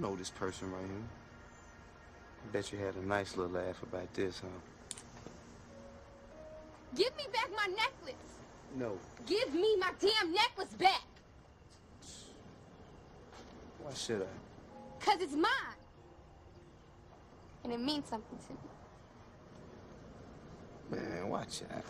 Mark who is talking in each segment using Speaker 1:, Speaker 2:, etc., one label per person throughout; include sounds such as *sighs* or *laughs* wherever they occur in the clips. Speaker 1: know this person right here. I bet you had a nice little laugh about this, huh?
Speaker 2: Give me back my necklace.
Speaker 1: No.
Speaker 2: Give me my damn necklace back.
Speaker 1: Why should I?
Speaker 2: Because it's mine. And it means something to me.
Speaker 1: Man, watch out.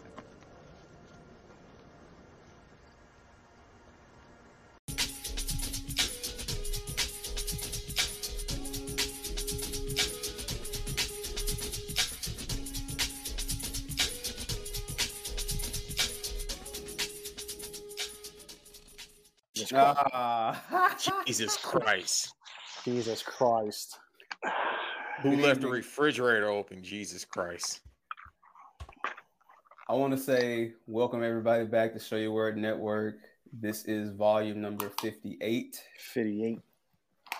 Speaker 3: Ah.
Speaker 4: Jesus Christ.
Speaker 3: Jesus Christ.
Speaker 4: Who left the refrigerator open? Jesus Christ.
Speaker 3: I want to say welcome everybody back to Show Your Word Network. This is volume number 58.
Speaker 5: 58.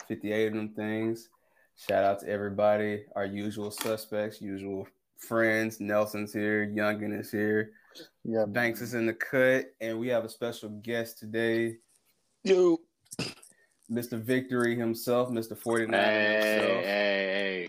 Speaker 3: 58 of them things. Shout out to everybody, our usual suspects, usual friends. Nelson's here, Youngin is here,
Speaker 5: Yeah.
Speaker 3: Banks is in the cut, and we have a special guest today,
Speaker 5: Yo.
Speaker 3: Mr. Victory himself, Mr. 49 himself.
Speaker 4: Hey, hey,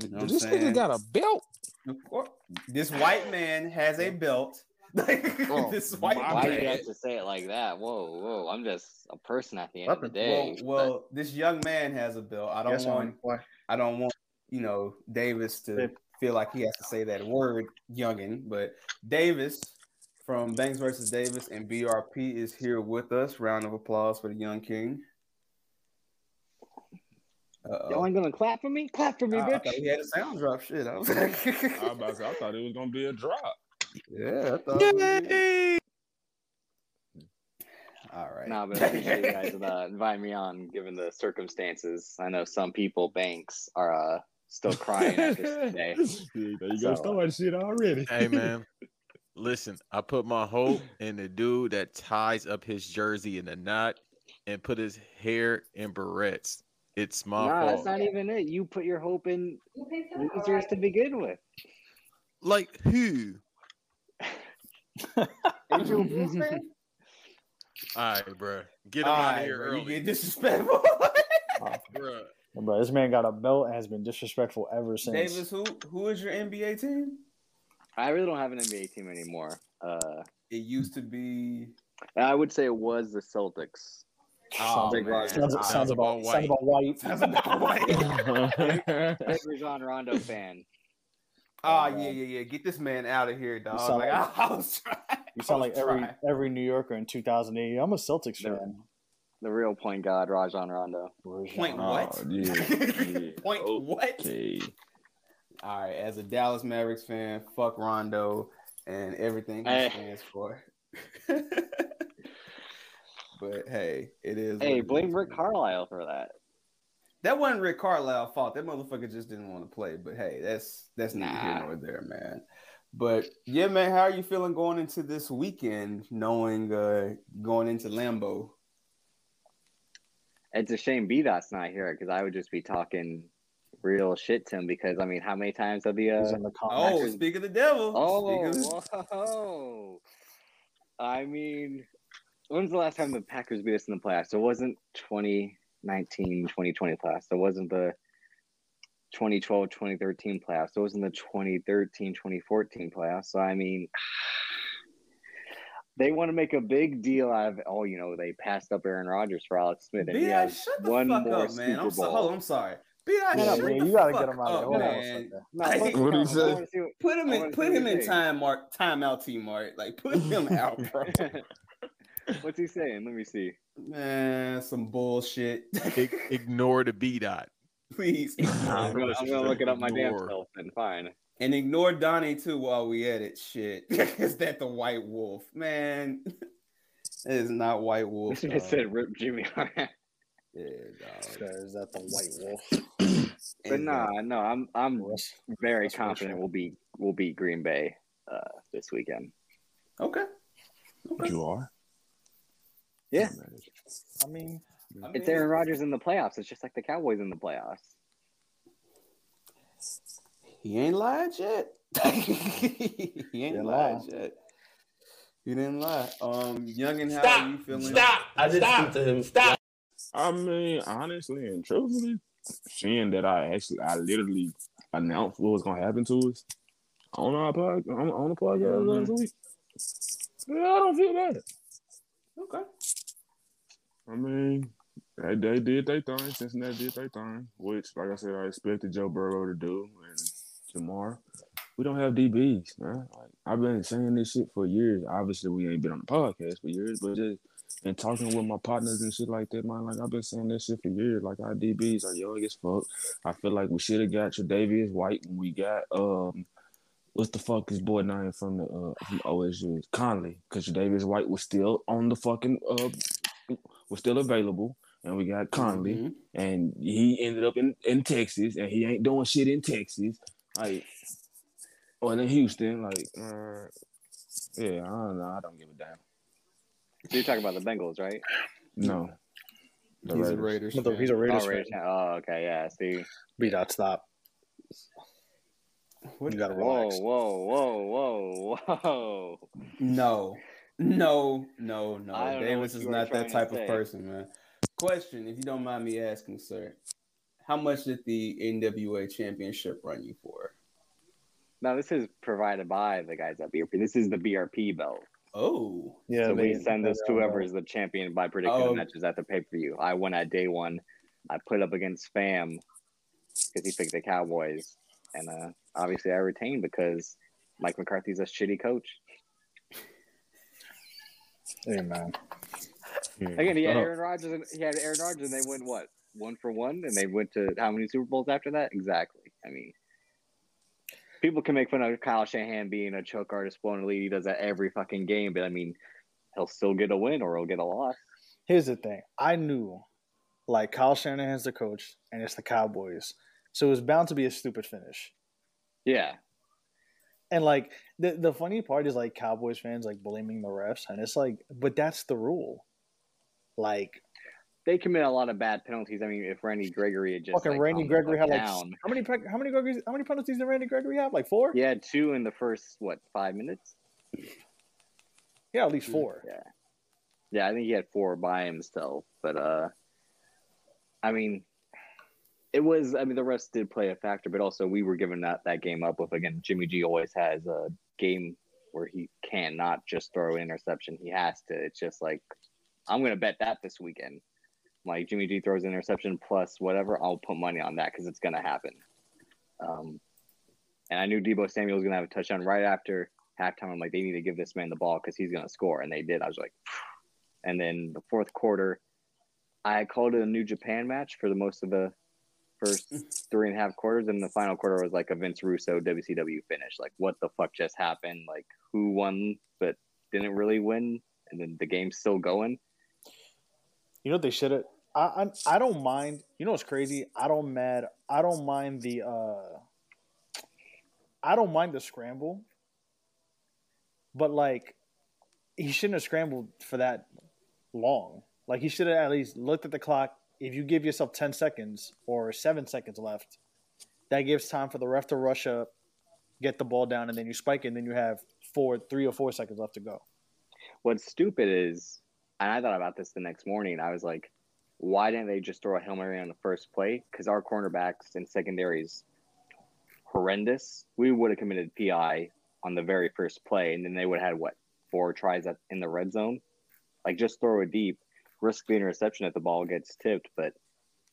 Speaker 3: You know what I'm
Speaker 5: this
Speaker 3: saying?
Speaker 5: nigga got a belt.
Speaker 3: Of course. This white man has a belt. *laughs*
Speaker 5: Oh,
Speaker 3: this white
Speaker 4: my
Speaker 6: Why do
Speaker 3: man.
Speaker 6: you
Speaker 4: bad.
Speaker 6: have to say it like that? Whoa, whoa! I'm just a person at the end of
Speaker 5: Weapon.
Speaker 6: the day.
Speaker 3: Well, well, this young man has a belt. I don't want.
Speaker 5: why.
Speaker 3: I don't want you know Davis to feel like he has to say that word, youngin. But Davis from Banks versus Davis and BRP is here with us. Round of applause for the young king.
Speaker 6: but
Speaker 3: Uh-oh.
Speaker 6: y'all ain't gonna clap for me? Clap for me,
Speaker 3: I, I
Speaker 6: bitch!
Speaker 3: thought he had a sound drop. Shit, I was like,
Speaker 7: I, was about to say, I thought it was gonna be a drop.
Speaker 3: *laughs* yeah, I thought. it was good. All right.
Speaker 6: Nah, but I appreciate you
Speaker 3: *laughs*
Speaker 6: guys uh, inviting me on, given the circumstances. I know some people, banks, are uh, still crying after *laughs* today.
Speaker 7: See, there you
Speaker 6: So-
Speaker 7: go, starting shit already.
Speaker 4: *laughs* hey. Hey, man. Listen, I put my hope in the dude that ties up his jersey in a knot and put his hair in barrettes. It's my
Speaker 6: nah,
Speaker 4: fault.
Speaker 6: that's not even it. You put your hope in losers to begin with.
Speaker 4: like who? *laughs*
Speaker 3: Ain't you a Bulls fan?
Speaker 4: All right, bro. Get him
Speaker 3: All
Speaker 4: out of
Speaker 3: right,
Speaker 4: here
Speaker 3: bro, you
Speaker 4: early,
Speaker 3: get disrespectful. *laughs*
Speaker 4: bro.
Speaker 5: Bro, this man got a belt and has been disrespectful ever since.
Speaker 3: Davis, who who is your NBA team?
Speaker 6: I really don't have an NBA team anymore. Uh,
Speaker 3: It used to
Speaker 6: *laughs*
Speaker 3: be.
Speaker 6: I would say it was the Celtics.
Speaker 4: Oh,
Speaker 5: sounds,
Speaker 4: man.
Speaker 5: sounds, sounds,
Speaker 4: Sounds about
Speaker 5: about, sounds about white.
Speaker 3: *laughs* Sounds about right.
Speaker 6: Big Rajon Rondo fan.
Speaker 3: Ah, yeah, yeah, yeah. Get this man out of here, dog.
Speaker 5: sound
Speaker 3: Like, *laughs*
Speaker 5: like-
Speaker 3: I, I was trying.
Speaker 5: You sound like
Speaker 3: I was
Speaker 5: every
Speaker 3: trying.
Speaker 5: every New Yorker in 2008. I'm a Celtics
Speaker 6: No.
Speaker 5: fan.
Speaker 6: The real point guard, Rajon Rondo.
Speaker 3: Point
Speaker 7: Oh,
Speaker 3: what?
Speaker 7: yeah,
Speaker 3: *laughs*
Speaker 7: yeah.
Speaker 3: Point
Speaker 5: Oh,
Speaker 3: what?
Speaker 7: Okay.
Speaker 3: All right, as a Dallas Mavericks fan, fuck Rondo and everything he
Speaker 6: Hey.
Speaker 3: stands for. *laughs* but hey, it is. what
Speaker 6: Hey,
Speaker 3: it
Speaker 6: blame
Speaker 3: is,
Speaker 6: Rick
Speaker 3: man.
Speaker 6: Carlisle for that.
Speaker 3: That wasn't Rick Carlisle's fault. That motherfucker just didn't want to play. But hey, that's that's neither here
Speaker 6: Nah.
Speaker 3: nor there, man. But yeah, man, how are you feeling going into this weekend, knowing uh going into Lambo?
Speaker 6: It's a shame B Dot's not here because I would just be talking real shit to him because I mean, how many times have the
Speaker 5: He's
Speaker 6: uh,
Speaker 5: in the
Speaker 3: Oh,
Speaker 5: comments.
Speaker 3: speak of the devil. Speak
Speaker 6: oh,
Speaker 3: of the- *laughs*
Speaker 6: whoa. I mean, when's the last time the Packers beat us in the playoffs? It wasn't 2019 2020 playoffs, it wasn't the 2012 2013 playoffs, it wasn't the 2013 2014 playoffs. So, I mean, *sighs* they want to make a big deal out of oh, you know, they passed up Aaron Rodgers for Alex Smith. And he
Speaker 3: B.I.,
Speaker 6: has
Speaker 3: shut the
Speaker 6: one
Speaker 3: fuck
Speaker 6: more
Speaker 3: up, man. I'm
Speaker 6: Super
Speaker 3: so,
Speaker 6: Bowl.
Speaker 3: hold on, I'm sorry. B.I.,
Speaker 5: Yeah,
Speaker 3: Oh, shut
Speaker 5: man,
Speaker 3: the
Speaker 5: you gotta
Speaker 3: fuck
Speaker 5: get him out of
Speaker 3: up,
Speaker 5: here. Hold on a
Speaker 3: man.
Speaker 5: second.
Speaker 6: No, fuck
Speaker 7: What did he
Speaker 6: no,
Speaker 7: say?
Speaker 6: I wanna see what-
Speaker 3: Put him
Speaker 6: I
Speaker 3: in
Speaker 6: wanna
Speaker 3: put
Speaker 6: see
Speaker 3: him
Speaker 6: what
Speaker 3: in
Speaker 6: he
Speaker 3: time mark time out T Mart. Like put him out, bro.
Speaker 6: *laughs* What's he saying? Let me see.
Speaker 3: man, some bullshit.
Speaker 4: Ig- Ignore the B dot.
Speaker 3: *laughs* Please.
Speaker 6: I'm gonna, I'm gonna look it up my damn
Speaker 4: Ignore.
Speaker 6: self and
Speaker 5: *laughs*
Speaker 6: fine.
Speaker 3: And ignore Donnie too while we at it. Shit. *laughs* is that the white wolf? Man. *laughs* It is not white wolf.
Speaker 6: *laughs* It
Speaker 3: dog.
Speaker 6: said rip Jimmy. Hart."
Speaker 3: yeah, dog.
Speaker 5: Sir, Is that the white wolf?
Speaker 6: but nah, no, I'm I'm
Speaker 5: Russ-
Speaker 6: very
Speaker 5: That's
Speaker 6: confident
Speaker 5: racial.
Speaker 6: we'll beat we'll beat Green Bay uh, this weekend.
Speaker 3: Okay. Okay.
Speaker 7: You are.
Speaker 6: Yeah.
Speaker 5: I mean,
Speaker 3: I
Speaker 6: It's
Speaker 3: mean,
Speaker 6: Aaron Rodgers in the playoffs. It's just like the Cowboys in the playoffs.
Speaker 3: He ain't lied yet. *laughs* he ain't
Speaker 5: Didn't
Speaker 3: lied yet. He didn't lie. Um, young and how are you feeling?
Speaker 8: Stop! I just Stop. to him. Stop!
Speaker 7: I mean, honestly and truthfully, seeing that I actually, I literally announced what was gonna happen to us on our pod, on, on the podcast last week. Yeah, I don't feel bad.
Speaker 3: Okay.
Speaker 7: I mean, they, they did their thing. Cincinnati did their thing, which, like I said, I expected Joe Burrow to do. And tomorrow, we don't have DBs, man. Like, I've been saying this shit for years. Obviously, we ain't been on the podcast for years, but just and talking with my partners and shit like that, man. Like I've been saying this shit for years. Like our DBs are young as fuck. I feel like we should have got Tre'Davious White when we got um. What's the fuck his boy name from the uh from OSU? Conley, because Davis White was still on the fucking uh was still available, and we got Conley,
Speaker 3: Mhm.
Speaker 7: and he ended up in, in Texas, and he ain't doing shit in Texas, like, or in Houston, like, uh, yeah, I don't know, I don't give a damn.
Speaker 6: So you're talking about the Bengals,
Speaker 5: *laughs*
Speaker 6: right?
Speaker 7: No, the
Speaker 3: He's a Raiders.
Speaker 7: Raiders.
Speaker 5: He's a-
Speaker 3: fan.
Speaker 5: he's a Raiders
Speaker 6: Oh,
Speaker 5: fan.
Speaker 6: Raiders. Oh, okay, yeah. See,
Speaker 5: B dot stop.
Speaker 3: What?
Speaker 5: You gotta
Speaker 6: whoa,
Speaker 5: relax.
Speaker 6: whoa, whoa, *laughs* whoa, whoa.
Speaker 3: No, no, no, no.
Speaker 6: I don't know
Speaker 3: Davis
Speaker 6: what
Speaker 3: is
Speaker 6: you were
Speaker 3: not
Speaker 6: trying
Speaker 3: that
Speaker 6: to
Speaker 3: type of
Speaker 6: say.
Speaker 3: person, man. Question, if you don't mind me asking, sir, how much did the NWA championship run you for?
Speaker 6: Now this is provided by the guys at BRP. This is the BRP belt.
Speaker 3: Oh,
Speaker 5: Yeah,
Speaker 6: so we
Speaker 5: they-
Speaker 6: send this to
Speaker 5: they-
Speaker 6: whoever is the champion by predicting
Speaker 3: Oh.
Speaker 6: the matches at the pay per view. I won at day one. I put up against Spam because he picked the Cowboys, and uh, obviously I retained because Mike McCarthy's a shitty coach.
Speaker 5: Hey man,
Speaker 6: Again, he had
Speaker 7: Oh.
Speaker 6: Aaron Rodgers, and he had Aaron Rodgers, and they went what one for one, and they went to how many Super Bowls after that? Exactly. I mean, people can make fun of Kyle Shanahan being a choke artist, blowing a lead. He does that every fucking game, but I mean, he'll still get a win or he'll get a loss.
Speaker 5: here's the thing. I knew, like Kyle Shanahan's the coach, and it's the Cowboys, so it was bound to be a stupid finish.
Speaker 6: Yeah,
Speaker 5: And like the the funny part is like Cowboys fans like blaming the refs, and it's like, but that's the rule. Like
Speaker 6: they commit a lot of bad penalties. I mean, if Randy Gregory had just
Speaker 5: fucking
Speaker 6: like,
Speaker 5: Randy
Speaker 6: calmed
Speaker 5: Gregory
Speaker 6: the
Speaker 5: had
Speaker 6: fuck
Speaker 5: like
Speaker 6: down,
Speaker 5: how many pe- how many Gregory's, how many penalties did Randy Gregory have? Like four?
Speaker 6: he had two in the first what five minutes.
Speaker 5: yeah at least four.
Speaker 6: Yeah, I think he had four by himself. But uh I mean it was I mean the refs did play a factor, but also we were giving that, that game up with again Jimmy G always has a game where he cannot just throw an interception. He has to. It's just like I'm gonna bet that this weekend. Like Jimmy G throws an interception plus whatever, I'll put money on that because it's gonna happen. Um and I knew Debo Samuel was gonna have a touchdown right after halftime. I'm like, they need to give this man the ball because he's gonna score, and they did. I was like, and then the fourth quarter, I called it a New Japan match for the most of the first three and a half quarters, and the final quarter was like a Vince Russo WCW finish. Like, what the fuck just happened? Like, who won but didn't really win, and then the game's still going.
Speaker 5: You know what they should have. I, I I don't mind. You know what's crazy? I don't mad. I don't mind the. uh I don't mind the scramble. But like, he shouldn't have scrambled for that long. Like he should have at least looked at the clock. If you give yourself ten seconds or seven seconds left, that gives time for the ref to rush up, get the ball down, and then you spike it. And then you have four, three or four seconds left to go.
Speaker 6: What's stupid is, and I thought about this the next morning. I was like, why didn't they just throw a hail mary on the first play? Because our cornerbacks and secondaries horrendous. We would have committed PI on the very first play, and then they would have had what four tries at, in the red zone. Like just throw it deep, risk the interception if the ball gets tipped. But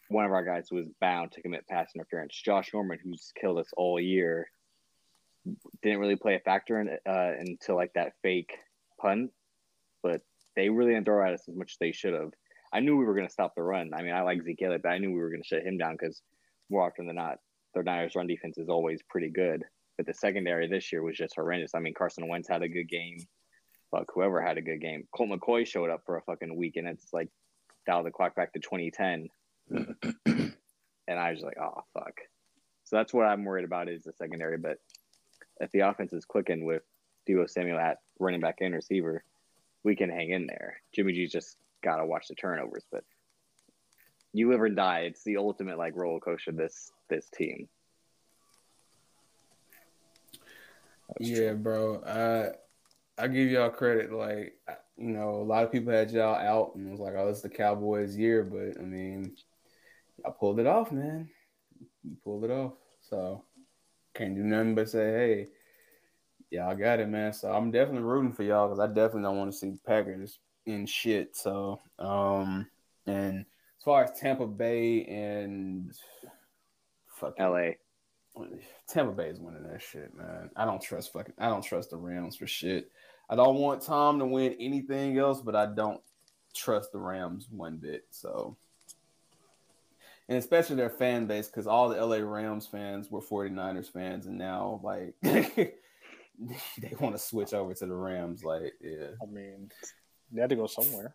Speaker 6: one of our guys was bound to commit pass interference. Josh Norman, who's killed us all year, didn't really play a factor in, uh, until like that fake punt they really didn't throw at us as much as they should have. I knew we were going to stop the run. I mean, I like Zeke Elliott, but I knew we were going to shut him down because more often than not, their Niners' run defense is always pretty good. But the secondary this year was just horrendous. I mean, Carson Wentz had a good game. Fuck, whoever had a good game. Colt McCoy showed up for a fucking week, and it's like dial the clock back to 2010. and I was like, oh, fuck. So that's what I'm worried about is the secondary. But if the offense is clicking with Duo Samuel at running back and receiver, we can hang in there. Jimmy G's just got to watch the turnovers, but you live or die. It's the ultimate like roller coaster. This this team.
Speaker 3: yeah, bro. Uh, I give y'all credit. Like, I- you know, a lot of people had y'all out and was like, "Oh, it's the Cowboys' year," but I mean, I pulled it off, man. You pulled it off. So can't do nothing but say, hey, y'all got it, man. So I'm definitely rooting for y'all because I definitely don't want to see the Packers in shit. So um and as far as Tampa Bay and fuck
Speaker 6: LA.
Speaker 3: Tampa Bay is winning that shit, man. I don't trust fucking I don't trust the Rams for shit. I don't want Tom to win anything else, but I don't trust the Rams one bit. So and especially their fan base, because all the LA Rams fans were 49ers fans, and now like *laughs* they want to switch over to the Rams. Like, yeah.
Speaker 5: I mean, they had to go somewhere.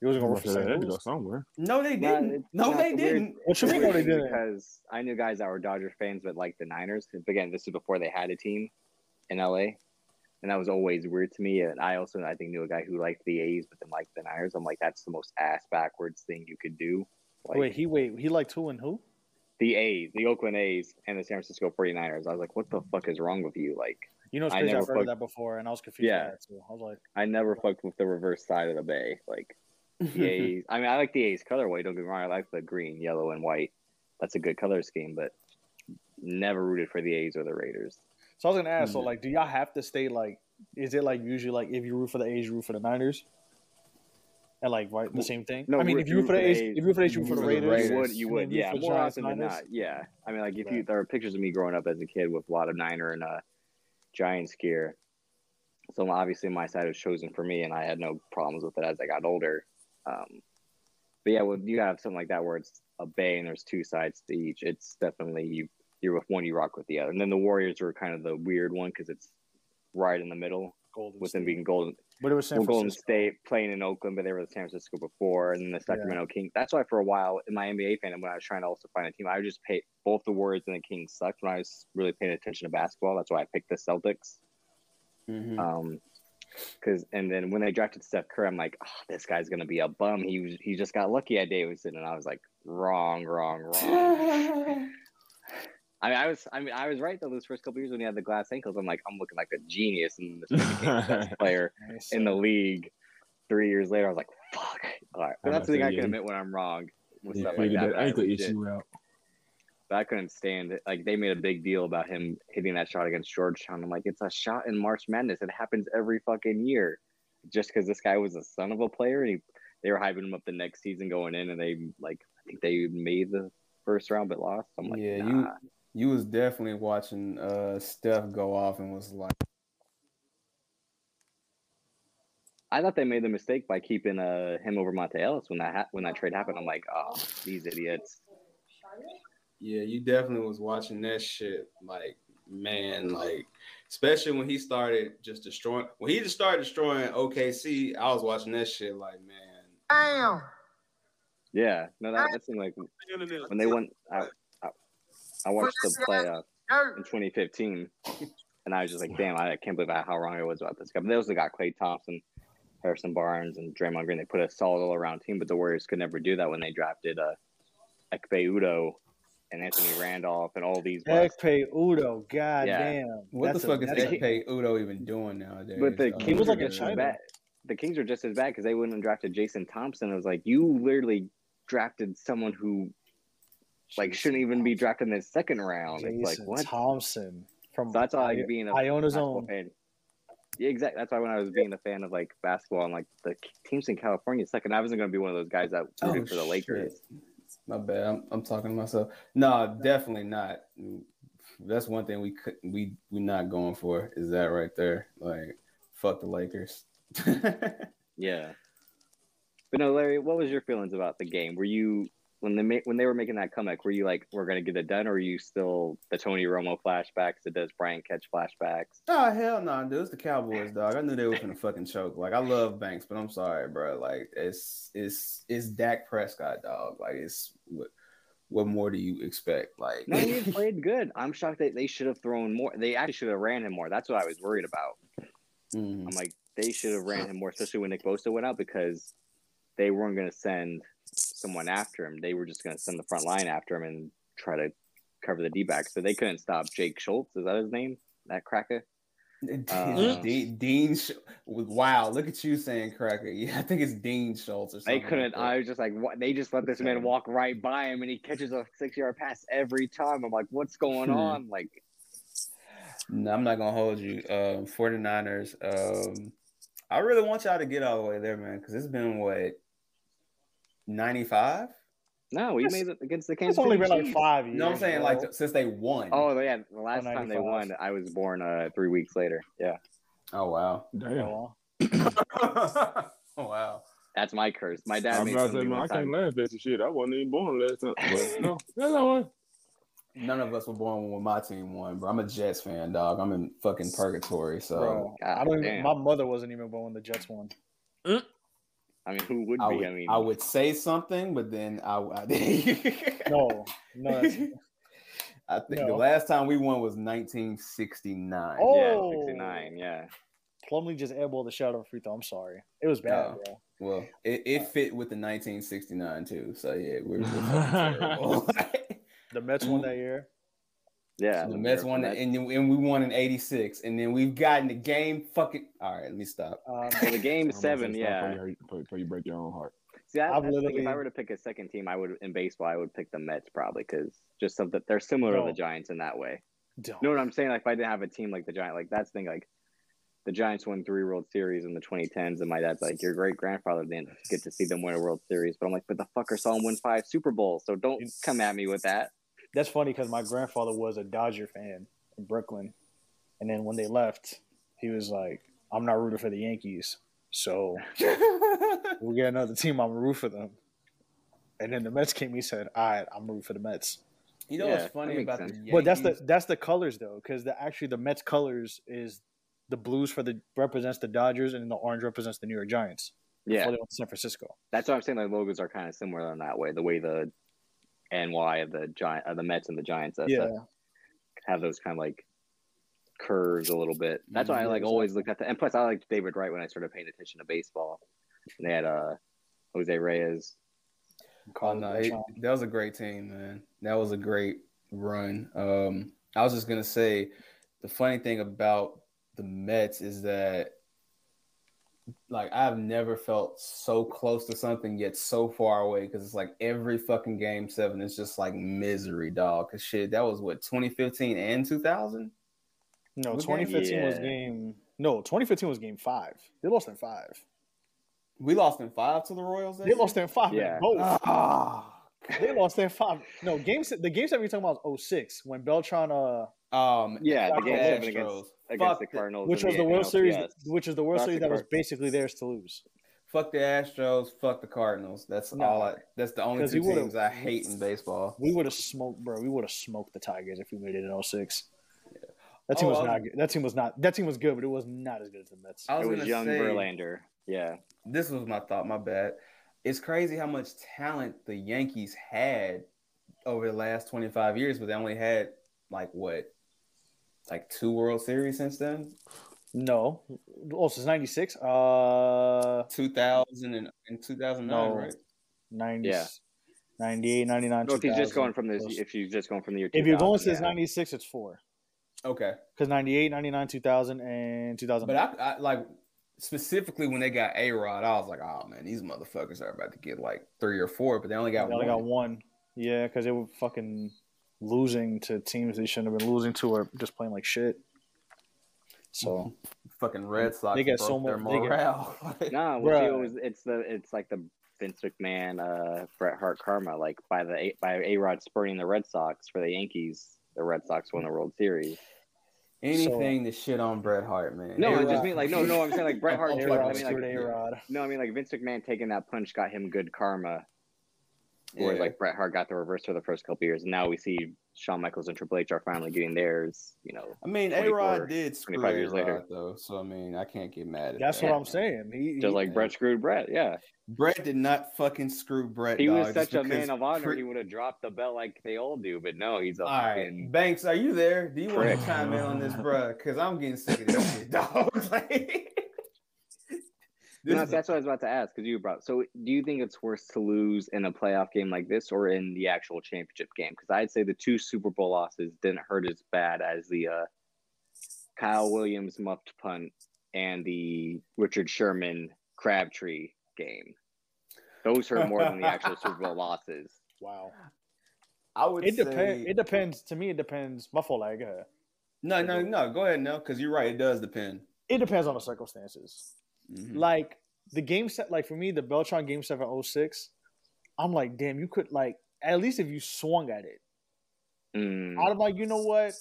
Speaker 5: He wasn't going to work for
Speaker 7: They had
Speaker 5: St.
Speaker 7: to go
Speaker 5: Louis.
Speaker 7: somewhere.
Speaker 3: No, they
Speaker 6: Nah,
Speaker 3: didn't.
Speaker 6: it's
Speaker 3: no,
Speaker 6: not
Speaker 3: they
Speaker 6: the weird-
Speaker 3: didn't.
Speaker 5: What you mean? No, they didn't.
Speaker 6: Because I knew guys that were Dodger fans, but like the Niners. 'cause Again, this is before they had a team in LA, and that was always weird to me. And I also, I think, knew a guy who liked the A's, but then liked the Niners. I'm like, that's the most ass backwards thing you could do. Like
Speaker 5: wait, he wait, he liked who and who?
Speaker 6: the A's, the Oakland A's, and the San Francisco 49ers. I was like, what the fuck is wrong with you? Like,
Speaker 5: You know, it's
Speaker 6: I
Speaker 5: crazy. I've
Speaker 6: never
Speaker 5: heard of
Speaker 6: fuck-
Speaker 5: that before, and I was confused.
Speaker 6: Yeah.
Speaker 5: by that too. I was like,
Speaker 6: I never fucked with the reverse side of the bay. Like
Speaker 3: *laughs*
Speaker 6: the A's. I mean, I like the A's colorway. Don't get me wrong. I like the green, yellow, and white. That's a good color scheme, but never rooted for the A's or the Raiders.
Speaker 5: so I was gonna ask. So
Speaker 6: Mm.
Speaker 3: Yeah.
Speaker 5: like, do y'all have to stay like? Is it like usually like if you root for the A's, you root for the Niners, and like right the same thing?
Speaker 6: No,
Speaker 5: I mean,
Speaker 6: root-
Speaker 5: if you root for the A's, if you root for the A's, you root
Speaker 3: root
Speaker 5: for the
Speaker 3: for the Raiders.
Speaker 5: Raiders.
Speaker 6: You would, you
Speaker 5: And
Speaker 6: would,
Speaker 5: then root
Speaker 6: yeah,
Speaker 5: for the
Speaker 6: more
Speaker 5: Giants,
Speaker 6: often than
Speaker 5: Niners.
Speaker 6: not, yeah. I mean, like if you
Speaker 5: Right.
Speaker 6: there are pictures of me growing up as a kid with a lot of Niner and uh, Giants gear. So obviously, my side was chosen for me, and I had no problems with it as I got older. Um, but yeah, well, you have something like that where it's a bay and there's two sides to each. It's definitely you you're with one, you rock with the other. And then the Warriors were kind of the weird one because it's right in the middle
Speaker 5: Golden
Speaker 6: with
Speaker 5: State.
Speaker 6: them being Golden
Speaker 5: but it was San
Speaker 6: well, Golden
Speaker 5: Francisco.
Speaker 6: State playing in Oakland, but they were the San Francisco before, and then the Sacramento Kings. That's why for a while in my NBA fandom, when I was trying to also find a team, I would just pay both the Warriors and the Kings sucked. When I was really paying attention to basketball, that's why I picked the Celtics.
Speaker 5: Mm.
Speaker 3: Mhm.
Speaker 6: Um, because and then when they drafted Steph Curry, I'm like, oh, this guy's gonna be a bum. He was, he just got lucky at Davidson, and I was like, wrong, wrong, wrong.
Speaker 5: *laughs*
Speaker 6: I mean, I was, I mean, I was right though. Those first couple years when he had the glass ankles, I'm like, I'm looking like a genius in
Speaker 5: *laughs*
Speaker 6: this player
Speaker 5: Nice.
Speaker 6: in the league three years later. I was like, fuck. All right. But
Speaker 7: I'm
Speaker 6: that's
Speaker 7: about
Speaker 6: the
Speaker 7: to
Speaker 6: thing I
Speaker 7: say,
Speaker 6: can
Speaker 7: yeah,
Speaker 6: admit when I'm wrong with
Speaker 7: They
Speaker 6: stuff like
Speaker 7: figured
Speaker 6: that.
Speaker 7: that
Speaker 6: but I
Speaker 7: ankle
Speaker 6: legit-
Speaker 7: issue out.
Speaker 6: But I couldn't stand it. Like they made a big deal about him hitting that shot against Georgetown. I'm like, it's a shot in March Madness. It happens every fucking year. Just because this guy was the son of a player, and he, they were hyping him up the next season going in, and they like I think they made the first round but lost. I'm like,
Speaker 3: yeah,
Speaker 6: nah.
Speaker 3: you you was definitely watching uh Steph go off and was like,
Speaker 6: I thought they made the mistake by keeping uh, him over Monte Ellis when that ha- when that trade happened. I'm like, oh, these idiots.
Speaker 3: yeah, you definitely was watching that shit. Like, man, like especially when he started just destroying when he just started destroying OKC, I was watching that shit like, man,
Speaker 6: Yeah, no, that, that seemed like when they went. I, I, I watched the playoff in 2015, and I was just like, "Damn, I can't believe how wrong I was about this guy." But they also got Clay Thompson, Harrison Barnes, and Draymond Green. They put a solid all-around team, but the Warriors could never do that when they drafted uh, Ekpe Udo and Anthony Randolph and all these. busts.
Speaker 5: Ekpe Udo, goddamn.
Speaker 3: what
Speaker 5: That's
Speaker 3: the
Speaker 5: a-
Speaker 3: fuck is
Speaker 5: that's a-
Speaker 3: Ekpe Udo even doing nowadays? Oh,
Speaker 6: But the
Speaker 3: dog?
Speaker 6: Kings
Speaker 5: was
Speaker 6: were
Speaker 5: like a
Speaker 6: just as
Speaker 5: China.
Speaker 6: bad. The Kings were just as bad because they wouldn't have drafted Jason Thompson. It was like you literally drafted someone who like shouldn't even be drafted in the second round.
Speaker 5: Jason
Speaker 6: it's like what?
Speaker 5: Thompson from
Speaker 6: So that's all
Speaker 5: I- um,
Speaker 6: like being a
Speaker 5: Iona's
Speaker 6: basketball
Speaker 5: own.
Speaker 6: fan. Yeah, exactly. That's why when I was being a fan of like basketball and like the teams in California suck, and I wasn't going to be one of those guys that rooted for the
Speaker 3: shit.
Speaker 6: Lakers.
Speaker 3: My bad. I'm, I'm talking to myself. No, definitely not. That's one thing we could we we not going for is that right there. Like fuck the Lakers. *laughs*
Speaker 6: Yeah. But no, Larry, what was your feelings about the game? Were you when they ma- when they were making that comeback? Were you like, we're going to get it done, or are you still the Tony Romo flashbacks, the Des Bryant catch flashbacks?
Speaker 3: oh hell no, dude. It's the Cowboys, dog. I knew they were gonna fucking choke. Like I love Banks, but I'm sorry, bro. Like it's it's it's Dak Prescott, dog. Like it's what what more do you expect? Like *laughs*
Speaker 6: No, he had played good. I'm shocked that they should have thrown more. They actually should have ran him more. That's what I was worried about.
Speaker 3: Mhm.
Speaker 6: I'm like, they should have ran him more, especially when Nick Bosa went out because they weren't going to send someone after him. They were just going to send the front line after him and try to cover the D back. So they couldn't stop Jake Schultz. Is that his name? That cracker? Uh,
Speaker 3: De- Dean, Sch- wow, look at you saying cracker. *laughs* Yeah, I think it's Dean Schultz or
Speaker 6: They
Speaker 3: something.
Speaker 6: couldn't. I was just like, what? They just let this man walk right by him, and he catches a six-yard pass every time. I'm like, what's going
Speaker 3: Hmm.
Speaker 6: on? Like,
Speaker 3: No, I'm not gonna hold you. Um, 49ers. Um, I really want y'all to get all the way there, man, because it's been what 95.
Speaker 6: no, we
Speaker 5: It's-
Speaker 6: made it against the Kansas
Speaker 5: It's only
Speaker 6: City
Speaker 5: been like
Speaker 6: Chiefs.
Speaker 5: five years.
Speaker 3: You know what I'm saying? Like
Speaker 5: bro.
Speaker 3: since they won.
Speaker 6: Oh yeah, the last time they
Speaker 5: 195.
Speaker 6: won, I was born uh three weeks later. Yeah,
Speaker 3: oh wow.
Speaker 7: Damn.
Speaker 5: Oh,
Speaker 3: oh
Speaker 5: *laughs*
Speaker 3: wow.
Speaker 6: that's my curse. My dad
Speaker 7: I'm
Speaker 6: made
Speaker 7: about to say,
Speaker 6: something
Speaker 7: man, I
Speaker 6: one
Speaker 7: can't
Speaker 6: time.
Speaker 7: laugh at you shit. I wasn't even born last *laughs* time. But no, that's not one.
Speaker 3: None of us were born when my team won, bro. I'm a Jets fan, dog. I'm in fucking purgatory. So
Speaker 5: bro,
Speaker 6: God
Speaker 5: I don't.
Speaker 6: damn.
Speaker 5: Even, my mother wasn't even born when the Jets won.
Speaker 6: I mean, who would
Speaker 3: I
Speaker 6: be? I,
Speaker 3: would, I,
Speaker 6: mean,
Speaker 3: would say something, but then I, I *laughs* no,
Speaker 5: No, no.
Speaker 6: *laughs*
Speaker 5: that's-
Speaker 3: I think the
Speaker 5: No.
Speaker 3: last time we won was 1969.
Speaker 5: Oh,
Speaker 6: yeah,
Speaker 5: Oh.
Speaker 6: sixty nine. Yeah,
Speaker 5: Plumlee just airballed the shot of a free throw. I'm sorry, it was bad,
Speaker 3: No.
Speaker 5: bro.
Speaker 3: Well, it, it fit with the 1969 too. So yeah, we're, we're
Speaker 6: *laughs*
Speaker 3: fucking terrible. *laughs*
Speaker 5: The Mets won that year.
Speaker 6: yeah.
Speaker 3: the Mets won,
Speaker 6: That's-
Speaker 3: and, and we won in '86, and then we've gotten the game. Fucking all right, let me stop.
Speaker 6: *laughs*
Speaker 5: Um,
Speaker 6: So the
Speaker 3: *laughs*
Speaker 6: game
Speaker 7: I'm about to say,
Speaker 6: seven,
Speaker 7: stop
Speaker 6: yeah.
Speaker 7: Before you, hurt- before you break your own heart.
Speaker 6: See, I,
Speaker 5: I've
Speaker 6: I think
Speaker 5: literally-
Speaker 6: if I were to pick a second team, I would in baseball, I would pick the Mets probably because just something they're similar
Speaker 5: No.
Speaker 6: to the Giants in that way.
Speaker 5: don't.
Speaker 6: You know what I'm saying? Like if I didn't have a team like the Giants, like that's the thing. Like the Giants won three World Series in the 2010s, and my dad's like, "Your great grandfather didn't get to see them win a World Series," but I'm like, "But the fucker saw him win five Super Bowls, so don't come at me with that."
Speaker 5: That's funny because my grandfather was a Dodger fan in Brooklyn, and then when they left, he was like, "I'm not rooting for the Yankees,
Speaker 6: *laughs*
Speaker 5: so we'll get another team. I'm root for them." And then the Mets came. He said, "All right, I'm rooting for the Mets."
Speaker 3: You know
Speaker 6: Yeah,
Speaker 3: what's funny
Speaker 6: that makes
Speaker 3: about the
Speaker 6: sense.
Speaker 3: Yankees?
Speaker 5: But that's the that's the colors though, because the actually the Mets colors is the blues for the represents the Dodgers and the orange represents the New York Giants.
Speaker 6: Yeah,
Speaker 5: Before they went to San Francisco.
Speaker 6: that's what I'm saying. Like logos are kind of similar in that way. The way the NY of the Giant, of the Mets and the Giants, that's
Speaker 5: yeah,
Speaker 6: have those kind of like curves a little bit. That's
Speaker 5: Mm-hmm.
Speaker 6: why I like always looked at that. And plus, I liked David Wright when I started paying attention to baseball. And they had uh, Jose Reyes.
Speaker 3: Oh, no,
Speaker 5: Colors,
Speaker 3: it- that was a great team, man. That was a great run. Um, I was just gonna say, the funny thing about the Mets is that, like, I've never felt so close to something yet so far away. Because it's like every fucking game seven, it's just like misery, dog. Because shit, that was what 2015 and 2000.
Speaker 5: No,
Speaker 3: Okay.
Speaker 5: 2015 was
Speaker 6: Yeah.
Speaker 5: game. No, 2015 was game five. They lost in five.
Speaker 3: We lost in five to the Royals. that
Speaker 5: They
Speaker 3: year?
Speaker 5: lost in five. Yeah.
Speaker 6: Yeah.
Speaker 5: Both.
Speaker 3: Ah.
Speaker 5: they lost in five. No, game se- the game seven you're talking about was 06 when Beltran uh
Speaker 3: Um,
Speaker 6: Yeah, the
Speaker 3: fuck
Speaker 6: game
Speaker 3: the
Speaker 6: seven against,
Speaker 3: Astros.
Speaker 6: against
Speaker 3: Fuck
Speaker 6: Oh, the
Speaker 3: the-
Speaker 6: Cardinals,
Speaker 5: which
Speaker 6: and
Speaker 5: was the World Series
Speaker 6: NLCS.
Speaker 5: which was the World
Speaker 6: That's
Speaker 5: Series
Speaker 6: the
Speaker 5: that was
Speaker 6: card.
Speaker 5: basically theirs to lose.
Speaker 3: Fuck the Astros. Fuck the Cardinals. That's
Speaker 5: No.
Speaker 3: all. I, that's the only
Speaker 5: 'Cause
Speaker 3: two
Speaker 5: you would've-
Speaker 3: teams I hate in baseball.
Speaker 5: We would have smoked, bro. We would have smoked the Tigers if we made it in 06. That team
Speaker 3: Oh,
Speaker 5: was
Speaker 3: I was-
Speaker 5: not good. That team was not that team was good, but it was not as good as the Mets.
Speaker 3: I was,
Speaker 6: It was
Speaker 3: gonna
Speaker 6: young
Speaker 3: say,
Speaker 6: Verlander. Yeah.
Speaker 3: This was my thought. My bad. It's crazy how much talent the Yankees had over the last twenty five years, but they only had like what, like two World Series since then.
Speaker 5: No. Oh, since 96? Uh
Speaker 3: 2000 and, and 2009,
Speaker 5: No.
Speaker 3: right?
Speaker 5: 90,
Speaker 6: Yeah.
Speaker 5: 98, 99,
Speaker 6: No, if you're just
Speaker 5: 2000.
Speaker 6: going from this, if you're just going from the year.
Speaker 5: If you're going
Speaker 6: 2000,
Speaker 5: since 96, it's four.
Speaker 3: Okay,
Speaker 5: Because 98, 99, 2000, and 2000.
Speaker 3: but I, I like specifically when they got A Rod, I was like, oh man, these motherfuckers are about to get like three or four, but they only got
Speaker 5: they only
Speaker 3: one.
Speaker 5: got one. Yeah, because they were fucking losing to teams they shouldn't have been losing to or just playing like shit. So,
Speaker 3: fucking Red Sox.
Speaker 5: They got so
Speaker 3: broke their
Speaker 5: much- they got-
Speaker 3: morale. *laughs* Like,
Speaker 6: No, well, see, it
Speaker 5: Bruh.
Speaker 6: was, it's the it's like the Vince McMahon, uh, Bret Hart karma. Like by the by, A Rod spurning the Red Sox for the Yankees, the Red Sox won the World Series.
Speaker 3: Anything to shit on Bret Hart, man.
Speaker 6: No, I
Speaker 3: A-Rod-
Speaker 6: just mean like no, no. I'm saying like Bret Hart.
Speaker 3: Oh,
Speaker 6: did-
Speaker 3: fuck,
Speaker 6: I
Speaker 5: A-Rod,
Speaker 6: mean,
Speaker 3: screw
Speaker 6: like,
Speaker 5: Stuart A-Rod.
Speaker 6: no, I mean like Vince McMahon taking that punch got him good karma.
Speaker 3: *laughs* Yeah.
Speaker 6: Whereas like Bret Hart got the reverse for the first couple years, and now we see Shawn Michaels and Triple H are finally getting theirs. You know,
Speaker 3: I mean, A
Speaker 6: 24,
Speaker 3: Rod did screw
Speaker 6: 25 years
Speaker 3: A Rod
Speaker 6: later.
Speaker 3: though, so I mean, I can't get mad at
Speaker 5: That's
Speaker 3: that.
Speaker 5: what I'm saying. He,
Speaker 6: just like Bret screwed Bret. Yeah,
Speaker 3: Bret did not fucking screw Bret.
Speaker 6: he was
Speaker 3: dog, just
Speaker 6: such a
Speaker 3: because
Speaker 6: man of honor.
Speaker 3: Pri-
Speaker 6: he would have dropped the belt like they all do, but no, he's a
Speaker 3: All right,
Speaker 6: fucking.
Speaker 3: Banks, are you there? Do you want
Speaker 6: prick.
Speaker 3: to chime in on this, bro? Because I'm getting sick of this shit, *laughs* dog.
Speaker 6: *laughs*
Speaker 3: Like, this
Speaker 6: No,
Speaker 3: is-
Speaker 6: that's what I was about to ask because you brought. So, do you think it's worse to lose in a playoff game like this or in the actual championship game? Because I'd say the two Super Bowl losses didn't hurt as bad as the uh, Kyle Williams muffed punt and the Richard Sherman Crabtree game. Those hurt more than the actual Super
Speaker 3: *laughs*
Speaker 6: Bowl losses.
Speaker 5: Wow.
Speaker 3: I would
Speaker 5: It
Speaker 3: say
Speaker 5: depends. It depends. To me, it depends. My fault, uh, I got it.
Speaker 3: No, no, no. Go ahead, no, because you're right. It does depend.
Speaker 5: It depends on the circumstances.
Speaker 6: Hmm.
Speaker 3: Mhm.
Speaker 5: Like the game set, like for me, the Beltron game seven oh six. I'm like, damn, you could like at least if you swung at it.
Speaker 6: Mm.
Speaker 5: I'm like, you know what?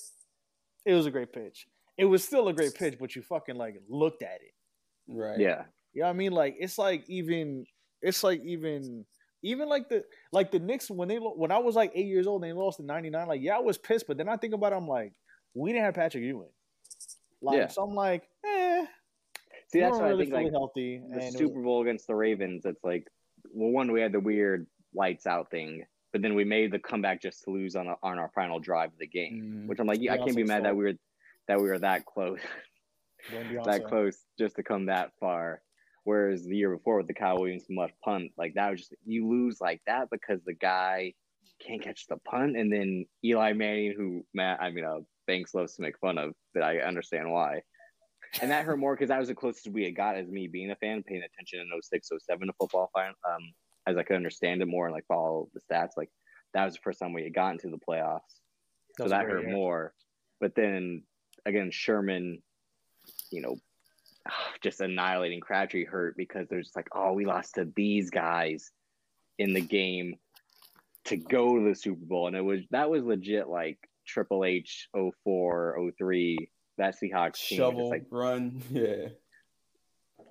Speaker 5: It was a great pitch. It was still a great pitch, but you fucking like looked at it.
Speaker 3: Right.
Speaker 6: Yeah.
Speaker 5: You know what I mean? Like it's like even it's like even even like the like the Knicks when they lo- when I was like eight years old and they lost in '99. Like yeah, I was pissed, but then I think about it, I'm like, we didn't have Patrick Ewing. Like
Speaker 6: Yeah.
Speaker 5: so I'm like, eh,
Speaker 6: See,
Speaker 5: we
Speaker 6: that's
Speaker 5: weren't
Speaker 6: why I
Speaker 5: really
Speaker 6: think
Speaker 5: fully
Speaker 6: like
Speaker 5: healthy.
Speaker 6: the
Speaker 5: and it was-
Speaker 6: Super Bowl against the Ravens. It's like, well, one we had the weird lights out thing, but then we made the comeback just to lose on on our final drive of the game.
Speaker 5: Mm-hmm.
Speaker 3: Mhm.
Speaker 6: Which I'm like, yeah, I
Speaker 5: Yeah,
Speaker 6: can't be
Speaker 5: some
Speaker 6: mad that
Speaker 5: salt.
Speaker 6: we were that we were that close,
Speaker 5: Blame Beyonce.
Speaker 6: that close just to come that far. Whereas the year before with the Kyle Williams muff punt, like that was just you lose like that because the guy can't catch the punt, and then Eli Manning, who Matt, I mean, uh, Banks loves to make fun of, but I understand why and that hurt more because that was the closest we had got as me being a fan, paying attention in 06, 07 to football, fin- um, as I could understand it more and like follow the stats. Like that was the first time we had gotten to the playoffs, so
Speaker 5: was a
Speaker 6: that
Speaker 5: great
Speaker 6: hurt
Speaker 5: year.
Speaker 6: more. But then again, Sherman, you know, *sighs* just annihilating Crabtree hurt because they're just like, oh, we lost to these guys in the game to go to the Super Bowl, and it was that was legit like Triple H 04, 03, that Seahawks team was
Speaker 3: Shovel
Speaker 6: just like
Speaker 3: run. *laughs* Yeah.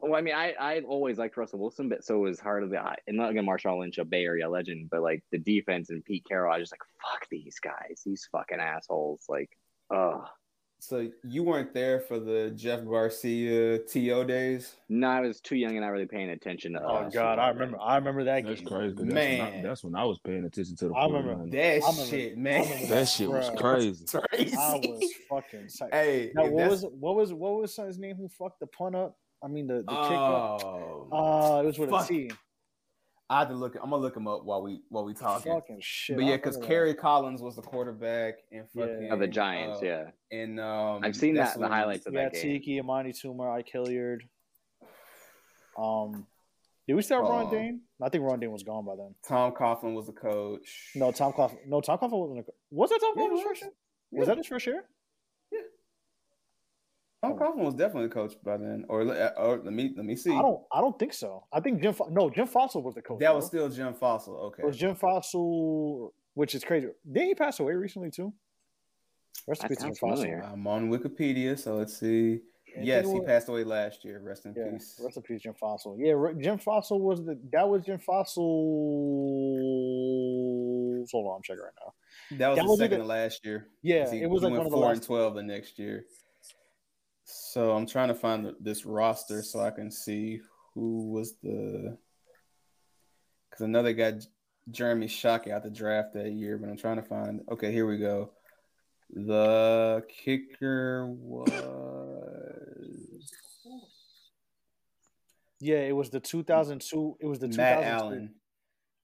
Speaker 6: well, I mean, I I always liked Russell Wilson, but so was hard of the eye. And not again, Marshawn Lynch, a Bay Area legend, but like the defense and Pete Carroll, I was just like, fuck these guys, these fucking assholes. Like, oh
Speaker 3: So you weren't there for the Jeff Garcia TO days?
Speaker 6: no, I was too young and not really paying attention to.
Speaker 5: Oh
Speaker 6: us.
Speaker 5: God, I remember. I remember that
Speaker 7: That's
Speaker 5: game.
Speaker 7: crazy. 'cause That's
Speaker 3: Man.
Speaker 7: When I, that's when I was paying attention to the.
Speaker 5: I remember
Speaker 7: 49ers.
Speaker 3: That
Speaker 5: I'm a-
Speaker 3: shit, man.
Speaker 5: That shit was Bruh.
Speaker 7: crazy.
Speaker 3: crazy.
Speaker 5: I
Speaker 3: *laughs*
Speaker 5: was fucking. Psyched.
Speaker 3: Hey,
Speaker 5: Now,
Speaker 3: if
Speaker 5: what
Speaker 3: that's-
Speaker 6: *laughs*
Speaker 5: was what was what was his name who fucked the punt up? I mean the the kick up.
Speaker 3: oh,
Speaker 5: Uh, it was with a
Speaker 3: fuck.
Speaker 5: T.
Speaker 3: I have to look. I'm gonna look him up while we while we talking.
Speaker 5: Fucking shit.
Speaker 3: but
Speaker 5: I
Speaker 3: yeah, because
Speaker 5: remember that.
Speaker 3: Kerry Collins was the quarterback and
Speaker 5: Yeah.
Speaker 3: fucking
Speaker 6: Of Oh, the Giants,
Speaker 3: uh,
Speaker 6: yeah,
Speaker 3: And um,
Speaker 6: I've seen
Speaker 3: that's
Speaker 6: that the
Speaker 3: when-
Speaker 6: highlights of
Speaker 5: yeah,
Speaker 6: that game.
Speaker 5: Tiki, Amani Toomer, I Hilliard. Um, did we still have Ron
Speaker 3: Oh.
Speaker 5: Dane? I think Ron Dane was gone by then.
Speaker 3: Tom Coughlin was the coach.
Speaker 5: No, Tom Coughlin. No, Tom Coughlin wasn't. A, was that Tom
Speaker 3: Yeah, he
Speaker 5: Coughlin's
Speaker 3: was.
Speaker 5: first year? Was
Speaker 3: Yeah.
Speaker 5: that his first year?
Speaker 3: Tom Coughlin was definitely the coach by then. Or, le- uh, or let me let me see.
Speaker 5: I don't. I don't think so. I think Jim. Fo- no, Jim Fossil was the coach.
Speaker 3: That was still
Speaker 5: bro.
Speaker 3: Jim Fossil. Okay.
Speaker 5: It was Jim Fossil, which is crazy. Did he pass away recently too? Rest
Speaker 6: That
Speaker 5: in peace, Jim
Speaker 6: sounds
Speaker 5: Fossil.
Speaker 6: familiar.
Speaker 3: I'm on Wikipedia, so let's see.
Speaker 5: Yeah,
Speaker 3: Yes,
Speaker 5: you
Speaker 3: he
Speaker 5: know
Speaker 3: passed away last year. Rest in
Speaker 5: what? Yeah,
Speaker 3: peace.
Speaker 5: rest in peace, Jim Fossil. Yeah, re- Jim Fossil was the that was Jim Fossil. Hold on, I'm checking right now.
Speaker 3: That was
Speaker 5: That
Speaker 3: the
Speaker 5: was
Speaker 3: second
Speaker 5: either-
Speaker 3: to last year.
Speaker 5: Yeah,
Speaker 3: 'Cause he-
Speaker 5: it was
Speaker 3: he went
Speaker 5: like one of the
Speaker 3: four
Speaker 5: last.
Speaker 3: and twelve the next year. So I'm trying to find the, this roster so I can see who was the because another guy, J- Jeremy Shockey, out the draft that year. But I'm trying to find. Okay, here we go. The kicker was
Speaker 5: Yeah, it was the 2002. It was the 2002.
Speaker 3: Matt Allen.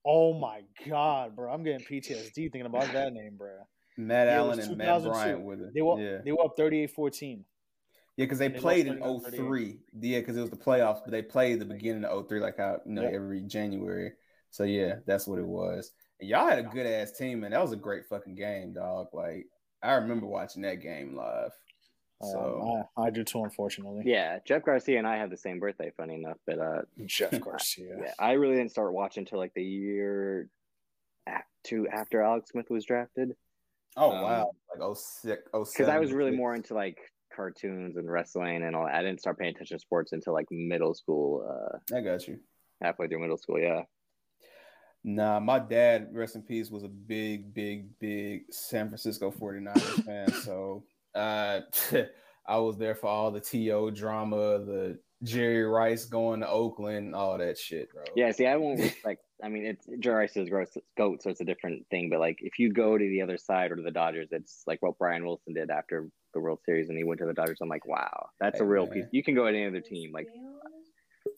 Speaker 5: Oh my god, bro! I'm getting PTSD thinking about that name, bro.
Speaker 3: Matt
Speaker 5: Yeah, it
Speaker 3: Allen
Speaker 5: was
Speaker 3: and Matt
Speaker 5: 2002.
Speaker 3: Bryant with it.
Speaker 5: They were
Speaker 3: yeah,
Speaker 5: they were up 38-14.
Speaker 3: yeah, because they,
Speaker 5: they lost
Speaker 3: played in
Speaker 5: 39, 38.
Speaker 3: 03. Yeah, because it was the playoffs, but they played the beginning of 03, like how you know
Speaker 5: Yeah.
Speaker 3: every January. So yeah, that's what it was. And y'all had a good ass team, man. That was a great fucking game, dog. Like I remember watching that game live.
Speaker 5: Um,
Speaker 3: So
Speaker 5: I, I do too, unfortunately.
Speaker 6: Yeah, Jeff Garcia and I have the same birthday. Funny enough, but uh,
Speaker 5: *laughs* Jeff Garcia.
Speaker 6: yeah, I really didn't start watching until like the year a- two after Alex Smith was drafted.
Speaker 3: oh
Speaker 6: um,
Speaker 3: wow, like 06,
Speaker 6: because I was
Speaker 3: 07,
Speaker 6: really more
Speaker 3: 06.
Speaker 6: into like cartoons and wrestling and all. I didn't start paying attention to sports until like middle school, uh,
Speaker 3: I got you.
Speaker 6: halfway through middle school. Yeah,
Speaker 3: Nah, my dad, rest in peace, was a big, big, big San Francisco 49ers fan. So uh, *laughs* I was there for all the TO drama, the Jerry Rice going to Oakland, all that shit, bro.
Speaker 6: yeah. See, I won't like. I mean, it's Jerry Rice is gross goat, so it's a different thing. But like, if you go to the other side or to the Dodgers, it's like what Brian Wilson did after the World Series, and he went to the Dodgers. I'm like, wow, that's a
Speaker 3: Hey,
Speaker 6: real
Speaker 3: man.
Speaker 6: piece. You can go at any other team. Like,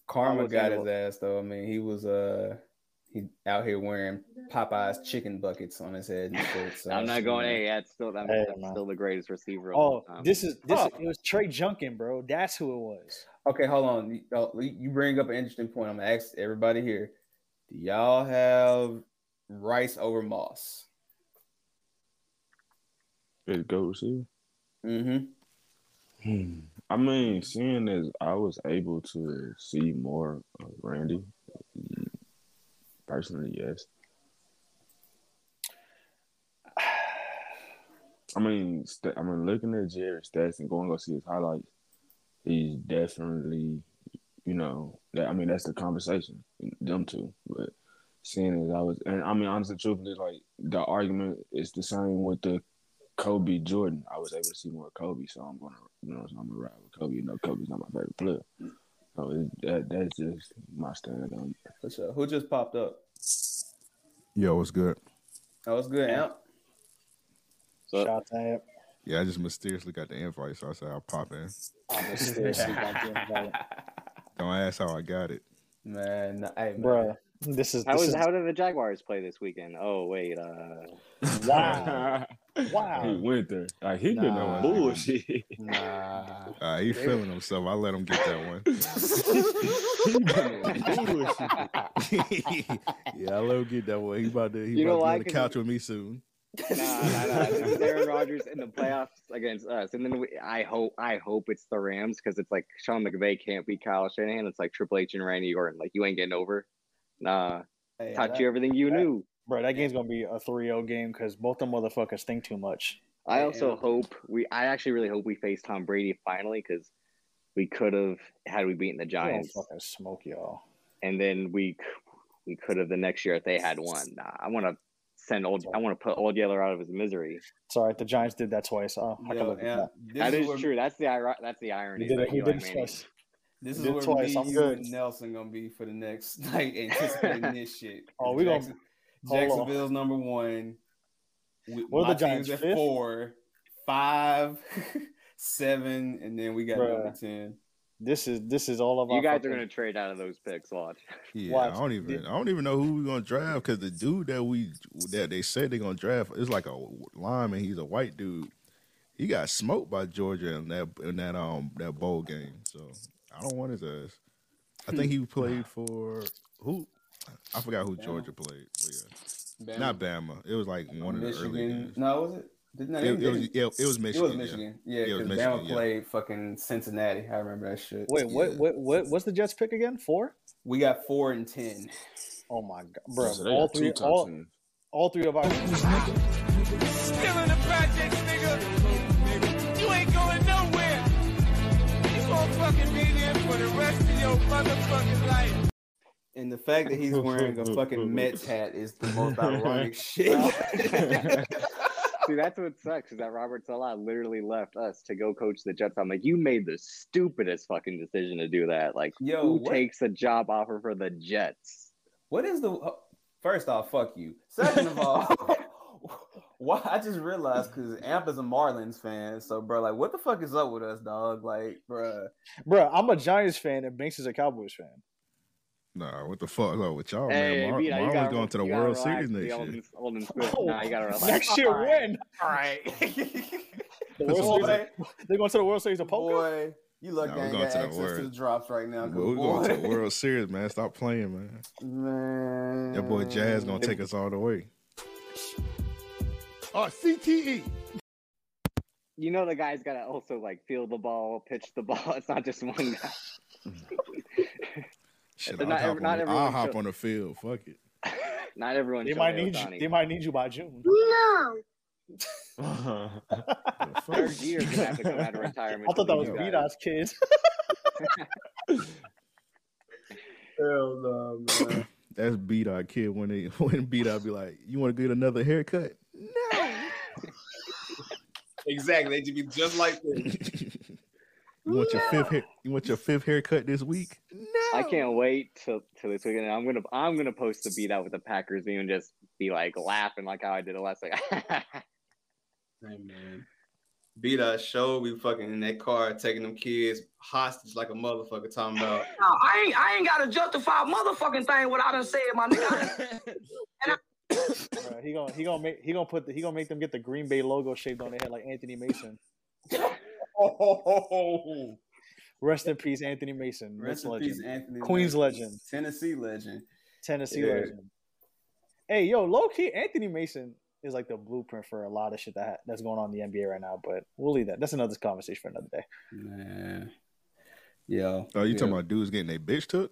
Speaker 3: Karma
Speaker 6: I was
Speaker 3: got
Speaker 6: able-
Speaker 3: his ass, though. I mean, he was, uh, he out here wearing Popeye's chicken buckets on his head. And shit, so
Speaker 6: *laughs* I'm not going.
Speaker 3: you
Speaker 6: Hey, that's still that's
Speaker 5: Hey, man.
Speaker 6: still the greatest receiver. Of all
Speaker 5: Oh,
Speaker 6: time.
Speaker 5: this is this.
Speaker 3: Oh.
Speaker 5: It was Trey Junkin, bro. That's who it was.
Speaker 3: know. Okay, hold on. You- oh, You bring up an interesting point. I'm gonna ask everybody here. Do y'all have rice over moss?
Speaker 7: It's go receiver.
Speaker 3: Mm-hmm.
Speaker 7: Hmm. I mean, seeing as I was able to see more of Randy, personally, yes. *sighs* I mean, st- I mean, looking at Jared's stats and going to see his highlights, he's definitely, you know, that, I mean, that's the conversation, them two. But seeing as I was, and I mean, honestly, truthfully, like the argument is the same with the Kobe Jordan. I was able to see more Kobe, so I'm gonna, you know, so I'm gonna ride with Kobe. You know, Kobe's not my favorite player, so it, that that's just my stand on it.
Speaker 3: For sure. Who just popped up?
Speaker 8: Yo, what's good?
Speaker 3: That was good.
Speaker 5: *laughs*
Speaker 3: Amp.
Speaker 6: So-
Speaker 5: Shout out to him.
Speaker 8: Yeah, I just mysteriously got the invite, so I said I'll pop in.
Speaker 3: Oh,
Speaker 4: *laughs*
Speaker 5: I'm seriously not doing *laughs* that.
Speaker 8: Don't ask how I got it.
Speaker 3: Man, nah, hey, man.
Speaker 5: Bruh, This is
Speaker 6: how
Speaker 5: this
Speaker 6: is
Speaker 5: is
Speaker 6: how did the Jaguars play this weekend? Oh wait, uh,
Speaker 5: *laughs* Wow.
Speaker 7: *laughs* he
Speaker 5: wow.
Speaker 7: went there. Like he been
Speaker 3: Nah.
Speaker 7: on bullshit.
Speaker 5: *laughs*
Speaker 3: Nah.
Speaker 8: Uh, he feeling himself. I let him get that one.
Speaker 7: he been on bullshit.
Speaker 8: *laughs* yeah, I let him get that one. He about to he
Speaker 6: You know
Speaker 8: about
Speaker 6: why?
Speaker 8: to be on the
Speaker 6: 'Cause
Speaker 8: couch with me soon.
Speaker 6: nah, nah, nah. This is Aaron Rodgers in the playoffs against us, and then we, I hope I hope it's the Rams because it's like Sean McVay can't beat Kyle Shanahan. It's like Triple H and Randy Orton. Like you ain't getting over. Nah,
Speaker 3: Hey,
Speaker 6: taught
Speaker 3: that-
Speaker 6: you everything you
Speaker 5: that-
Speaker 6: knew.
Speaker 5: Bro, that game's gonna be a 3-0 game because both them motherfuckers think too much.
Speaker 6: I
Speaker 3: Yeah.
Speaker 6: also hope we. I actually really hope we face Tom Brady finally because we could have had we beaten the
Speaker 5: They
Speaker 6: Giants,
Speaker 5: gonna fucking smoke y'all.
Speaker 6: and then we c- we could have the next year if they had won. Nah, I want to send old. I want to put old Yeller out of his misery.
Speaker 5: It's all right. The Giants did that twice. Oh, I can
Speaker 3: Yo,
Speaker 5: live with
Speaker 3: Amp,
Speaker 5: that.
Speaker 3: this
Speaker 6: That is,
Speaker 3: where-
Speaker 6: true. That's the iro- that's the irony.
Speaker 5: He did
Speaker 6: about
Speaker 5: it. He
Speaker 6: Eli
Speaker 5: did it
Speaker 6: Manning.
Speaker 5: twice.
Speaker 3: This is
Speaker 5: Did
Speaker 3: where
Speaker 5: twice,
Speaker 3: me,
Speaker 5: I'm
Speaker 3: you,
Speaker 5: good.
Speaker 3: and Nelson gonna be for the next *laughs* like
Speaker 5: *laughs*
Speaker 3: anticipating this shit.
Speaker 5: Oh, we gonna- hold on.
Speaker 3: Jacksonville's number one. We,
Speaker 5: What are
Speaker 3: my
Speaker 5: the Giants,
Speaker 3: team's at
Speaker 5: fifth?
Speaker 3: four, five, *laughs* seven, and then we got
Speaker 5: Bruh.
Speaker 3: number ten.
Speaker 5: This is this is all of our
Speaker 6: You guys are
Speaker 5: fucking-
Speaker 6: gonna trade out of those picks. Watch.
Speaker 8: Yeah,
Speaker 5: Watch.
Speaker 8: I don't even I don't even know who we gonna draft because the dude that we that they said they gonna draft is like a lineman. He's a white dude. He got smoked by Georgia in that in that um that bowl game. So I don't want his ass. I think he played for who? I forgot who
Speaker 3: Bama.
Speaker 8: Georgia played. But yeah.
Speaker 3: Bama,
Speaker 8: Not Bama. It was like one of the early
Speaker 3: Michigan.
Speaker 8: games.
Speaker 3: No, was it? Did, no, they-
Speaker 8: It, it was
Speaker 3: they-
Speaker 8: yeah, it was Michigan.
Speaker 3: It was Michigan. Yeah,
Speaker 8: It was
Speaker 3: because
Speaker 8: Michigan,
Speaker 3: Bama
Speaker 8: yeah.
Speaker 3: played fucking Cincinnati. I remember that shit.
Speaker 5: Wait, what,
Speaker 8: Yeah.
Speaker 5: what what what's the Jets pick again? Four?
Speaker 3: We got four and ten.
Speaker 5: Oh my god, bro!
Speaker 7: So they
Speaker 5: all
Speaker 7: got two
Speaker 5: three,
Speaker 7: top
Speaker 4: *laughs*
Speaker 5: all,
Speaker 7: teams.
Speaker 5: all three of our
Speaker 9: Still in the projects, nigga. You ain't going nowhere. You gonna fucking be there for the rest of your motherfucking life.
Speaker 3: And the fact that he's wearing a fucking Mets hat is the *laughs* most ironic shit.
Speaker 6: *laughs* See, that's what sucks is that Robert Salah literally left us to go coach the Jets. I'm like, you made the stupidest fucking decision to do that. Like,
Speaker 3: Yo,
Speaker 6: who
Speaker 3: what-
Speaker 6: takes a job offer for the Jets?
Speaker 3: What is the oh, first off? Fuck you. Second of all, *laughs* why? I just realized because Amp is a Marlins fan, so bro, like, what the fuck is up with us, dog? Like, bro,
Speaker 5: bro. I'm a Giants fan and Banks is a Cowboys fan.
Speaker 8: Nah, what the fuck is up with y'all,
Speaker 6: Hey,
Speaker 8: Oh, man? Mar-
Speaker 6: Vito, you
Speaker 8: Marlon's
Speaker 6: gotta-
Speaker 8: going to the
Speaker 6: you gotta
Speaker 8: World
Speaker 6: relax,
Speaker 8: Series
Speaker 6: the
Speaker 8: next
Speaker 6: old-
Speaker 8: *laughs* year.
Speaker 6: old and Smith. Nah, you gotta relax.
Speaker 5: Oh, Next year, when
Speaker 3: all right,
Speaker 5: the
Speaker 8: Put
Speaker 5: World
Speaker 8: some-
Speaker 5: Series, they're going to the World Series of poker.
Speaker 3: boy, you lucky
Speaker 8: Nah,
Speaker 3: I
Speaker 8: we're
Speaker 3: ain't
Speaker 8: going
Speaker 3: got
Speaker 8: to the
Speaker 3: access to
Speaker 8: word.
Speaker 3: the drops right now. 'cause
Speaker 8: We're going to the
Speaker 3: boy-
Speaker 8: World Series, man. Stop playing, man.
Speaker 3: man.
Speaker 8: That boy Jazz gonna take us all the way. Oh, CTE.
Speaker 6: You know the guy's gotta also like field the ball, pitch the ball. *laughs* It's not just one guy. *laughs*
Speaker 8: Shit,
Speaker 6: Not
Speaker 8: I'll, hop,
Speaker 6: every-
Speaker 8: on,
Speaker 6: not
Speaker 8: the-
Speaker 6: everyone
Speaker 8: I'll hop
Speaker 6: should-
Speaker 8: on the field. Fuck
Speaker 6: *laughs*
Speaker 8: it.
Speaker 6: Not everyone.
Speaker 5: They might need you. They might need you by June.
Speaker 2: No.
Speaker 8: The fuck?
Speaker 6: Third year's gonna have to come out of retirement.
Speaker 5: I thought that
Speaker 6: to
Speaker 5: was
Speaker 6: lead
Speaker 5: B
Speaker 6: guys.
Speaker 5: Dot's kid.
Speaker 3: Hell no, man.
Speaker 8: *laughs* That's beat our kid when they *laughs* when beat out be like, you want to get another haircut? *laughs*
Speaker 3: exactly. They should be just like this.
Speaker 8: You want your fifth hair? You want your fifth haircut this week?
Speaker 6: I
Speaker 3: Oh.
Speaker 6: can't wait till, till this weekend. I'm gonna I'm gonna post the beat out with the Packers meme and just be like laughing like how I did it last week.
Speaker 3: Hey, man. beat our show. We fucking in that car taking them kids hostage like a motherfucker. Talking about
Speaker 10: No, I ain't I ain't gotta justify a motherfucking thing what I done said, my nigga. I done-
Speaker 4: *laughs*
Speaker 5: Bruh, he gonna he gonna make he gonna put the, he gonna make them get the Green Bay logo shaved on their head like
Speaker 3: *laughs*
Speaker 5: Anthony Mason. Rest in peace, Anthony Mason.
Speaker 3: Rest
Speaker 5: Rest
Speaker 3: in
Speaker 5: legend.
Speaker 3: peace, Anthony
Speaker 5: Queens
Speaker 3: Mason.
Speaker 5: legend.
Speaker 3: Tennessee legend.
Speaker 5: Tennessee
Speaker 3: Yeah.
Speaker 5: legend. Hey, yo, low key, Anthony Mason is like the blueprint for a lot of shit that ha- that's going on in the NBA right now. But we'll leave that. That's another conversation for another day.
Speaker 3: Man. Yo.
Speaker 8: Oh, you talking
Speaker 3: Yeah.
Speaker 8: about dudes getting their bitch took?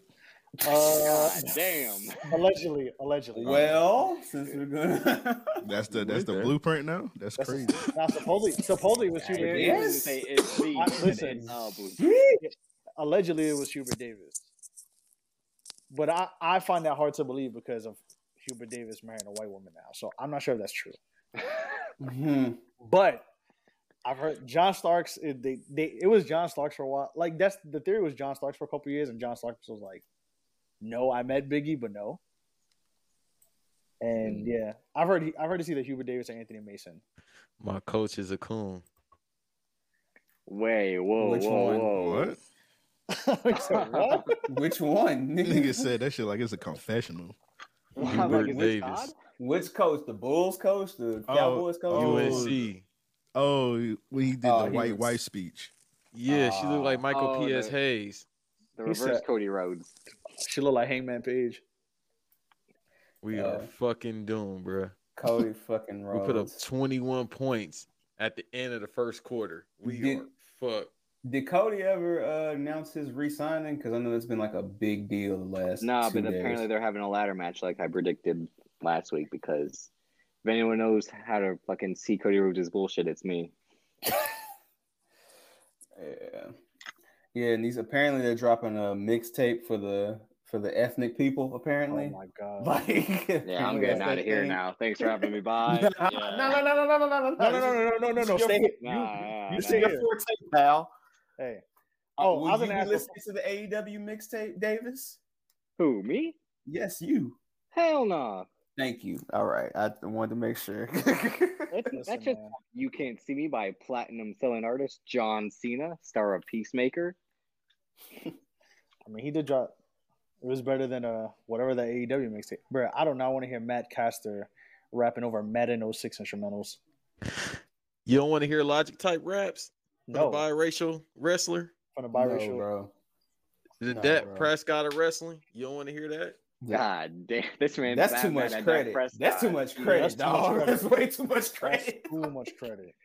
Speaker 5: Uh,
Speaker 6: *laughs* Damn.
Speaker 5: allegedly, allegedly.
Speaker 3: Well, since we're gonna
Speaker 8: That's the that's the
Speaker 7: Okay.
Speaker 8: blueprint now. That's
Speaker 5: That's-
Speaker 6: *laughs*
Speaker 8: crazy.
Speaker 5: now supposedly, supposedly it was Hubert
Speaker 6: I
Speaker 5: Davis.
Speaker 6: didn't say it's me.
Speaker 5: I- listen.
Speaker 6: It's all blue.
Speaker 5: Allegedly, it was Hubert Davis. But I, I find that hard to believe because of Hubert Davis marrying a white woman now. So I'm not sure if that's true.
Speaker 3: hmm
Speaker 5: But I've heard John Starks. It, they, they, it was John Starks for a while. Like that's the theory was John Starks for a couple years, and John Starks was like, "No, I met Biggie, but no." And yeah, I've heard I've heard to see that Hubert Davis and Anthony Mason. *laughs*
Speaker 4: My coach is a coon.
Speaker 6: Wait, whoa,
Speaker 3: Which
Speaker 6: whoa,
Speaker 3: one?
Speaker 6: whoa.
Speaker 8: What?
Speaker 5: So, what?
Speaker 3: Which one?
Speaker 8: Nigga said that shit like it's a confessional.
Speaker 6: I'm
Speaker 4: Hubert
Speaker 6: like, is this
Speaker 4: Davis.
Speaker 3: Which coach? The Bulls coach? The Cowboys coach?
Speaker 8: Oh,
Speaker 4: UNC.
Speaker 8: Oh, when he did
Speaker 3: Oh,
Speaker 8: the
Speaker 3: he
Speaker 8: white
Speaker 3: was-
Speaker 8: wife speech.
Speaker 4: Yeah, she
Speaker 3: Uh,
Speaker 4: looked like Michael
Speaker 6: oh,
Speaker 4: P.S.
Speaker 6: the-
Speaker 4: Hayes.
Speaker 6: The
Speaker 5: He
Speaker 6: reverse
Speaker 5: said-
Speaker 6: Cody Rhodes.
Speaker 5: *laughs* She looked like Hangman Page.
Speaker 4: We
Speaker 3: Uh,
Speaker 4: are fucking doomed, bruh.
Speaker 3: Cody fucking
Speaker 4: We put up
Speaker 3: Rhodes.
Speaker 4: 21 points at the end of the first quarter. We
Speaker 3: Did-
Speaker 4: are fucked.
Speaker 3: Did Cody ever uh, announce his re-signing? Because I know it's been like a big deal the last.
Speaker 6: Nah,
Speaker 3: two
Speaker 6: but
Speaker 3: days.
Speaker 6: apparently they're having a ladder match like I predicted last week because if anyone knows how to fucking see Cody Rhodes' bullshit, it's me.
Speaker 3: Yeah, yeah, and these apparently they're dropping a mixtape for the for the ethnic people. Apparently,
Speaker 5: Oh my god!
Speaker 3: like
Speaker 6: Yeah, I'm
Speaker 3: apparently
Speaker 6: getting
Speaker 3: that's
Speaker 6: out of
Speaker 3: that
Speaker 6: here
Speaker 3: thing.
Speaker 6: now. Thanks for having me. Bye.
Speaker 3: No,
Speaker 6: Yeah.
Speaker 3: no, no, no, no, no, no,
Speaker 5: no, no, no, no, no, no, no! Stay here.
Speaker 6: Nah,
Speaker 5: you
Speaker 6: nah,
Speaker 5: stay
Speaker 6: nah.
Speaker 5: here.
Speaker 3: Forte, pal.
Speaker 5: Hey, Oh,
Speaker 3: Will
Speaker 5: I was
Speaker 3: you
Speaker 5: gonna ask-
Speaker 3: be listening to the AEW mixtape, Davis?
Speaker 6: Who, me?
Speaker 3: Yes, you.
Speaker 6: Hell no.
Speaker 3: Thank you. All right, I wanted to make *laughs* sure.
Speaker 6: That's,
Speaker 5: listen,
Speaker 6: that's just
Speaker 5: man.
Speaker 6: You Can't See Me by platinum selling artist John Cena, star of Peacemaker.
Speaker 5: I mean, he did drop. It was better than uh whatever that AEW mixtape, bro. I do not want to hear Matt Caster rapping over Madden 06 instrumentals.
Speaker 4: You don't want to hear logic type raps from
Speaker 5: No,
Speaker 4: a biracial wrestler?
Speaker 5: from the
Speaker 3: No,
Speaker 5: biracial.
Speaker 3: bro.
Speaker 4: The
Speaker 3: No,
Speaker 4: Dak
Speaker 3: bro.
Speaker 4: Prescott of wrestling? You don't want to hear that?
Speaker 6: God damn, this man.
Speaker 3: That's too much credit. That's too much credit,
Speaker 5: that's too much
Speaker 3: dog.
Speaker 5: credit.
Speaker 3: That's way too much
Speaker 5: That's
Speaker 3: credit.
Speaker 5: too much credit.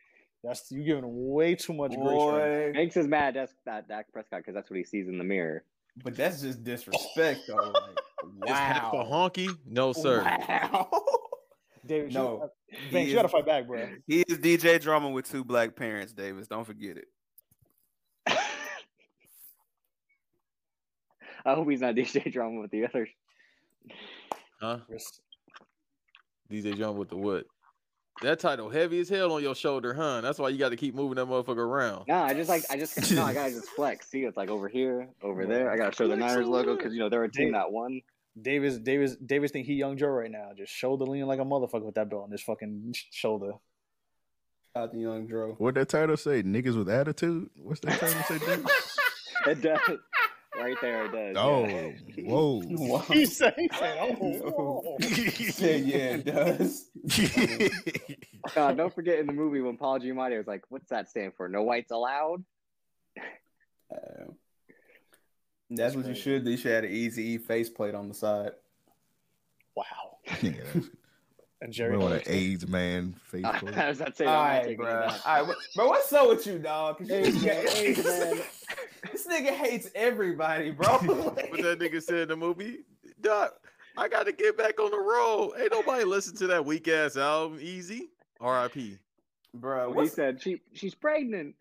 Speaker 5: That's you giving way too much grace. right now.
Speaker 3: Boy,
Speaker 6: Makes us mad. That's that Dak Prescott because that's what he sees in the mirror. *laughs*
Speaker 3: but that's just disrespect, though. Like,
Speaker 4: It's half a
Speaker 3: wow.
Speaker 4: honky? No, sir.
Speaker 3: Wow.
Speaker 5: David,
Speaker 3: No,
Speaker 5: you,
Speaker 3: he
Speaker 5: Banks,
Speaker 3: is-
Speaker 5: you gotta fight back, bro.
Speaker 3: He is DJ drumming with two black parents, Davis. Don't forget it.
Speaker 6: I hope he's not *laughs* DJ drama with the others.
Speaker 4: Huh?
Speaker 5: Res-
Speaker 4: DJ John with the what? That title heavy as hell on your shoulder, huh? That's why you got to keep moving that motherfucker around.
Speaker 6: No, I just like I just no, I gotta just flex. See, it's like over here, over there. I gotta show the Niners logo because you know they're a team that won.
Speaker 5: Davis, Davis, Davis think he young Joe right now. Just shoulder leaning like a motherfucker with that belt on his fucking sh- shoulder.
Speaker 3: Out the young *laughs* Dro.
Speaker 8: What that title say? Niggas with attitude. What's that title
Speaker 3: *laughs*
Speaker 8: say? dude?
Speaker 6: It does. Right there, it does.
Speaker 8: *laughs* oh,
Speaker 6: yeah.
Speaker 8: whoa.
Speaker 3: *laughs* Wow.
Speaker 5: He said, he said, oh,
Speaker 3: No.
Speaker 5: whoa.
Speaker 3: He said, yeah, it does.
Speaker 6: Uh, don't forget in the movie when Paul Giamatti was like, "What's that stand for? No whites allowed."
Speaker 3: Um, that's what you should do. You should have an easy E faceplate on the side.
Speaker 5: *laughs* wow.
Speaker 8: *laughs* Nigga, that's-
Speaker 5: And Jerry,
Speaker 8: we want an AIDS man
Speaker 6: *laughs*
Speaker 8: face.
Speaker 3: *laughs*
Speaker 6: I
Speaker 8: plate.
Speaker 6: was about to say,
Speaker 3: All
Speaker 6: I'm not
Speaker 3: right,
Speaker 6: taking
Speaker 3: bro.
Speaker 6: it
Speaker 3: All
Speaker 6: back.
Speaker 3: right, wh- bro. What's up with you, dog? *laughs*
Speaker 5: Hey, man.
Speaker 3: This nigga hates everybody, bro.
Speaker 4: What that nigga said in the movie, Doc, I got to get back on the road. Ain't nobody listen to that weak ass album, Easy. R.I.P.
Speaker 3: bro,
Speaker 6: He
Speaker 3: what's,
Speaker 6: said she she's pregnant.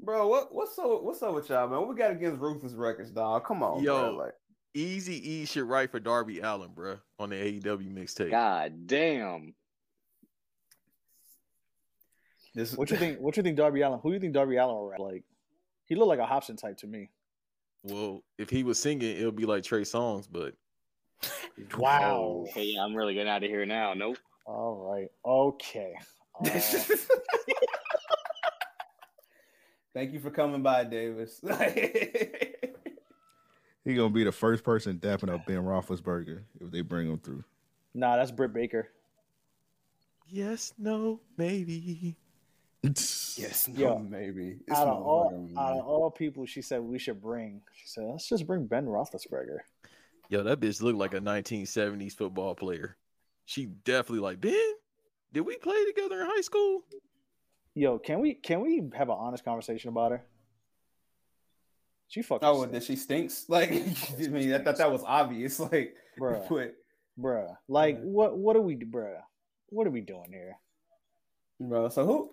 Speaker 3: bro, what, what's so what's up with y'all, man? What we got against Ruthless Records, dog? Come on,
Speaker 4: Yo.
Speaker 3: bro. Like,
Speaker 4: Easy E should write for Darby Allen, bruh, on the AEW mixtape.
Speaker 6: God damn.
Speaker 3: this,
Speaker 5: What you think? What you think, Darby Allen? Who do you think Darby Allen will rap? Like, he looked like a Hobson type to me.
Speaker 4: Well, if he was singing, it'll be like Trey Songz, but
Speaker 5: Wow.
Speaker 6: Okay, yeah, I'm really getting out of here now. Nope.
Speaker 3: *laughs*
Speaker 5: All right. Okay. Uh,
Speaker 3: Thank you for coming by, Davis. *laughs*
Speaker 8: He gonna be the first person dapping up Ben Roethlisberger if they bring him through.
Speaker 5: Nah, that's Britt Baker.
Speaker 4: Yes, no, maybe.
Speaker 8: *laughs*
Speaker 3: yes, no,
Speaker 5: Yo,
Speaker 3: maybe. It's
Speaker 5: Out of,
Speaker 3: no
Speaker 5: all,
Speaker 3: wonder,
Speaker 5: out
Speaker 3: man.
Speaker 5: of all people, she said we should bring. She said, let's just bring Ben Roethlisberger.
Speaker 4: Yo, that bitch looked like a 1970s football player. She definitely like Ben. Did we play together in high school?
Speaker 5: Yo, can we can we have an honest conversation about her? She fucking.
Speaker 3: Oh, well,
Speaker 5: sucks,
Speaker 3: that she stinks. *laughs* Like, I mean, I thought that was obvious. *laughs* Like,
Speaker 5: bruh,
Speaker 3: but
Speaker 5: bruh. Like,
Speaker 3: Yeah.
Speaker 5: what what are we, bruh? What are we doing here?
Speaker 3: bro, so who?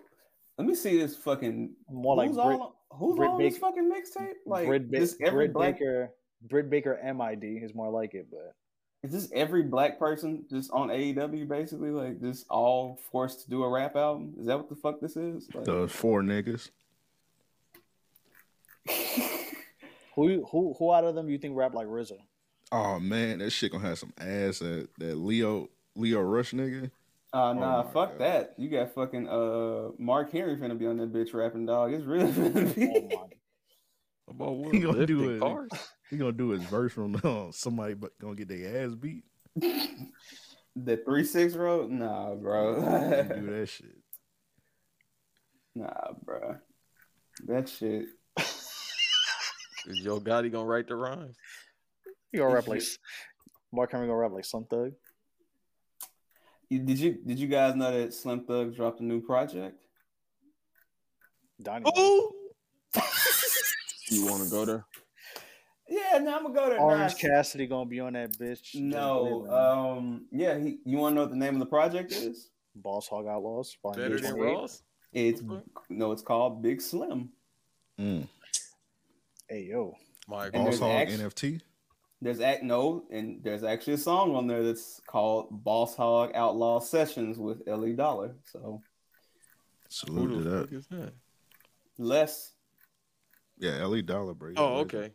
Speaker 3: Let me see this fucking.
Speaker 5: More like
Speaker 3: who's
Speaker 5: Britt,
Speaker 3: all, who's
Speaker 5: Britt
Speaker 3: on this
Speaker 5: Baker-
Speaker 3: fucking mixtape? Like,
Speaker 5: Britt, Ba-
Speaker 3: is every
Speaker 5: Britt
Speaker 3: black
Speaker 5: Baker. Britt Baker MID is more like it, but
Speaker 3: is this every black person just on AEW basically? Like, just all forced to do a rap album? Is that what the fuck this is? Like,
Speaker 8: Those four niggas.
Speaker 5: who who who out of them you think rap like RZA?
Speaker 8: Oh man, that shit gonna have some ass. That that Leo Leo Rush nigga.
Speaker 3: Uh, nah,
Speaker 8: Oh my
Speaker 3: fuck
Speaker 8: God.
Speaker 3: that. You got fucking uh Mark Henry finna be on that bitch rapping dog. It's really *laughs*
Speaker 5: *laughs*
Speaker 3: finna
Speaker 5: Oh
Speaker 3: be.
Speaker 5: my
Speaker 4: About
Speaker 8: *laughs*
Speaker 4: what?
Speaker 8: He gonna do
Speaker 4: Lifting
Speaker 8: it.
Speaker 4: cars?
Speaker 8: He gonna do his verse from *laughs* uh, somebody, but gonna get their
Speaker 3: *laughs*
Speaker 8: ass beat.
Speaker 3: the three six road? Nah, *laughs*
Speaker 8: He
Speaker 3: bro.
Speaker 8: do that shit.
Speaker 3: nah, bro. That shit.
Speaker 4: Is Yo Gotti gonna write the rhymes?
Speaker 5: You gonna *laughs* rap like Mark Henry gonna rap like Slim Thug?
Speaker 3: You- Did you did you guys know that Slim Thug dropped a new project?
Speaker 5: Donnie.
Speaker 4: Ooh,
Speaker 7: You want to go there?
Speaker 3: Yeah, no, I'm gonna go to
Speaker 5: Orange Cassidy gonna be on that bitch.
Speaker 3: No,
Speaker 5: Just-
Speaker 4: uh,
Speaker 3: um, yeah, he, you want to know what the name of the project is?
Speaker 5: Boss Hog Outlaws. Volume
Speaker 4: better than
Speaker 5: 28.
Speaker 4: Ross.
Speaker 3: It's no, it's called Big Slim.
Speaker 8: Mm.
Speaker 5: Hey yo,
Speaker 4: My
Speaker 3: And
Speaker 8: Boss
Speaker 3: there's
Speaker 8: Hog
Speaker 3: act-
Speaker 8: NFT.
Speaker 3: There's act no, and there's actually a song on there that's called Boss Hog Outlaw Sessions with Ellie Dollar. So
Speaker 8: Salute to that.
Speaker 4: is that?
Speaker 3: less,
Speaker 8: Yeah, Ellie Dollar, bro.
Speaker 4: Oh, okay,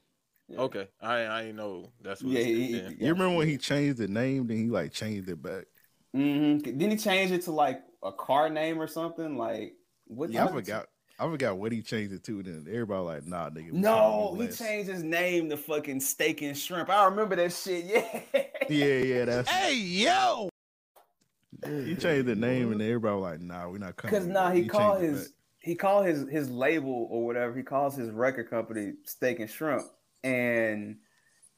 Speaker 3: Yeah.
Speaker 4: okay. I I didn't know that's what.
Speaker 3: yeah,
Speaker 4: Yeah,
Speaker 3: he,
Speaker 4: yeah.
Speaker 8: You remember when he changed the name, then he like changed it back.
Speaker 3: hmm Didn't he change it to like a car name or something? Like what?
Speaker 8: Yeah, I
Speaker 3: what-
Speaker 8: forgot. I forgot what he changed it to. Then everybody like, nah, nigga. we
Speaker 3: No,
Speaker 8: calling you
Speaker 3: he
Speaker 8: Les.
Speaker 3: changed his name to fucking Steak and Shrimp. I remember that shit. *laughs* Yeah.
Speaker 8: *laughs* Yeah, yeah, that's. Hey, yo. He changed the name, and everybody was like, nah, we're not coming.
Speaker 3: Because nah,
Speaker 8: back.
Speaker 3: he,
Speaker 8: changed
Speaker 3: called
Speaker 8: it
Speaker 3: his he called his his label or whatever he calls his record company Steak and Shrimp, and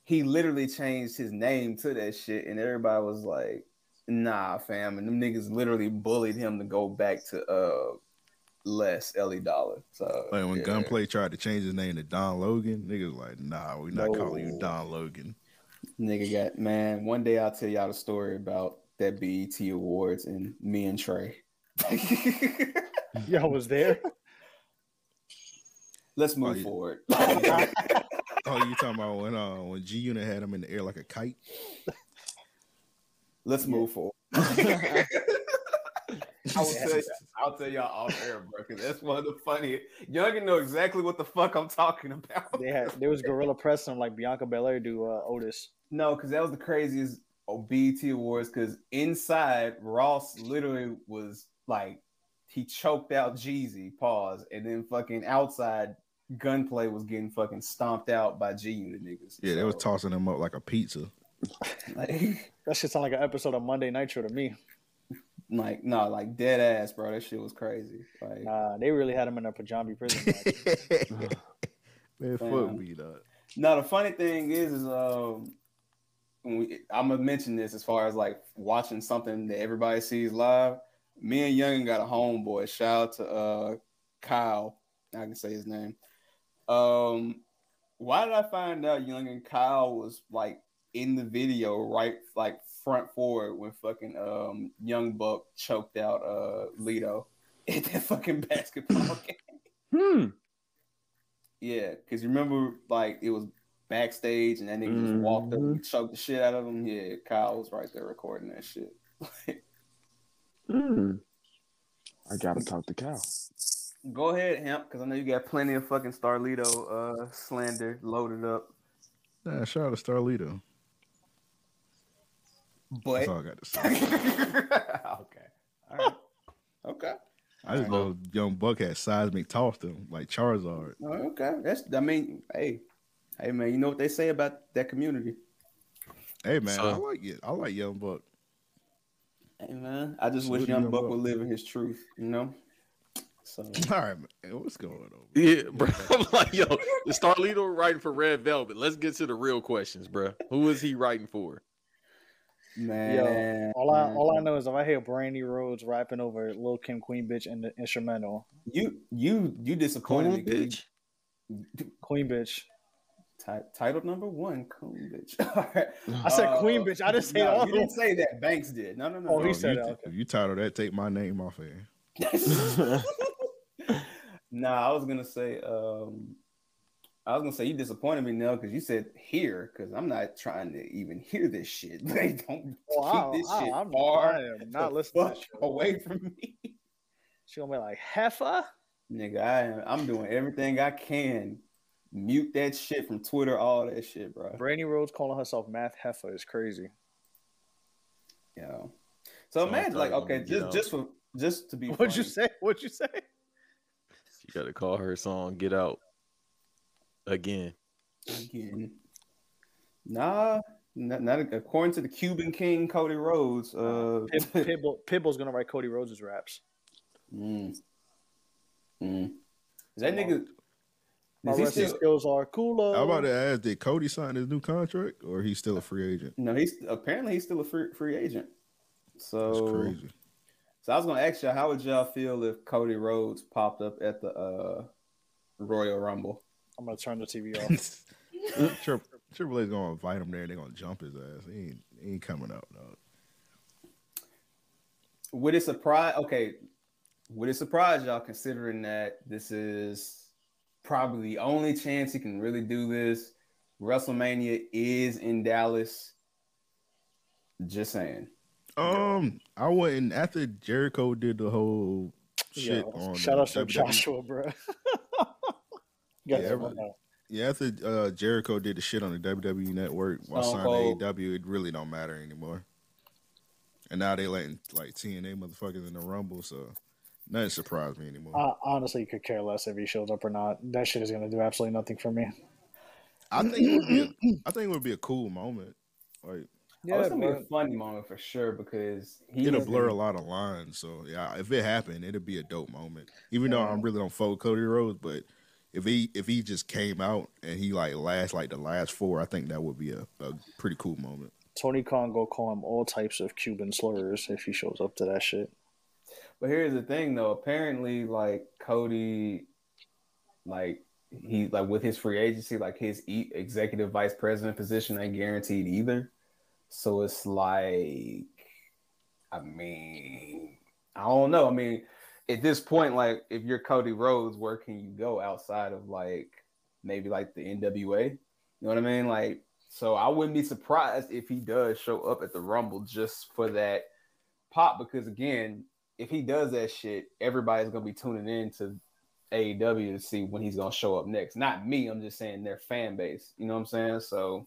Speaker 3: he literally changed his name to that shit, and everybody was like, "Nah, fam," and them niggas literally bullied him to go back to uh less Ellie Dollar. So
Speaker 8: back. Like when
Speaker 3: yeah.
Speaker 8: Gunplay tried to change his name to Don Logan, niggas like, nah, we're not calling you
Speaker 3: No.
Speaker 8: Don Logan.
Speaker 3: nigga got man, one day I'll tell y'all the story about that BET Awards and me and Trey.
Speaker 5: *laughs*
Speaker 3: *laughs*
Speaker 5: y'all was *laughs* there.
Speaker 3: Let's
Speaker 8: Oh,
Speaker 3: move
Speaker 8: yeah.
Speaker 3: forward.
Speaker 8: Oh, you talking about when uh, when G Unit had him in the air like a kite?
Speaker 3: Let's move *laughs* forward. I will tell you, I'll tell y'all off air, bro, because that's one of the funniest. Y'all can know exactly what the fuck I'm talking about.
Speaker 5: They had there was Gorilla Press and like Bianca Belair do uh, Otis.
Speaker 3: No, because that was the craziest oh, BET Awards. Because inside, Ross literally was like, he choked out Jeezy, pause, and then fucking outside, Gunplay was getting fucking stomped out by G Unit niggas.
Speaker 8: Yeah, they was
Speaker 3: So,
Speaker 8: tossing him up like a pizza.
Speaker 3: *laughs*
Speaker 8: *laughs*
Speaker 3: like,
Speaker 5: That shit sound like an episode of Monday Nitro to me.
Speaker 3: like, no, like dead ass, bro. That shit was crazy. Like,
Speaker 5: Nah, they really had him in a pajama prison. *laughs* match.
Speaker 8: Man, fuck
Speaker 3: Damn.
Speaker 8: me, dog.
Speaker 3: No, the funny thing is, is um, when we, I'm gonna mention this as far as like watching something that everybody sees live. Me and Youngin got a homeboy. Shout out to uh Kyle. I can say his name. Um, why did I find out Youngin Kyle was like in the video right like front forward when fucking um Young Buck choked out uh Lito *laughs* at that fucking basketball game?
Speaker 7: Hmm.
Speaker 3: Yeah, because you remember, like, it was backstage and that nigga just walked up and choked the shit out of him. Yeah, Kyle was right there recording that shit.
Speaker 7: Hmm. I gotta talk to Cal.
Speaker 3: Go ahead, Hemp, because I know you got plenty of fucking Starlito uh, slander loaded up.
Speaker 8: Nah, shout out to Starlito.
Speaker 3: But. *laughs*
Speaker 8: That's all I got to say.
Speaker 3: okay. All right. Okay.
Speaker 8: I just know young Buck had seismic tossed him like Charizard.
Speaker 3: Oh, okay, that's. I mean, hey, hey, man, you know what they say about that community.
Speaker 8: Hey man,
Speaker 4: So-
Speaker 8: I like it. I like young Buck. *clears throat*
Speaker 3: Hey, man, I just wish
Speaker 8: Salute to
Speaker 3: Young
Speaker 8: Young
Speaker 3: Buck
Speaker 8: Buck.
Speaker 3: would live in his truth. You know.
Speaker 5: *laughs*
Speaker 3: So
Speaker 8: All right, man. What's going on?
Speaker 4: Yeah, bro. *laughs* I'm like, yo, the Starlito writing for Red Velvet. Let's get to the real questions, bro. Who is he writing for?
Speaker 3: man,
Speaker 5: All I all I know is if I hear Brandy Rhodes rapping over Lil Kim Queen bitch and the instrumental
Speaker 3: you you you disappointed me. dude.
Speaker 5: Queen bitch.
Speaker 3: Ti- title number one, coon bitch. *laughs* All right.
Speaker 5: I said
Speaker 3: Uh,
Speaker 5: Queen bitch. I didn't say
Speaker 3: no,
Speaker 5: all.
Speaker 3: You didn't say that. Banks did. No, no, no.
Speaker 5: Oh,
Speaker 3: no.
Speaker 5: he said
Speaker 8: you,
Speaker 5: that, okay.
Speaker 8: If you title that, take my name off air.
Speaker 3: *laughs* nah, I was gonna say, um, I was gonna say you disappointed me now because you said here because I'm not trying to even hear this shit. *laughs* Like, don't
Speaker 5: Wow,
Speaker 3: keep this
Speaker 5: wow,
Speaker 3: shit
Speaker 5: I'm,
Speaker 3: far
Speaker 5: Oh, I am not
Speaker 3: the
Speaker 5: listening to
Speaker 3: fuck
Speaker 5: this shit.
Speaker 3: away from me, *laughs*
Speaker 5: She gonna be like heifer.
Speaker 3: nigga. I am, I'm doing everything I can. Mute that shit from Twitter, all that shit, bro.
Speaker 5: Brandy Rhodes calling herself math heifer is crazy.
Speaker 3: Yeah. So
Speaker 4: So I
Speaker 3: imagine, like,
Speaker 4: started
Speaker 3: okay,
Speaker 4: gonna, you
Speaker 3: just
Speaker 4: know-
Speaker 3: just for just to be.
Speaker 5: *laughs* What'd you
Speaker 3: funny.
Speaker 5: say? What'd you say?
Speaker 4: You got to call her song "Get Out" again.
Speaker 3: Again. Nah, not, not according to the Cuban King Cody Rhodes. Uh,
Speaker 5: *laughs* Pib, Pibble, Pibble's gonna write Cody Rhodes' raps.
Speaker 3: *laughs* mm. Mm. Is that
Speaker 5: Come
Speaker 3: nigga?
Speaker 5: My
Speaker 3: Is he
Speaker 5: wrestling
Speaker 3: still?
Speaker 5: skills are cool.
Speaker 8: How about to ask, did Cody sign his new contract or he's still a free agent?
Speaker 3: No, he's apparently he's still a free free agent.
Speaker 8: That's
Speaker 3: So
Speaker 5: *laughs*
Speaker 8: crazy.
Speaker 3: So I was gonna ask y'all, how would y'all feel if Cody Rhodes popped up at the uh, Royal Rumble?
Speaker 5: I'm gonna turn the TV *laughs* off.
Speaker 8: Tri- Triple H's gonna invite him there. They're gonna jump his ass. He ain't, he ain't coming out. dog.
Speaker 3: Would it surprise? Okay, would it surprise y'all considering that this is probably the only chance he can really do this? WrestleMania is in Dallas. Just saying.
Speaker 8: Um, I wouldn't. After Jericho did the whole shit
Speaker 5: Yo,
Speaker 8: on
Speaker 5: shout
Speaker 8: the E
Speaker 5: out to
Speaker 8: WWE
Speaker 5: Joshua, bro. *laughs*
Speaker 8: Yeah, everybody- Yeah, after uh, Jericho did the shit on the WWE network while
Speaker 3: Stone
Speaker 8: signed
Speaker 3: Cold.
Speaker 8: to AEW, it really don't matter anymore. And now they letting like TNA motherfuckers in the Rumble, so nothing surprised me anymore.
Speaker 5: I honestly could care less if he shows up or not. That shit is gonna do absolutely nothing for me.
Speaker 8: I think it would be a, I think it would be a cool moment. Like
Speaker 3: oh, it's gonna be a funny moment for sure because he
Speaker 8: it'll
Speaker 3: has
Speaker 8: blur a
Speaker 3: been-
Speaker 8: lot of lines. So yeah, if it happened, it'd be a dope moment. Even though I'm really don't fold Cody Rhodes, but if he if he just came out and he like last like the last four, I think that would be a, a pretty cool moment.
Speaker 5: Tony Khan go call him all types of Cuban slurs if he shows up to that shit.
Speaker 3: But here's the thing, though. Apparently, like Cody, like he like with his free agency, like his e- executive vice president position ain't guaranteed either. So it's like, I mean, I don't know. I mean, at this point, like if you're Cody Rhodes, where can you go outside of like maybe like the NWA? You know what I mean? Like, so I wouldn't be surprised if he does show up at the Rumble just for that pop because again if he does that shit, everybody's gonna be tuning in to AEW to see when he's gonna show up next. Not me, I'm just saying their fan base. You know what I'm saying? So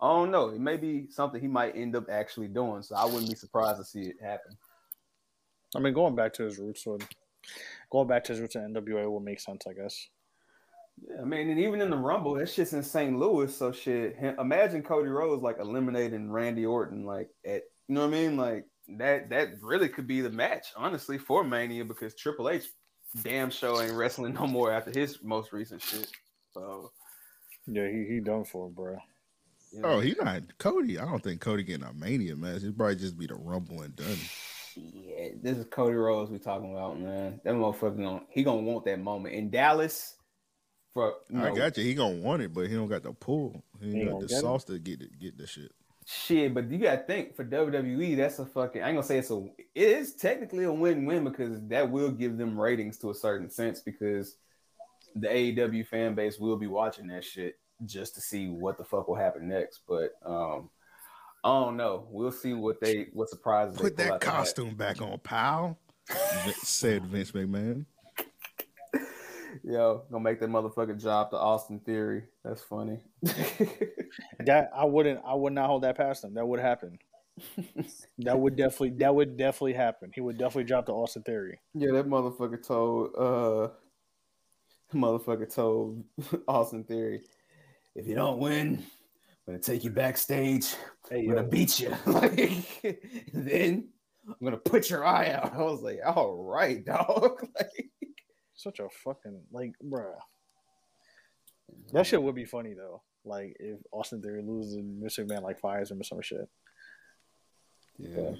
Speaker 3: I don't know. It may be something he might end up actually doing. So I wouldn't be surprised to see it happen.
Speaker 5: I mean, going back to his roots would going back to his roots in NWA would make sense, I guess.
Speaker 3: Yeah, I mean, and even in the Rumble, that shit's in St. Louis. So shit, him- imagine Cody Rhodes like eliminating Randy Orton like at you know what I mean? Like that that really could be the match, honestly, for Mania because Triple H damn show ain't wrestling no more after his most recent shit. So
Speaker 5: Yeah, he he done for, bro.
Speaker 3: you know.
Speaker 8: Oh, he not Cody. I don't think Cody getting a mania match. It'd probably just be the rumble and done.
Speaker 3: Yeah, this is Cody Rhodes we talking about, man. That motherfucker gonna he gonna want that moment in Dallas for you
Speaker 8: I
Speaker 3: know,
Speaker 8: got you. He gonna want it, but he don't got the pull. He
Speaker 5: He
Speaker 8: ain't got
Speaker 5: gonna
Speaker 8: the
Speaker 5: get it.
Speaker 8: sauce to get it, get the shit.
Speaker 3: shit. But you gotta think for WWE, that's a fucking. I ain't gonna say it's a. It is technically a win-win because that will give them ratings to a certain sense because the AEW fan base will be watching that shit just to see what the fuck will happen next. But um, I don't know. We'll see what they what surprises. they
Speaker 8: Put
Speaker 3: pull
Speaker 8: that
Speaker 3: out the hat.
Speaker 8: costume back on, pal. Vin- said Vince McMahon.
Speaker 3: Yo, gonna make that motherfucker job to Austin Theory. That's funny. *laughs*
Speaker 5: That I wouldn't I would not hold that past him. That would happen. That would definitely that would definitely happen. He would definitely drop the Austin Theory.
Speaker 3: Yeah, that motherfucker told uh *laughs* motherfucker told *laughs* Austin Theory, if you don't win, I'm gonna take you backstage.
Speaker 5: Hey,
Speaker 3: I'm gonna
Speaker 5: yo.
Speaker 3: beat you. *laughs* like then I'm gonna put your eye out. I was like, all right, dog. *laughs* like,
Speaker 5: Such a fucking like, bruh. That shit would be funny though. Like if Austin Theory loses, and Mr. McMahon like fires him or some shit.
Speaker 3: yeah.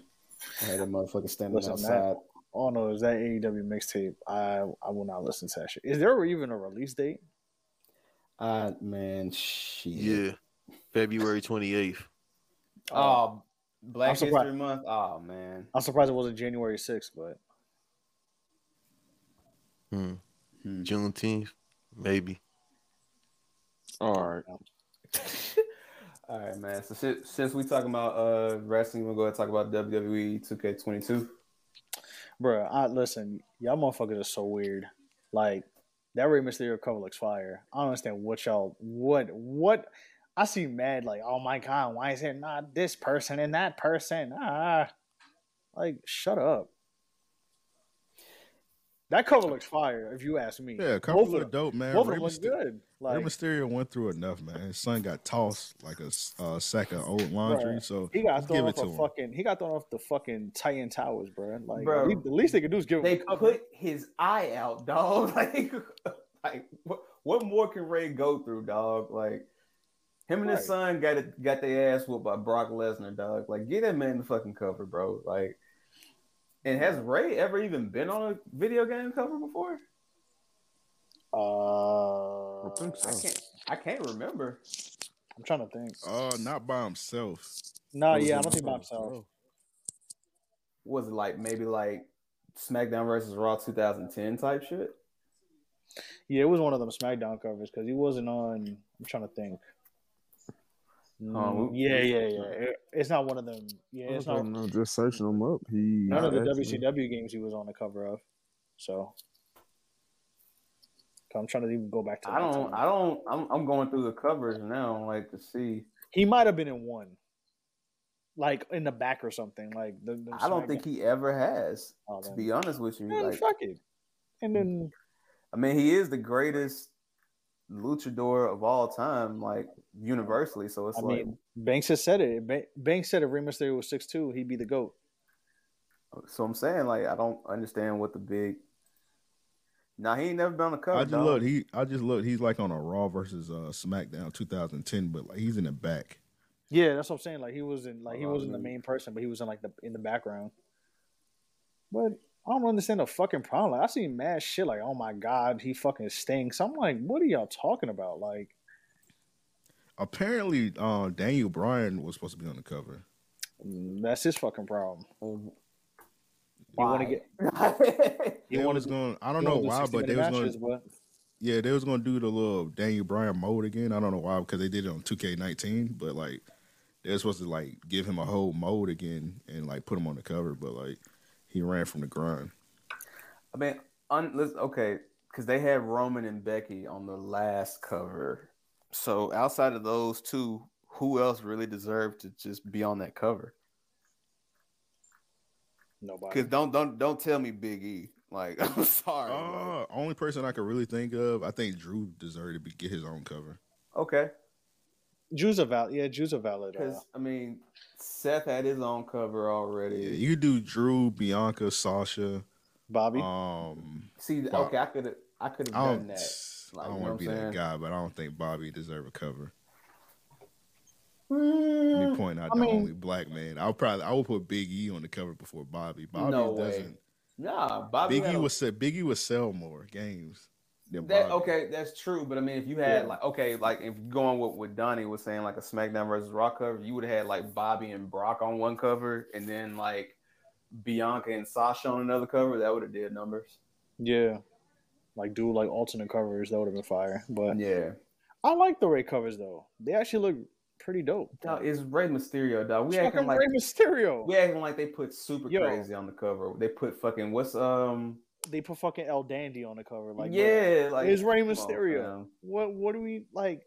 Speaker 3: I had that motherfucker standing
Speaker 5: Listen, that-
Speaker 3: outside.
Speaker 5: All I know is that AEW mixtape. I I will not listen to that shit. Is there even a release date?
Speaker 3: Ah man, shit.
Speaker 4: Yeah, February twenty eighth.
Speaker 3: Oh,
Speaker 5: I'm
Speaker 3: Black
Speaker 5: surprised-
Speaker 3: History Month. Oh man.
Speaker 5: I'm surprised it wasn't January 6th, but
Speaker 4: Hmm.
Speaker 3: Hmm.
Speaker 4: Juneteenth, maybe.
Speaker 7: All right.
Speaker 3: All right, man. So since, since we talking about uh wrestling, we'll go ahead and talk about E WWE 2K22.
Speaker 5: bruh, I listen. Y'all motherfuckers are so weird. Like that Rey Mysterio cover looks fire. I don't understand what y'all what what. I see mad like, oh my god, why is it not this person and that person? Ah, like shut up. That cover looks fire. If you ask me,
Speaker 8: Yeah,
Speaker 5: Both of
Speaker 8: couple
Speaker 5: them-
Speaker 8: of dope, man.
Speaker 5: both of
Speaker 8: Rey
Speaker 5: them look
Speaker 8: Myster-
Speaker 5: good.
Speaker 8: Rey
Speaker 5: Like
Speaker 8: Mysterio went through enough, man. His son got tossed like a s- uh, sack of old laundry,
Speaker 5: Bruh,
Speaker 8: so
Speaker 5: He got
Speaker 8: just give
Speaker 5: thrown
Speaker 8: it
Speaker 5: off
Speaker 8: to
Speaker 5: a
Speaker 8: him.
Speaker 5: fucking. He got thrown off the fucking Titan Towers, bro. Like
Speaker 3: Bro.
Speaker 5: at least- the least they could do is give
Speaker 3: They
Speaker 5: him a cover.
Speaker 3: put his eye out, dog. *laughs* Like, like what, what more can Ray go through, dog? Like, him and his son got it, got their ass whooped by Brock Lesnar, dog. Like, get that man the fucking cover, bro. Like, and has Ray ever even been on a video game cover before?
Speaker 5: Uh,
Speaker 7: I think so.
Speaker 3: I can't. I can't remember.
Speaker 5: I'm trying to think.
Speaker 8: Uh, not by himself.
Speaker 5: No, Oh, yeah, I don't think by himself.
Speaker 3: Was it like maybe like SmackDown versus Raw 2010 type shit?
Speaker 5: Yeah, it was one of them SmackDown covers because he wasn't on. I'm trying to think.
Speaker 3: Oh,
Speaker 5: Mm, yeah, yeah, yeah. It- it's not one of them. Yeah, it's not
Speaker 7: I'm just searching him up. He
Speaker 5: none of the
Speaker 7: actually-
Speaker 5: WCW games he was on the cover of. So, I'm trying to even go back to.
Speaker 3: I
Speaker 5: that
Speaker 3: don't.
Speaker 5: time.
Speaker 3: I don't. I'm, I'm going through the covers now, like to see.
Speaker 5: He might have been in one, like in the back or something. Like the, the
Speaker 3: I don't
Speaker 5: SmackDown-
Speaker 3: think he ever has.
Speaker 5: Oh,
Speaker 3: To
Speaker 5: then-
Speaker 3: be honest with you,
Speaker 5: Man,
Speaker 3: like
Speaker 5: fuck it. And then
Speaker 3: I mean, he is the greatest luchador of all time, like universally. So it's
Speaker 5: I
Speaker 3: like
Speaker 5: mean, Banks has said it. Ba- Banks said if Rey Mysterio was six two, he'd be the goat.
Speaker 3: so I'm saying like I don't understand what the big. Now he ain't never been on the cover.
Speaker 8: I just
Speaker 3: dog.
Speaker 8: looked. He, I just looked. He's like on a Raw versus uh, SmackDown 2010, but like he's in the back.
Speaker 5: Yeah, that's what I'm saying. Like he wasn't like he
Speaker 3: Oh,
Speaker 5: wasn't the
Speaker 3: man.
Speaker 5: main person, but he was in like the in the background. But I don't understand the fucking problem. Like, I see mad shit like, oh my god, he fucking stinks. I'm like, what are y'all talking about? Like,
Speaker 8: Apparently, uh, Daniel Bryan was supposed to be on the cover.
Speaker 5: that's his fucking problem. He
Speaker 3: Um, Why?
Speaker 5: want to get he
Speaker 8: They
Speaker 5: want
Speaker 8: was
Speaker 5: to.
Speaker 8: going. I don't know why, but they was going. to
Speaker 5: But
Speaker 8: Yeah, they was going to do the little Daniel Bryan mode again. I don't know why because they did it on 2K19, but like they're supposed to like give him a whole mode again and like put him on the cover, but like he ran from the grind.
Speaker 3: *laughs* I mean, un- listen, okay, because they had Roman and Becky on the last cover. So outside of those two, who else really deserved to just be on that cover?
Speaker 5: nobody.
Speaker 3: Because don't don't don't tell me Big E. Like *laughs* I'm sorry. like-
Speaker 8: Uh, only person I could really think of, I think Drew deserved to be, get his own cover.
Speaker 3: okay,
Speaker 5: Jews are valid. Yeah, Jews are valid. uh,
Speaker 3: because I mean, Seth had his own cover already.
Speaker 8: Yeah, you could do Drew, Bianca, Sasha.
Speaker 5: Bobby.
Speaker 8: Um,
Speaker 3: See,
Speaker 8: Wow.
Speaker 3: okay, I could have I could have
Speaker 8: I
Speaker 3: done
Speaker 8: don't,
Speaker 3: that. Like,
Speaker 8: I
Speaker 3: you
Speaker 8: don't
Speaker 3: know
Speaker 8: want
Speaker 3: what
Speaker 8: to be
Speaker 3: I'm saying?
Speaker 8: that guy, but I don't think Bobby deserve a cover. Let
Speaker 3: Mm,
Speaker 8: me point out
Speaker 5: I
Speaker 8: the
Speaker 5: mean-
Speaker 8: only black man. I'll probably I would put Big E on the cover before Bobby. Bobby
Speaker 3: No way.
Speaker 8: doesn't.
Speaker 3: Nah, Bobby.
Speaker 8: Big E
Speaker 3: had a-
Speaker 8: would say Big E would sell more games than
Speaker 3: That
Speaker 8: Bobby.
Speaker 3: okay, that's true. But I mean, if you had
Speaker 5: Yeah.
Speaker 3: like okay, like if going with what Donnie was saying, like a SmackDown versus Raw cover, you would have had like Bobby and Brock on one cover, and then like Bianca and Sasha on another cover. That would have did numbers.
Speaker 5: Yeah. Like do like alternate covers, that would have been fire. But
Speaker 3: Yeah.
Speaker 5: I like the Ray covers though. They actually look pretty dope.
Speaker 3: Now it's Rey Mysterio, dog. We
Speaker 5: It's
Speaker 3: acting
Speaker 5: fucking
Speaker 3: like
Speaker 5: Rey Mysterio.
Speaker 3: we acting like they put super
Speaker 5: Yo.
Speaker 3: crazy on the cover. They put fucking what's um
Speaker 5: They put fucking El Dandy on the cover. Like bruh,
Speaker 3: yeah like
Speaker 5: it's Rey
Speaker 3: come on,
Speaker 5: Mysterio.
Speaker 3: fam.
Speaker 5: what what do we like?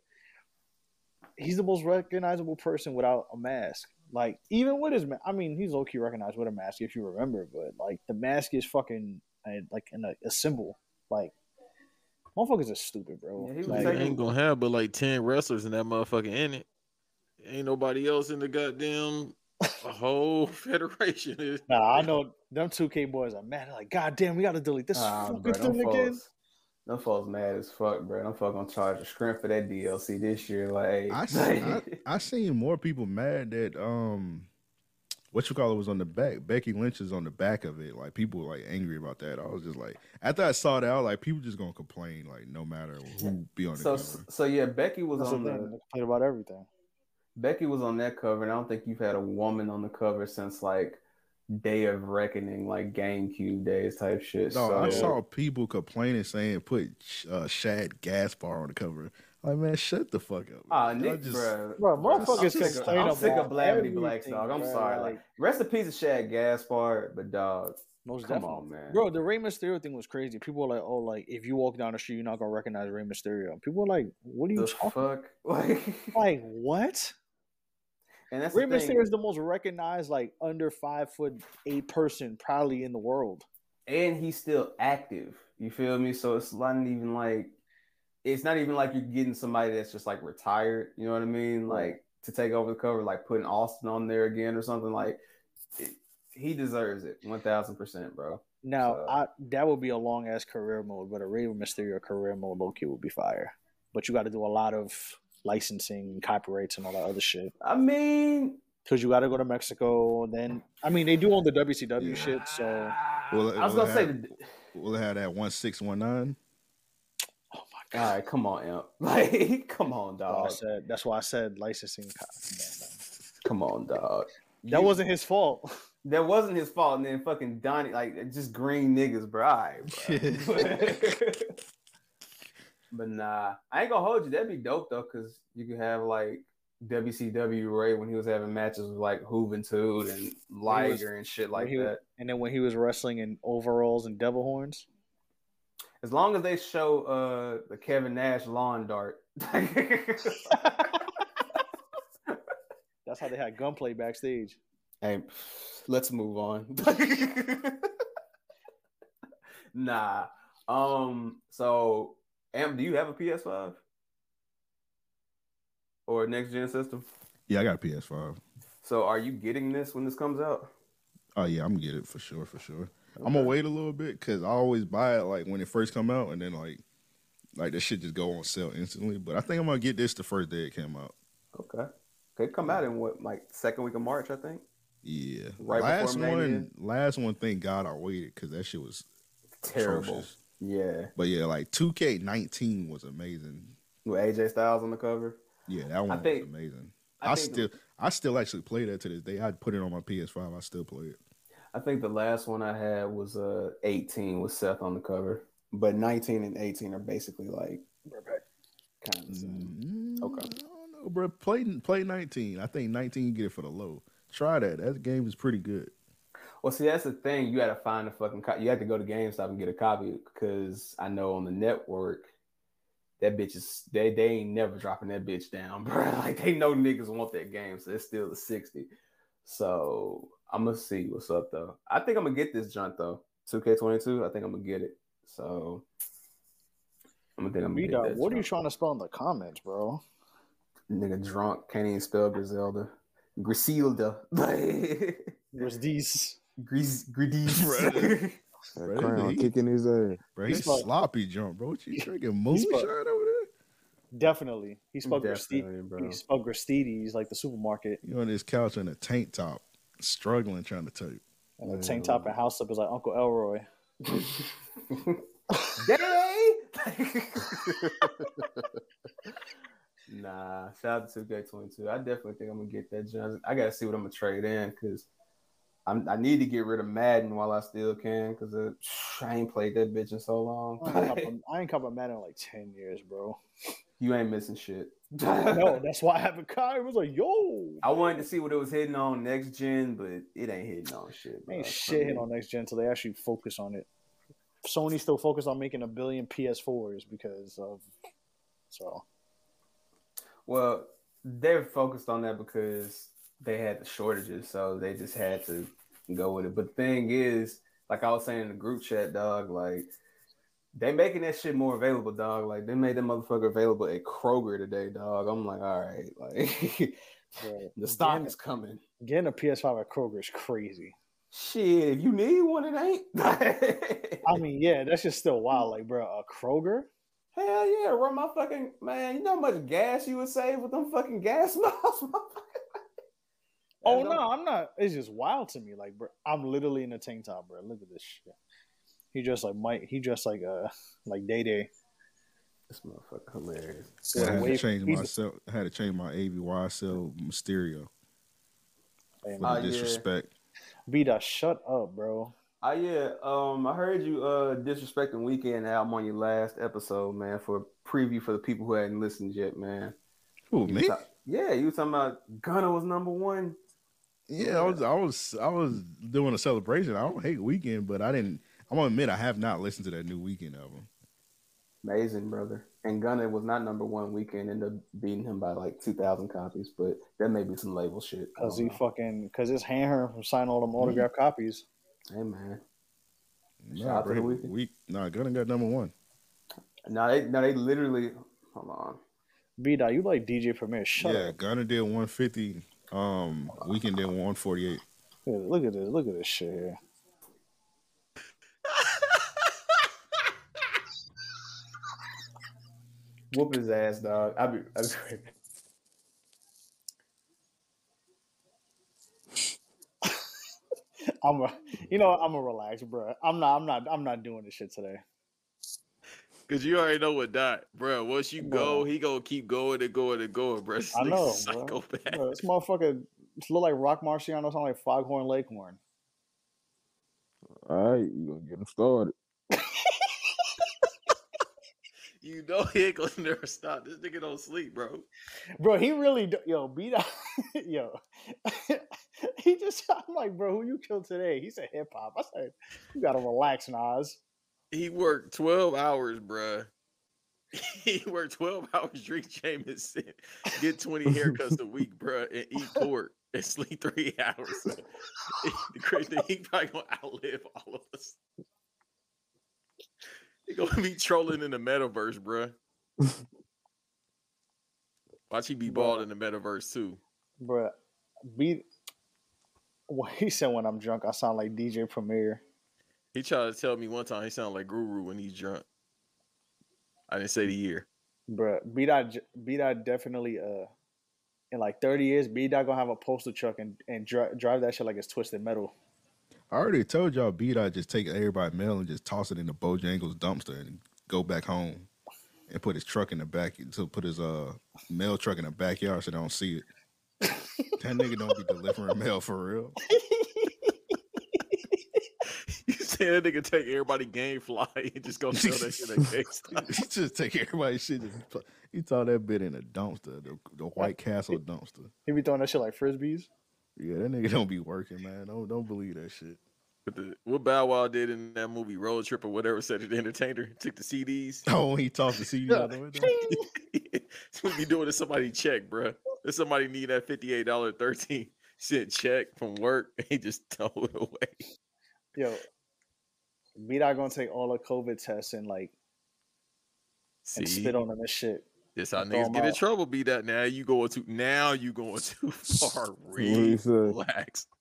Speaker 5: He's the most recognizable person without a mask. Like even with his, ma- I mean, he's low key recognized with a mask if you remember, but like the mask is fucking uh, like an, a symbol. Like motherfuckers are stupid, bro.
Speaker 3: Yeah, he was
Speaker 5: Like,
Speaker 4: They ain't gonna have but like ten wrestlers in that motherfucker in it. Ain't nobody else in the goddamn whole *laughs* federation. *laughs*
Speaker 5: nah, I know them two K boys are mad. They're Like, goddamn, we gotta delete this
Speaker 3: Nah,
Speaker 5: fucking
Speaker 3: bro, them
Speaker 5: thing again.
Speaker 3: folks- Them folks mad as fuck, bro. Them folks gonna charge a scrimp for that DLC this year. Like, *laughs*
Speaker 8: I, see, I I seen more people mad that um, what you call it was on the back. Becky Lynch is on the back of it. Like people were, like angry about that. I was just like, after I saw that, I was like, people just gonna complain like no matter who be on the
Speaker 3: so,
Speaker 8: cover.
Speaker 3: so yeah, Becky was
Speaker 5: That's the
Speaker 3: on the,
Speaker 5: thing. They complain about everything.
Speaker 3: Becky was on that cover, and I don't think you've had a woman on the cover since like Day of Reckoning, like GameCube days type shit.
Speaker 8: No,
Speaker 3: so,
Speaker 8: I saw people complaining saying put uh, Shad Gaspar on the cover. Like man, shut the fuck up.
Speaker 3: Ah,
Speaker 8: I
Speaker 3: Nick,
Speaker 8: just-
Speaker 3: bro.
Speaker 5: Bro, motherfuckers
Speaker 3: I'm sick of-
Speaker 5: complain
Speaker 3: I'm sick
Speaker 5: about
Speaker 3: of Blabbity Blacks,
Speaker 5: everything,
Speaker 3: dog. I'm
Speaker 5: bro,
Speaker 3: sorry.
Speaker 5: like-
Speaker 3: Like, rest in peace of Shad Gaspar, but dog,
Speaker 5: Most
Speaker 3: come
Speaker 5: definitely.
Speaker 3: on, man.
Speaker 5: Bro, the Rey Mysterio thing was crazy. People were like, "Oh, like if you walk down the street, you're not gonna recognize Rey Mysterio." People were like, "What are you
Speaker 3: the
Speaker 5: talking?
Speaker 3: fuck? *laughs* Like,
Speaker 5: Like what?"
Speaker 3: and that's
Speaker 5: Rey
Speaker 3: the thing.
Speaker 5: Mysterio is the most recognized, like under five foot eight person probably in the world.
Speaker 3: and he's still active. You feel me? So it's not even like it's not even like you're getting somebody that's just like retired. You know what I mean? Like to take over the cover, like putting Austin on there again or something. Like it, he deserves it, one thousand percent, bro.
Speaker 5: Now,
Speaker 3: So-
Speaker 5: I, that would be a long ass career mode, but a Rey Mysterio career mode, Loki would be fire. But you got to do a lot of licensing, copyrights, and all that other shit.
Speaker 3: I mean,
Speaker 5: Because you got to go to Mexico. And then, I mean, they do own the WCW
Speaker 8: Yeah.
Speaker 5: shit, so.
Speaker 8: Well,
Speaker 3: I was
Speaker 8: well,
Speaker 3: gonna say,
Speaker 8: that-
Speaker 3: the-
Speaker 8: We'll have that one six one nine.
Speaker 5: Oh my god!
Speaker 3: all right, come on, Imp. *laughs* Like, come on,
Speaker 5: That's why I
Speaker 3: dog.
Speaker 5: said- that's why I said licensing. co- Come on, man.
Speaker 3: Come on, dog.
Speaker 5: That
Speaker 3: You-
Speaker 5: wasn't his fault. *laughs*
Speaker 3: that wasn't his fault. And then fucking Donnie, like just green niggas, bro. All right,
Speaker 5: *laughs*
Speaker 3: bro. but nah, I ain't gonna hold you. That'd be dope though, because you could have like WCW Ray when he was having matches with like Juventud and Liger and shit like
Speaker 5: he was-
Speaker 3: that.
Speaker 5: And then when he was wrestling in overalls and devil horns,
Speaker 3: As long as they show uh the Kevin Nash lawn
Speaker 5: *laughs*
Speaker 3: dart. *laughs*
Speaker 5: that's how they had gunplay backstage.
Speaker 3: Hey, let's move on. *laughs* nah. Um. So, Am, do you have a PS5 or a next gen system?
Speaker 8: Yeah, I got PS Five.
Speaker 3: So, are you getting this when this comes out?
Speaker 8: Oh yeah, I'm gonna get it for sure, for sure. I'm gonna wait a little bit because I always buy it like when it first come out, and then like like this shit just go on sale instantly. But I think I'm gonna get this the first day it came out.
Speaker 3: Okay. Could come out in what, like second week of March, I think.
Speaker 8: Yeah,
Speaker 3: Right
Speaker 8: last
Speaker 3: before Mania.
Speaker 8: one, last one. Thank God I waited because that shit was
Speaker 3: Terrible.
Speaker 8: atrocious.
Speaker 3: Yeah.
Speaker 8: But yeah, like 2K19 was amazing.
Speaker 3: With AJ Styles on the cover.
Speaker 8: Yeah, that one
Speaker 3: think-
Speaker 8: was amazing.
Speaker 3: I
Speaker 8: I,
Speaker 3: think-
Speaker 8: still, I still actually play that to this day. I put it on my PS5. I still play it.
Speaker 3: I think the last one I had was uh 18 with Seth on the cover, but 19 and 18 are basically like kind of the same.
Speaker 8: Mm,
Speaker 3: Okay.
Speaker 8: I don't know, bro. Play play 19. I think 19 you get it for the low. Try that. That game is pretty good.
Speaker 3: Well, see, that's the thing. You got to find a fucking copy. You have to go to GameStop and get a copy because I know on the network that bitch is they they ain't never dropping that bitch down, *laughs* bro. Like they know niggas want that game, so it's still the sixty. So I'm gonna see what's up though. I think I'm gonna get this junk though. 2K22. I think I'm gonna get it. So I'm gonna think I'm gonna
Speaker 5: B
Speaker 3: get
Speaker 5: dot,
Speaker 3: that
Speaker 5: what are you
Speaker 3: junk.
Speaker 5: trying to spell in the comments, bro?
Speaker 3: Nigga drunk can't even spell Griselda. Griselda. *laughs*
Speaker 5: There's these.
Speaker 3: Gris
Speaker 5: *laughs*
Speaker 3: Gridis.
Speaker 7: That
Speaker 8: Right,
Speaker 7: crown
Speaker 8: he-
Speaker 7: kicking his ass.
Speaker 8: Bro, he's
Speaker 5: He's like-
Speaker 8: sloppy drunk, bro. What you drinking?
Speaker 5: He's
Speaker 8: Moonshine
Speaker 5: like-
Speaker 8: over there?
Speaker 5: Definitely. He spelled Grasti-
Speaker 3: Definitely, bro.
Speaker 5: he spelled Grastides like the supermarket.
Speaker 8: You on this couch in a tank top, struggling trying to type.
Speaker 5: And the tank top and house slip is like Uncle Elroy.
Speaker 3: Day. *laughs* nah, shout out to 2K22. I definitely think I'm gonna get that Johnson. I gotta see what I'm gonna trade in because I'm I need to get rid of Madden while I still can because *sighs* I ain't played that bitch in so
Speaker 5: I ain't
Speaker 3: long.
Speaker 5: cop- I ain't covered Madden in like 10 years, bro.
Speaker 3: *laughs* you ain't missing shit. *laughs*
Speaker 5: no, that's why I have a car. It was like, yo.
Speaker 3: I wanted to see what it was hitting on next gen, but it ain't hitting on shit. bro.
Speaker 5: Ain't shit hit on next gen until they actually focus on it. Sony still focused on making a billion PS4s because of so
Speaker 3: Well, they're focused on that because they had the shortages, so they just had to go with it. But thing is, like I was saying in the group chat, dog, like they making that shit more available, dog. Like they made that motherfucker available at Kroger today, dog. I'm like, all right, *laughs* like the stock is coming.
Speaker 5: Getting a PS5 at Kroger is crazy.
Speaker 3: Shit, if you need one, it ain't. *laughs*
Speaker 5: I mean, yeah, that's just still wild. Like, bro, a Kroger?
Speaker 3: Hell yeah, run my fucking man. You know how much gas you would save with them fucking gas *laughs* miles.
Speaker 5: Oh no, I'm not. It's just wild to me. Like, bro, I'm literally in a tank top, bro. Look at this shit. He dressed like Mike. He dressed like uh, *laughs* like Day Day.
Speaker 3: This motherfucker hilarious.
Speaker 8: I had to
Speaker 5: Wait,
Speaker 8: change
Speaker 5: he's-
Speaker 8: myself. I had to change my AVY cell Mysterio
Speaker 5: Hey, man.
Speaker 8: for
Speaker 3: Oh,
Speaker 8: the
Speaker 3: yeah.
Speaker 8: disrespect.
Speaker 5: Vita, shut up, bro.
Speaker 3: Oh yeah, um, I heard you uh disrespecting Weekend album on your last episode, man, for a preview for the people who hadn't listened yet, man.
Speaker 8: Who
Speaker 3: You
Speaker 8: me?
Speaker 3: ta- yeah, you was talking about Gunna was number one.
Speaker 8: Yeah, I was, I was, I was doing a celebration. I don't hate Weekend, but I didn't. I'm gonna admit I have not listened to that new Weekend album.
Speaker 3: Amazing, brother. And Gunna was not number one weekend, ended up beating him by like two thousand copies, but that may be some label shit. I don't
Speaker 5: Cause he
Speaker 3: know. Mm-hmm.
Speaker 5: fucking cause his hand hurt from signing all them autograph copies.
Speaker 3: hey man. Shout
Speaker 8: Nah,
Speaker 3: out to
Speaker 8: bro,
Speaker 3: The Weeknd.
Speaker 8: we nah, Gunna got number one.
Speaker 3: No, they no, they literally hold on.
Speaker 5: Vita, you like DJ Premier? Shut
Speaker 8: yeah,
Speaker 5: up.
Speaker 8: Gunna did 150. Um, Weekend did 148.
Speaker 5: Look at this. Look at this shit here.
Speaker 3: Whoop his ass, dog. I'll be I'll be right back.
Speaker 5: I'm a, you know, I'm a relax, bro. I'm not, I'm not, I'm not doing this shit today.
Speaker 4: Cause you already know what Dot, bro. Once you
Speaker 5: No.
Speaker 4: go, he gonna keep going and going and going, bro. *laughs* This
Speaker 5: I
Speaker 4: nigga's
Speaker 5: know,
Speaker 4: a
Speaker 5: bro.
Speaker 4: psychopath.
Speaker 5: Bro, this motherfucker look like Rock Marciano, sound like Foghorn Leghorn.
Speaker 7: All right, you gonna get them started.
Speaker 4: You know he ain't gonna *laughs* never stop. This nigga don't sleep, bro.
Speaker 5: Bro, he really, do- yo, *laughs* beat up, yo. *laughs* he just, I'm like, bro, who you killed today? He said hip hop. I said, you gotta relax, Nas.
Speaker 4: He worked twelve hours, bro. *laughs* He worked twelve *laughs* hours, drink Jameson, get twenty haircuts a week, bro, and eat pork and sleep three *laughs* hours. the crazy thing, he probably gonna outlive all of us. He gonna be trolling in the metaverse, bro. Watch he be bald in the metaverse too.
Speaker 5: Bro, beat. Well, he said when I'm drunk, I sound like DJ Premier.
Speaker 4: He tried to tell me one time he sounded like Guru when he's drunk. I didn't say the year.
Speaker 5: Bruh, B dot j- B dot definitely uh in like thirty years, B dot gonna have a postal truck and and dri- drive that shit like it's twisted metal.
Speaker 8: I already told y'all, beat I just take everybody mail and just toss it in the Bojangles dumpster and go back home and put his truck in the back to put his uh mail truck in the backyard so they
Speaker 7: *laughs*
Speaker 8: don't see it. that nigga don't be delivering mail for real. *laughs*
Speaker 4: *laughs* You said that nigga take everybody game fly *laughs* and just go sell that shit at GameStop. *laughs*
Speaker 8: he just take everybody's shit. and pl- He throw that bit in a dumpster, the, the White Castle dumpster.
Speaker 5: He be throwing that shit like frisbees.
Speaker 8: Yeah, that nigga don't be working, man. Don't don't believe that shit. *laughs*
Speaker 4: But the- What Bow Wow did in that movie Road Trip or whatever said it, the entertainer took the CDs.
Speaker 8: Oh, when he talks to see you out the window.
Speaker 4: *laughs* That's what you doing to somebody check, bruh. If somebody need that fifty eight dollar thirteen cent check from work, *laughs* he just throw it away.
Speaker 5: Yo, B dot gonna take all the COVID tests and like and
Speaker 4: See,
Speaker 5: spit on them and shit.
Speaker 4: this how
Speaker 5: and throw
Speaker 4: niggas
Speaker 5: 'em
Speaker 4: get in
Speaker 5: out.
Speaker 4: trouble. Be that now you going too now you going
Speaker 8: *laughs*
Speaker 4: too far.
Speaker 7: he said?
Speaker 4: Relax.
Speaker 5: Bruh.
Speaker 8: *laughs*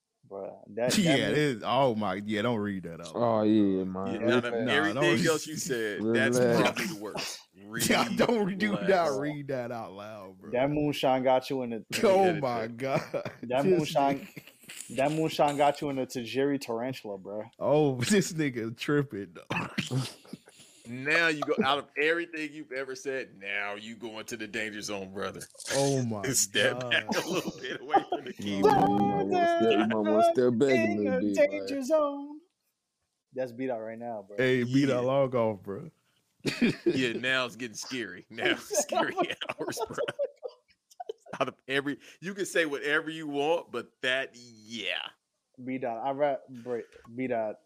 Speaker 5: That, that
Speaker 8: Yeah,
Speaker 5: mean-
Speaker 8: this, oh my, yeah, don't read that out.
Speaker 7: Oh yeah, man.
Speaker 4: Yeah, now that
Speaker 8: Nah,
Speaker 4: everything
Speaker 8: don't-
Speaker 4: else you said, that's
Speaker 7: Relax.
Speaker 4: probably the worst.
Speaker 8: *laughs* *laughs* yeah, don't do
Speaker 4: Relax.
Speaker 8: not read that out loud, bro. *laughs*
Speaker 5: that moonshine got you in the
Speaker 8: oh
Speaker 4: get it,
Speaker 8: my
Speaker 4: bro.
Speaker 8: god,
Speaker 5: That
Speaker 8: *laughs* This
Speaker 5: moonshine-
Speaker 8: nigga-
Speaker 5: that moonshine got you in the Tajiri tarantula, bro.
Speaker 8: Oh, *laughs* this nigga tripping. *laughs*
Speaker 4: Now you go out of everything you've ever said. Now you go into the danger zone, brother.
Speaker 8: oh my
Speaker 4: *laughs* Step
Speaker 8: god.
Speaker 4: back a little bit away from the key.
Speaker 7: You might wanna step- you might
Speaker 3: *laughs*
Speaker 7: wanna step back a
Speaker 5: In
Speaker 7: little
Speaker 5: the
Speaker 7: bit, man.
Speaker 5: danger zone. That's beat out right now, bro.
Speaker 8: Hey, beat
Speaker 4: Yeah.
Speaker 8: that log off, bro.
Speaker 4: Yeah, now it's getting scary. Now it's scary hours, bro. Out of every, you can say whatever you want, but that, yeah,
Speaker 5: B dot, I rap B dot.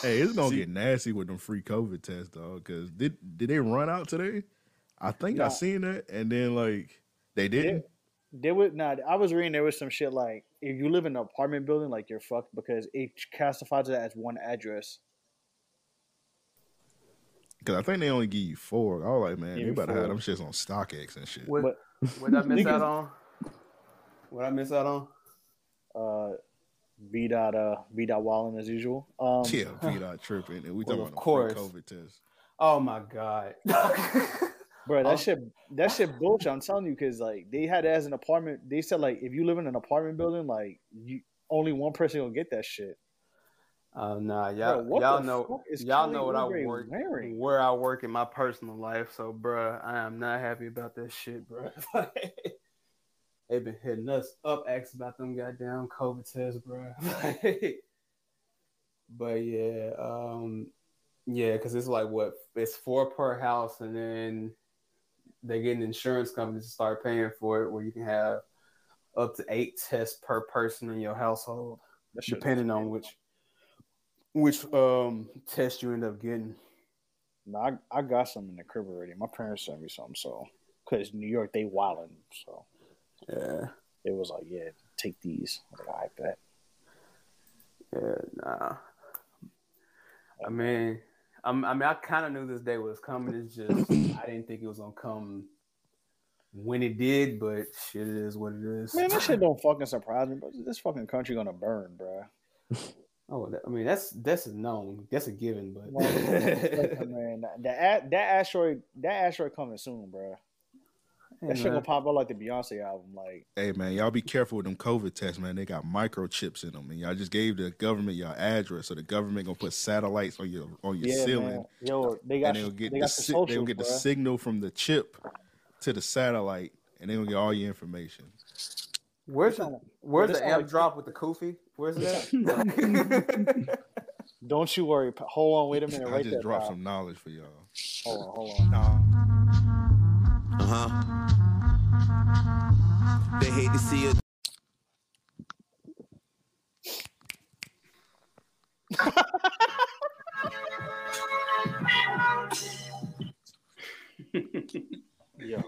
Speaker 8: Hey, it's gonna
Speaker 4: See-
Speaker 8: get nasty with them free COVID tests, dog. Cause did did they run out today? I think
Speaker 5: Nah.
Speaker 8: I seen that, and then like they didn't.
Speaker 5: there was not. I was reading there was some shit like if you live in an apartment building, like you're fucked because it classifies that as one address.
Speaker 8: Because I think they only give you four. I was like, man,
Speaker 5: Yeah,
Speaker 8: you better
Speaker 5: four.
Speaker 8: have them shits on StockX and shit.
Speaker 3: What,
Speaker 5: But
Speaker 3: what I miss
Speaker 5: Niggas-
Speaker 3: out on? *laughs* What I miss out on?
Speaker 5: uh, B dot uh B dot Wallen as usual. Um,
Speaker 8: *laughs* yeah,
Speaker 5: *laughs*
Speaker 8: P dot tripping, and we
Speaker 3: Well,
Speaker 8: talking
Speaker 3: of
Speaker 8: about
Speaker 3: course.
Speaker 8: the COVID test.
Speaker 3: Oh my *laughs* god.
Speaker 5: Bro, that
Speaker 3: Oh.
Speaker 5: shit, that shit bullshit. I'm telling you, because like they had it as an apartment. They said like if you live in an apartment building, like you only one person gonna get that shit.
Speaker 3: Oh nah, y'all,
Speaker 5: Bro, what
Speaker 3: y'all
Speaker 5: the
Speaker 3: know,
Speaker 5: fuck is
Speaker 3: y'all
Speaker 5: Kelly
Speaker 3: know what I
Speaker 5: Oubre
Speaker 3: work,
Speaker 5: wearing?
Speaker 3: where I work in my personal life. So, bruh, I am not happy about that shit, bruh. *laughs* They've been hitting us up, asking about them goddamn COVID tests, bruh. *laughs* but yeah, um, yeah, because it's like what it's four per house, and then they're getting insurance companies to start paying for it, where you can have up to eight tests per person in your household
Speaker 5: That shit-
Speaker 3: depending on which which um test you end up getting.
Speaker 5: Nah, I, I got some in the crib already. My parents sent me some, so because New York they wildin', so
Speaker 3: Yeah,
Speaker 5: it was like, yeah, take these. I was Like, I bet.
Speaker 3: yeah, nah. I mean, I'm, I mean, I kind of knew this day was coming. It's just I didn't think it was gonna come when it did, but shit, it is what it is.
Speaker 5: Man, that shit don't fucking surprise me, but this fucking country gonna burn, bro.
Speaker 3: Oh, that, I mean, that's that's a known, that's a given, but *laughs*
Speaker 5: *laughs* man, that that that asteroid, that asteroid coming soon, bro. That shit gonna pop up like the Beyonce album, like.
Speaker 8: Hey man, y'all be careful with them COVID tests, man. They got microchips in them, and y'all just gave the government your address, so the government gonna put satellites on your on your ceiling,
Speaker 5: Man. Yo, they got
Speaker 8: and they'll get
Speaker 5: they
Speaker 8: the
Speaker 5: got the
Speaker 8: si-
Speaker 5: socials,
Speaker 8: they'll get the
Speaker 5: bruh.
Speaker 8: signal from the chip to the satellite, and they gonna get all your information.
Speaker 3: where's the where's
Speaker 5: This
Speaker 3: the
Speaker 5: sound
Speaker 3: amp
Speaker 5: like-
Speaker 3: drop with the Kofi? Where's that?
Speaker 5: Don't you worry. Pa- Hold on, wait a minute.
Speaker 8: I
Speaker 5: Right
Speaker 8: just
Speaker 5: there.
Speaker 8: dropped
Speaker 5: Pop.
Speaker 8: some knowledge for y'all.
Speaker 5: Hold on, hold on.
Speaker 9: Uh huh. They hate to see it.
Speaker 5: Yo,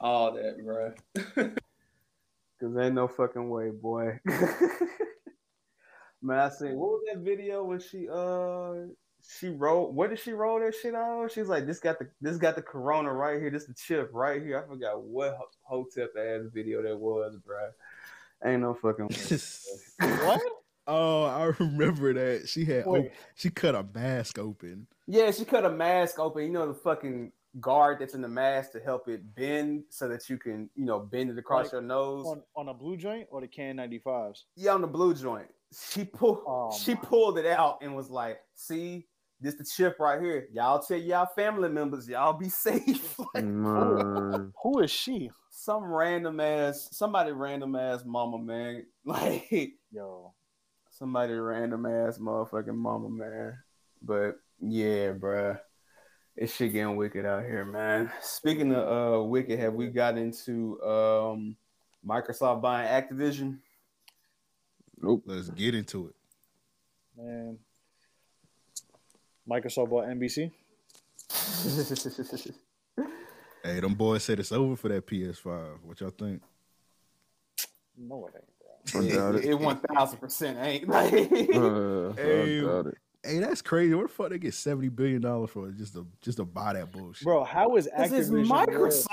Speaker 3: All that, bro. *laughs* Cause ain't no fucking way, boy. *laughs* Man, I seen what was that video when she uh she rolled what did she roll that shit on? She's like, this got the this got the corona right here, this the chip right here. I forgot what ho- hotep ass video that was, bro. Ain't no fucking way.
Speaker 5: *laughs*
Speaker 8: *laughs*
Speaker 5: what?
Speaker 8: oh, I *laughs* remember that she had
Speaker 5: Wait.
Speaker 8: op- she cut a mask open.
Speaker 3: Yeah, she cut a mask open. You know the fucking guard that's in the mask to help it bend so that you can, you know, bend it across
Speaker 5: Like,
Speaker 3: your nose.
Speaker 5: On on a blue joint or the can ninety fives?
Speaker 3: Yeah, on the blue joint. She pulled
Speaker 5: Oh,
Speaker 3: she
Speaker 5: my.
Speaker 3: pulled it out and was like, see, this the chip right here. Y'all tell y'all family members, y'all be *laughs*
Speaker 5: Mm-hmm.
Speaker 3: safe. Like, *laughs*
Speaker 7: Man.
Speaker 5: Who is she?
Speaker 3: Some random ass, somebody random ass mama, man. *laughs* Like
Speaker 5: Yo,
Speaker 3: somebody random ass motherfucking mama, man. But yeah, bruh. It shit getting wicked out here, man. Speaking of uh wicked, have we got into um Microsoft buying Activision?
Speaker 7: Nope.
Speaker 8: Let's get into it.
Speaker 5: man. Microsoft bought NBC.
Speaker 8: Hey, them boys said it's over for that PS5. What y'all think?
Speaker 5: No, it ain't, bro.
Speaker 7: I doubt it.
Speaker 3: one thousand percent ain't *laughs* like
Speaker 7: Uh,
Speaker 8: Hey.
Speaker 7: I doubt it.
Speaker 8: Hey, that's crazy. Where the fuck they get seventy billion dollars for just to just to buy that bullshit?
Speaker 5: Bro, how is Activision? worth-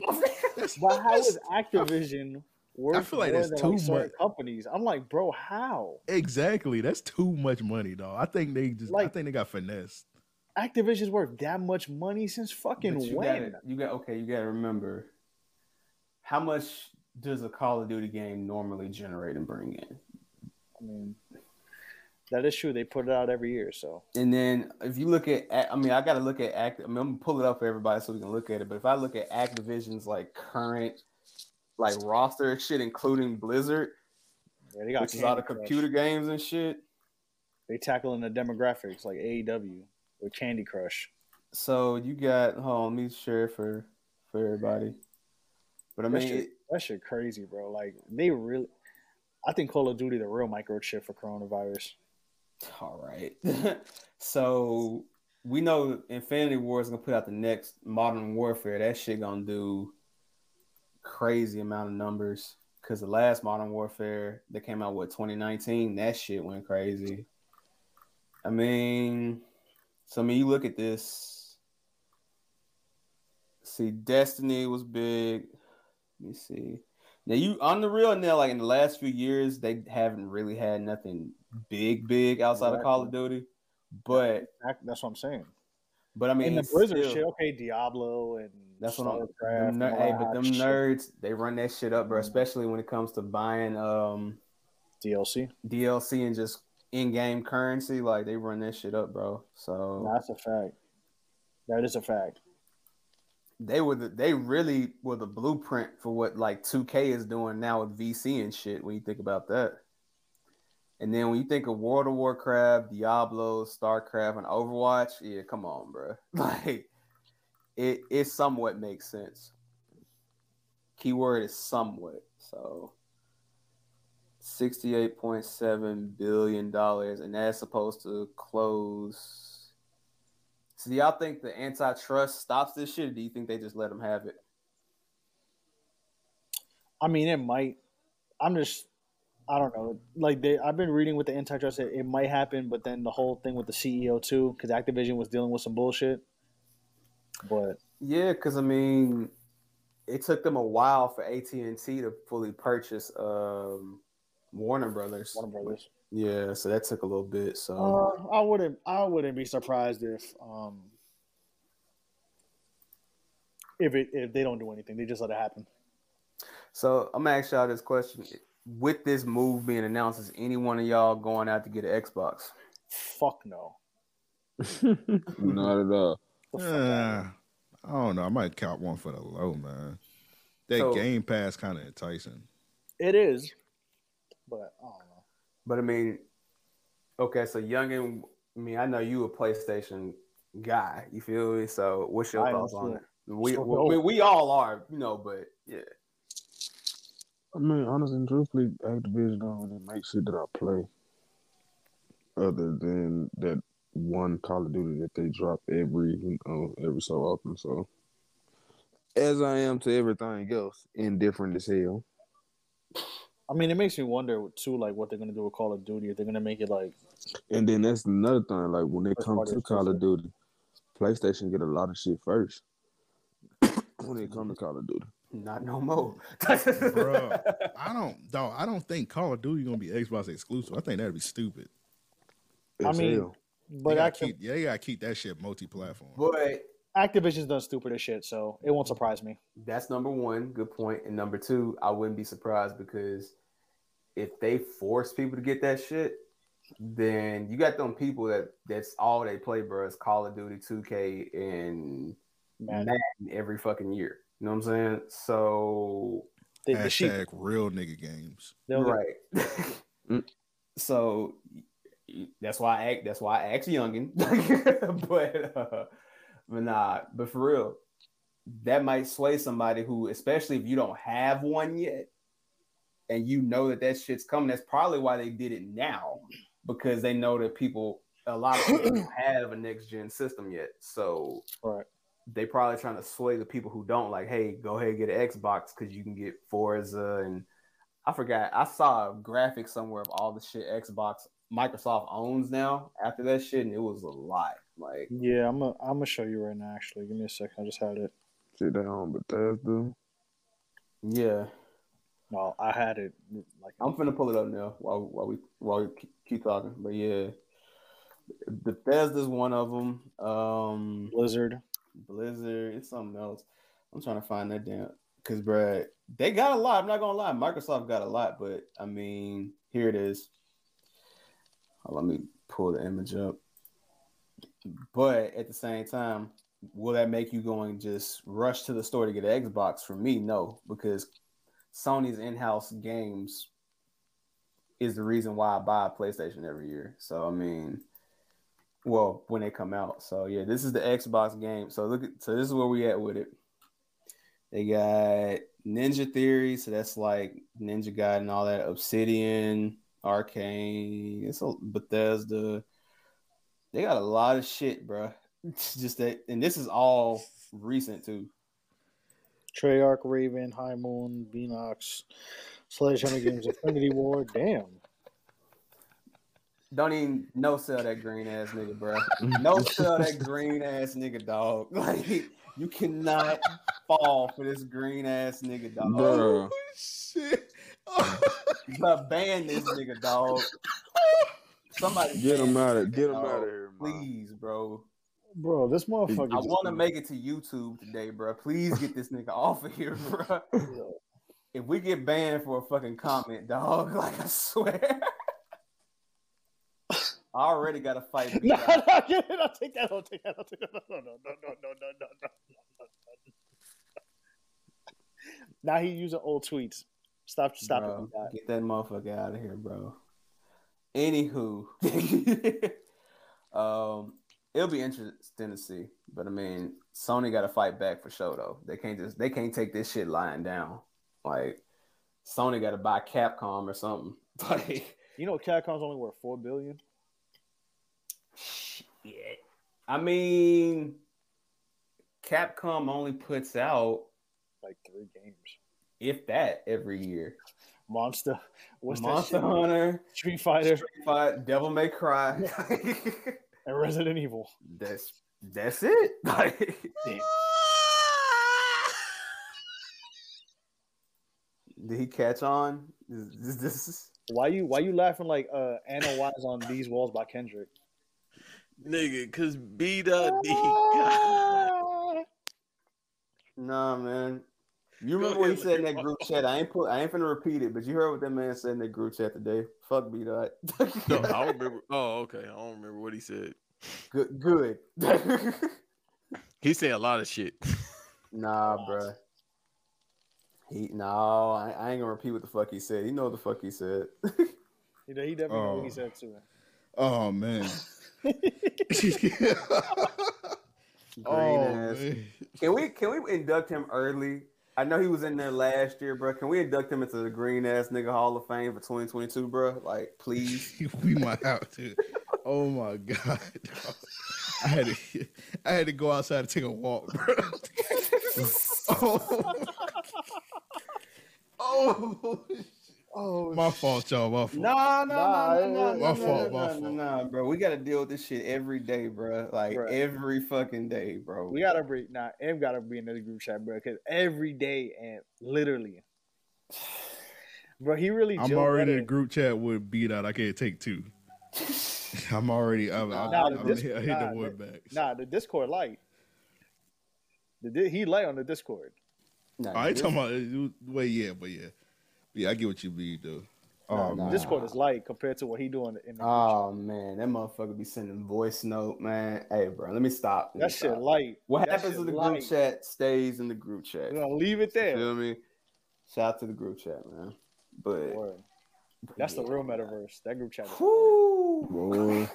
Speaker 8: That's-
Speaker 5: But how is Activision worth?
Speaker 8: I feel like
Speaker 5: more
Speaker 8: that's
Speaker 5: than,
Speaker 8: too
Speaker 5: certain
Speaker 8: much.
Speaker 5: Companies, I'm like, bro, how?
Speaker 8: exactly. That's too much money, dog. I think they just. I
Speaker 5: Like-
Speaker 8: think they got finessed.
Speaker 5: Activision's worth that much money since fucking
Speaker 3: you
Speaker 5: when?
Speaker 3: Gotta, you got okay. You got to remember how much does a Call of Duty game normally generate and bring in,
Speaker 5: I mean, that is true. They put it out every year, so
Speaker 3: and then if you look at, I mean, I got to look at act. I mean, I'm gonna pull it up for everybody so we can look at it. But if I look at Activision's like current like roster and shit, including Blizzard,
Speaker 5: yeah, they got
Speaker 3: which is all the
Speaker 5: Candy Crush.
Speaker 3: computer games and shit.
Speaker 5: They tackling the demographics like AEW with Candy Crush.
Speaker 3: So you got, hold on, let me share for for everybody. But I
Speaker 5: That
Speaker 3: mean,
Speaker 5: shit,
Speaker 3: it-
Speaker 5: that shit crazy, bro. Like they really, I think Call of Duty the real microchip for coronavirus.
Speaker 3: All right. *laughs* so we know Infinity War is gonna put out the next Modern Warfare. That shit gonna do crazy amount of numbers. Because the last Modern Warfare that came out, what, 2019, that shit went crazy. I mean, so I mean, you look at this. See, Destiny was big. Let me see. Now you on the real now, like in the last few years, they haven't really had nothing big, big outside of Call of Duty. But
Speaker 5: That- That's what I'm saying.
Speaker 3: but I mean,
Speaker 5: and the Blizzard
Speaker 3: still-
Speaker 5: shit, okay, Diablo and
Speaker 3: That's what I'm.
Speaker 5: StarCraft
Speaker 3: them
Speaker 5: and
Speaker 3: ner-
Speaker 5: all
Speaker 3: hey,
Speaker 5: that
Speaker 3: but
Speaker 5: hot
Speaker 3: them
Speaker 5: shit.
Speaker 3: nerds, they run that shit up, bro.
Speaker 5: Mm-hmm.
Speaker 3: Especially when it comes to buying um
Speaker 5: DLC.
Speaker 3: DLC and just in-game currency, like they run that shit up, bro. So
Speaker 5: That's a fact. That is a fact.
Speaker 3: they were the, they really were the blueprint for what like 2K is doing now with VC and shit. When you think about that, and then when you think of World of Warcraft, Diablo, StarCraft, and Overwatch, yeah, come on, bro. *laughs* Like it it somewhat makes sense. Keyword is somewhat. So sixty-eight point seven billion dollars, and that's supposed to close so do y'all think the antitrust stops this shit? Or do you think they just let them have it?
Speaker 5: I mean, it might. I'm just, I don't know. Like they, I've been reading with the antitrust, it, it might happen, but then the whole thing with the CEO too, because Activision was dealing with some bullshit. But
Speaker 3: Yeah, because I mean, it took them a while for AT and T to fully purchase um, Warner Brothers.
Speaker 5: Warner Brothers.
Speaker 3: Yeah, so that took a little bit. So
Speaker 5: Uh, I wouldn't. I wouldn't be surprised if um, if it if they don't do anything, they just let it happen.
Speaker 3: So I'm gonna ask y'all this question: With this move being announced, is any one of y'all going out to get an Xbox?
Speaker 5: Fuck no.
Speaker 7: Not at all.
Speaker 5: The fuck out
Speaker 8: Uh, I don't know. I might count one for the low, man. That
Speaker 3: So-
Speaker 8: Game Pass kind of enticing.
Speaker 5: It is, but I don't know.
Speaker 3: But I mean, okay, so Youngin, I mean, I know you a PlayStation guy. You feel me? So what's your
Speaker 5: I am
Speaker 3: thoughts on
Speaker 5: too.
Speaker 3: it? We,
Speaker 5: So
Speaker 3: we we all are, you know, but yeah.
Speaker 7: I mean, honestly and truthfully, Activision don't really make shit that I play. Other than that one Call of Duty that they drop every you know, every so often. So as I am to everything else, indifferent as hell.
Speaker 5: I mean, it makes me wonder too, like what they're gonna do with Call of Duty. If they're gonna make it like
Speaker 7: And then that's another thing, like when it
Speaker 5: First
Speaker 7: comes
Speaker 5: party
Speaker 7: to Call of Duty, PlayStation get a lot of shit first. *coughs* when it comes to Call of Duty.
Speaker 3: Not no more.
Speaker 8: Bruh. I don't, dog. I don't think Call of Duty gonna be Xbox exclusive. I think that'd be stupid.
Speaker 5: I
Speaker 7: As
Speaker 5: mean,
Speaker 7: hell.
Speaker 8: They
Speaker 5: But
Speaker 8: gotta
Speaker 5: Activ-
Speaker 8: keep, yeah, they gotta keep that shit multi-platform.
Speaker 3: *laughs* But
Speaker 5: Activision's done stupid as shit, so it won't surprise me.
Speaker 3: that's number one, good point. And number two, I wouldn't be surprised because if they force people to get that shit, then you got them people that that's all they play, bro, is Call of Duty, 2K, and
Speaker 5: Man,
Speaker 3: Madden every fucking year. You know what I'm saying? So
Speaker 5: the, the sheep,
Speaker 8: Hashtag real nigga games.
Speaker 5: they'll-
Speaker 3: right.
Speaker 7: Mm.
Speaker 3: So that's why I act. That's why I asked Youngin. *laughs* but uh, but nah. But for real, that might sway somebody who, especially if you don't have one yet, and you know that that shit's coming. That's probably why they did it now because they know that people, a lot of people don't have a next gen system yet. So
Speaker 5: Right.
Speaker 3: they probably trying to sway the people who don't. Like, hey, go ahead and get an Xbox because you can get Forza and I forgot. I saw a graphic somewhere of all the shit Xbox Microsoft owns now after that shit, and it was a lot. Like,
Speaker 5: Yeah, I'm gonna I'm gonna show you right now. Actually, give me a second. I just had it.
Speaker 7: Sit down Bethesda.
Speaker 3: yeah,
Speaker 5: No, I had it. Like
Speaker 3: I'm finna pull it up now while while we while we keep- keep talking. But yeah, Bethesda's one of them. Um,
Speaker 5: Blizzard.
Speaker 3: Blizzard, it's something else. I'm trying to find that damn because, bruh, they got a lot. I'm not gonna lie, Microsoft got a lot, but I mean, here it is. Hold on, let me pull the image up. But at the same time, will that make you go and just rush to the store to get an Xbox? For me, no, because Sony's in-house games is the reason why I buy a PlayStation every year. So I mean, well, when they come out. So yeah, this is the Xbox game. So look, at, so this is where we at with it. They got Ninja Theory, so that's like Ninja God and all that. Obsidian, Arcane, it's a Bethesda. They got a lot of shit, bruh. *laughs* It's just that, and this is all recent too.
Speaker 5: Treyarch, Raven, High Moon, Beanox, Sledgehammer Games Infinity War. Damn.
Speaker 3: Don't even no sell that green ass nigga, bro. No sell that green ass nigga, dog. *laughs* Like you cannot fall for this green ass nigga, dog.
Speaker 7: Bruh.
Speaker 8: Shit.
Speaker 3: Bruh, ban this nigga, dog. Somebody
Speaker 7: Get
Speaker 3: ban
Speaker 7: him
Speaker 3: this
Speaker 7: out of
Speaker 3: nigga,
Speaker 7: get him
Speaker 3: dog.
Speaker 7: out of here, man.
Speaker 3: Please, bro.
Speaker 5: Bro, this motherfucker.
Speaker 3: I
Speaker 5: just-
Speaker 3: want to make it to YouTube today, bro. Please get this nigga *laughs* off of here, bro. If we get banned for a fucking comment, dog, *laughs* like I swear, *laughs* I already got to
Speaker 5: *laughs*
Speaker 3: fight.
Speaker 5: *laughs* No, no, I'll take that. I'll take that. I'll take that. No, no, no, no, no, no, no, no, no. Now he using old tweets. Stop, stop it.
Speaker 3: bro,
Speaker 5: with that.
Speaker 3: Get that motherfucker out of here, bro. Anywho, *laughs* um, it'll be interesting to see. But I mean, Sony got to fight back for sure, though. They can't just they can't take this shit lying down. Like Sony got to buy Capcom or something. *laughs* Like,
Speaker 5: You know, Capcom's only worth four billion.
Speaker 3: shit. I mean, Capcom only puts out
Speaker 5: Like three games.
Speaker 3: if that every year.
Speaker 5: Monster. What's
Speaker 3: Monster
Speaker 5: that? shit?
Speaker 3: Hunter,
Speaker 5: Street Fighter
Speaker 3: Street Fighter, Devil May Cry. *laughs*
Speaker 5: and Resident Evil.
Speaker 3: That's that's it. *laughs* Like, *laughs* did he catch on? This, this, this-
Speaker 5: Why you Why you laughing like uh, Anna Wise on These Walls by Kendrick?
Speaker 4: nigga, cause B dot *laughs* D. God.
Speaker 3: nah, man. You remember
Speaker 4: Go
Speaker 3: what he
Speaker 4: ahead,
Speaker 3: said in
Speaker 4: Larry.
Speaker 3: that group chat? I ain't put, I ain't finna repeat it, but you heard what that man said in that group chat today. Fuck B *laughs* dot.
Speaker 4: No, I don't remember. Oh, okay. I don't remember what he said.
Speaker 3: good, good. *laughs*
Speaker 4: He said a lot of shit. *laughs*
Speaker 3: nah, bruh. He no, I, I ain't gonna repeat what the fuck he said. He know what the fuck he said. *laughs*
Speaker 5: He, he definitely know what
Speaker 8: Oh.
Speaker 5: he said too.
Speaker 8: Oh man.
Speaker 3: Green
Speaker 8: oh,
Speaker 3: ass.
Speaker 8: man.
Speaker 3: Can we can we induct him early? I know he was in there last year, bro. Can we induct him into the green ass nigga Hall of Fame for 2022, bro? Like, please.
Speaker 8: *laughs* we might have to. Oh my god. I had to I had to go outside and take a walk, bro. *laughs* oh, oh,
Speaker 5: Oh,
Speaker 8: my fault, y'all. My fault.
Speaker 3: No, no,
Speaker 5: Nah,
Speaker 3: no, no, no,
Speaker 5: it-
Speaker 8: My
Speaker 3: no, no,
Speaker 8: fault,
Speaker 3: no,
Speaker 8: my
Speaker 3: no,
Speaker 8: fault.
Speaker 3: no, no, bro. We gotta deal with this shit every day, bro. Like
Speaker 5: Bruh.
Speaker 3: every fucking day, bro.
Speaker 5: we gotta be nah. Em gotta be in the group chat, bro. Because every day, and literally, bro, he really.
Speaker 8: I'm
Speaker 5: Joe
Speaker 8: already in
Speaker 5: Budden.
Speaker 8: a group chat with beat out. I can't take two. *laughs* I'm already. I'm, I'm,
Speaker 5: Nah,
Speaker 8: I'm,
Speaker 5: this-
Speaker 8: hit- I hit
Speaker 5: nah,
Speaker 8: the wood back.
Speaker 5: Nah, the Discord light. The di- he light on the Discord.
Speaker 3: Nah,
Speaker 8: Oh, I ain't
Speaker 3: this-
Speaker 8: talking about. you- Wait, yeah, but yeah, yeah. I get what you mean though.
Speaker 3: Nah,
Speaker 8: Oh,
Speaker 3: nah.
Speaker 8: man.
Speaker 5: Discord is light compared to what he doing in the group
Speaker 3: Oh man, that motherfucker be sending voice note, man. Hey, bro, let me stop. Let
Speaker 5: chat.
Speaker 3: me
Speaker 5: That shit
Speaker 3: stop.
Speaker 5: light.
Speaker 3: What
Speaker 5: that
Speaker 3: happens
Speaker 5: shit
Speaker 3: in the
Speaker 5: light.
Speaker 3: group chat stays in the group
Speaker 5: We're
Speaker 3: chat.
Speaker 5: gonna leave it
Speaker 3: You
Speaker 5: there.
Speaker 3: feel me? Shout out to the group chat, man. But
Speaker 5: Word. That's the real metaverse. That group chat. Is boy.
Speaker 3: Woo!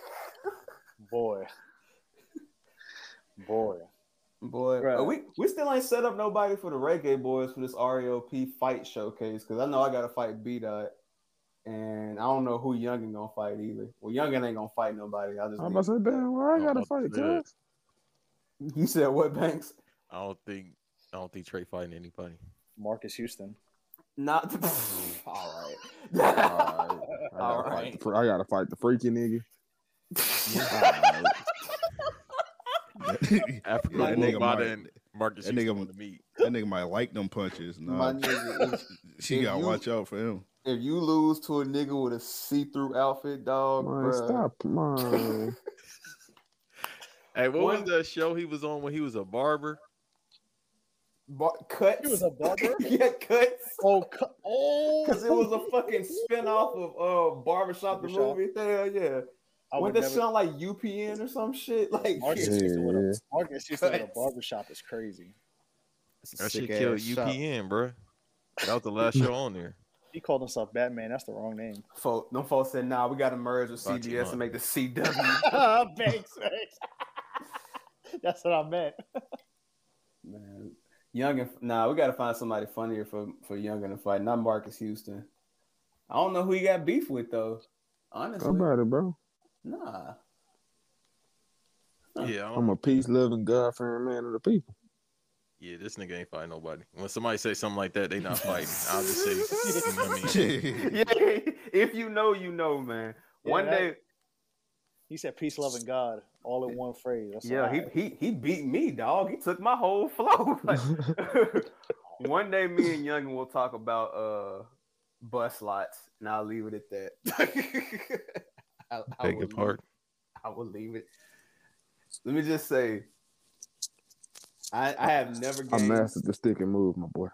Speaker 7: Boy,
Speaker 5: boy. Boy.
Speaker 3: Boy,
Speaker 5: Bruh.
Speaker 3: uh, we we still ain't set up nobody for the Reggae Boys for this REOP fight showcase because I know I got to fight B Dot, and I don't know who Youngin gonna fight either. Well, Youngin ain't gonna fight nobody. I just
Speaker 7: I'm about to say, damn, why I gotta fight, cuz?
Speaker 3: *laughs* you said what Banks?
Speaker 4: I don't think. I don't think Trey fighting anybody.
Speaker 5: Marcus Houston.
Speaker 3: Not *laughs* all right.
Speaker 7: I
Speaker 3: All
Speaker 7: gotta
Speaker 3: right.
Speaker 7: fight the fr- I gotta fight the freaky nigga.
Speaker 8: that
Speaker 4: Africa
Speaker 8: Yeah, that nigga might-
Speaker 4: Wambada and Marcus
Speaker 8: *laughs* that nigga
Speaker 4: Houston
Speaker 8: would-
Speaker 4: to meet.
Speaker 8: nigga might like them punches.
Speaker 3: My
Speaker 8: Nah,
Speaker 3: nigga, if,
Speaker 8: she
Speaker 3: if
Speaker 8: gotta
Speaker 3: you-
Speaker 8: watch out for *laughs* him.
Speaker 3: if you lose to a nigga with a see-through outfit, dog,
Speaker 7: Man,
Speaker 3: bruh,
Speaker 7: stop, man.
Speaker 4: Hey, what
Speaker 3: One-
Speaker 4: was that show he was on when he was a barber?
Speaker 3: Bar- cuts. *laughs*
Speaker 5: He was a barber?
Speaker 3: yeah, cuts.
Speaker 5: Oh, cu- oh.
Speaker 3: Because it was a fucking spin-off of uh, Barbershop the
Speaker 5: Barbershop.
Speaker 3: movie. Hell yeah.
Speaker 5: I
Speaker 3: Wouldn't
Speaker 5: would
Speaker 3: that
Speaker 5: never-
Speaker 3: sound like UPN or some shit? Like,
Speaker 5: Marcus
Speaker 7: Yeah,
Speaker 5: Houston with
Speaker 7: yeah.
Speaker 5: a Marcus Houston with a *laughs*
Speaker 3: Cuts.
Speaker 5: barbershop is crazy.
Speaker 4: That shit killed UPN, bro. That was the last show on
Speaker 3: *laughs*
Speaker 4: there.
Speaker 5: He called himself Batman. That's the wrong *laughs* name.
Speaker 3: Folk, them folks said, nah, we got to merge with
Speaker 4: Bunchy
Speaker 3: CBS
Speaker 4: Hunt.
Speaker 3: and make the CW.
Speaker 5: Banks, Banks. *laughs* That's what I meant.
Speaker 3: Man, Young and nah, we got to find somebody funnier for for Young and to fight, not Marcus Houston. I don't know who he got beef with though. Honestly,
Speaker 7: Somebody, bro.
Speaker 3: nah.
Speaker 4: Yeah, I
Speaker 7: I'm
Speaker 4: don't,
Speaker 7: a peace loving, God fearing man of the people.
Speaker 4: yeah, this nigga ain't fighting nobody. When somebody say something like that, they not
Speaker 3: *laughs*
Speaker 4: fighting. I'll just say, you know what I mean?
Speaker 3: *laughs* yeah, if you know, you know, man.
Speaker 5: Yeah,
Speaker 3: One
Speaker 5: that-
Speaker 3: day,
Speaker 5: He said peace, love, and God all in one phrase. That's
Speaker 3: yeah, he,
Speaker 5: alright.
Speaker 3: he he beat me, dog. He took my whole *laughs* flow. Like, one day, me and Youngin will talk about uh bus lots, and I'll leave it at that. *laughs* I, I
Speaker 4: Take
Speaker 3: will
Speaker 4: it apart.
Speaker 3: I will leave it. Let me just say, I I have never.
Speaker 7: I
Speaker 3: Gained,
Speaker 7: mastered the stick and move, my boy.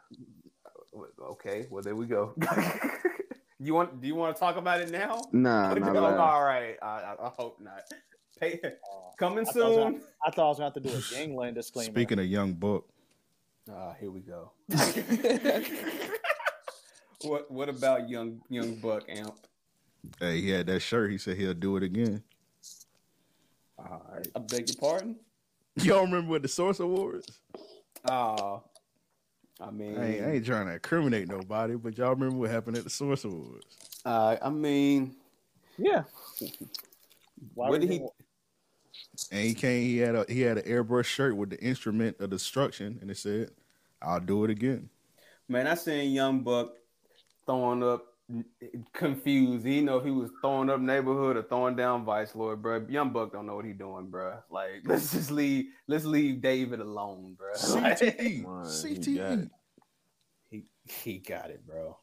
Speaker 3: Okay, well there we go. *laughs* you want? Do you want to talk about it now? *laughs*
Speaker 7: Nah,
Speaker 3: Oh,
Speaker 7: not
Speaker 3: all right. I, I, I hope not. Hey, coming
Speaker 5: I thought I was gonna-
Speaker 3: soon.
Speaker 5: I thought I was going to have to do a gangland disclaimer.
Speaker 8: Speaking of Young Buck,
Speaker 3: Ah, here we
Speaker 5: *laughs*
Speaker 3: go. what What about young young Buck Amp?
Speaker 8: hey, he had that shirt. He said he'll do it *laughs* again.
Speaker 3: All right. I beg your pardon.
Speaker 8: You don't remember what the Source Awards?
Speaker 3: Oh, I mean,
Speaker 8: I ain't, I ain't trying to incriminate nobody, but y'all remember what happened at the Source Awards?
Speaker 3: uh, I mean,
Speaker 5: yeah. Why
Speaker 3: what
Speaker 5: would
Speaker 3: did he?
Speaker 8: And he came. He had a he had an airbrush shirt with the instrument of destruction, and it said, "I'll do it again."
Speaker 3: Man, I seen Young Buck throwing up, confused. He didn't know if he was throwing up neighborhood or throwing down Vice Lord, bro. Young Buck don't know what he doing, bruh. Like, *laughs* let's just leave. Let's leave David alone, bruh. Like,
Speaker 7: *laughs*
Speaker 8: CTE,
Speaker 7: Man, he got
Speaker 8: CTE.
Speaker 7: it.
Speaker 3: he *laughs* he got it, bro.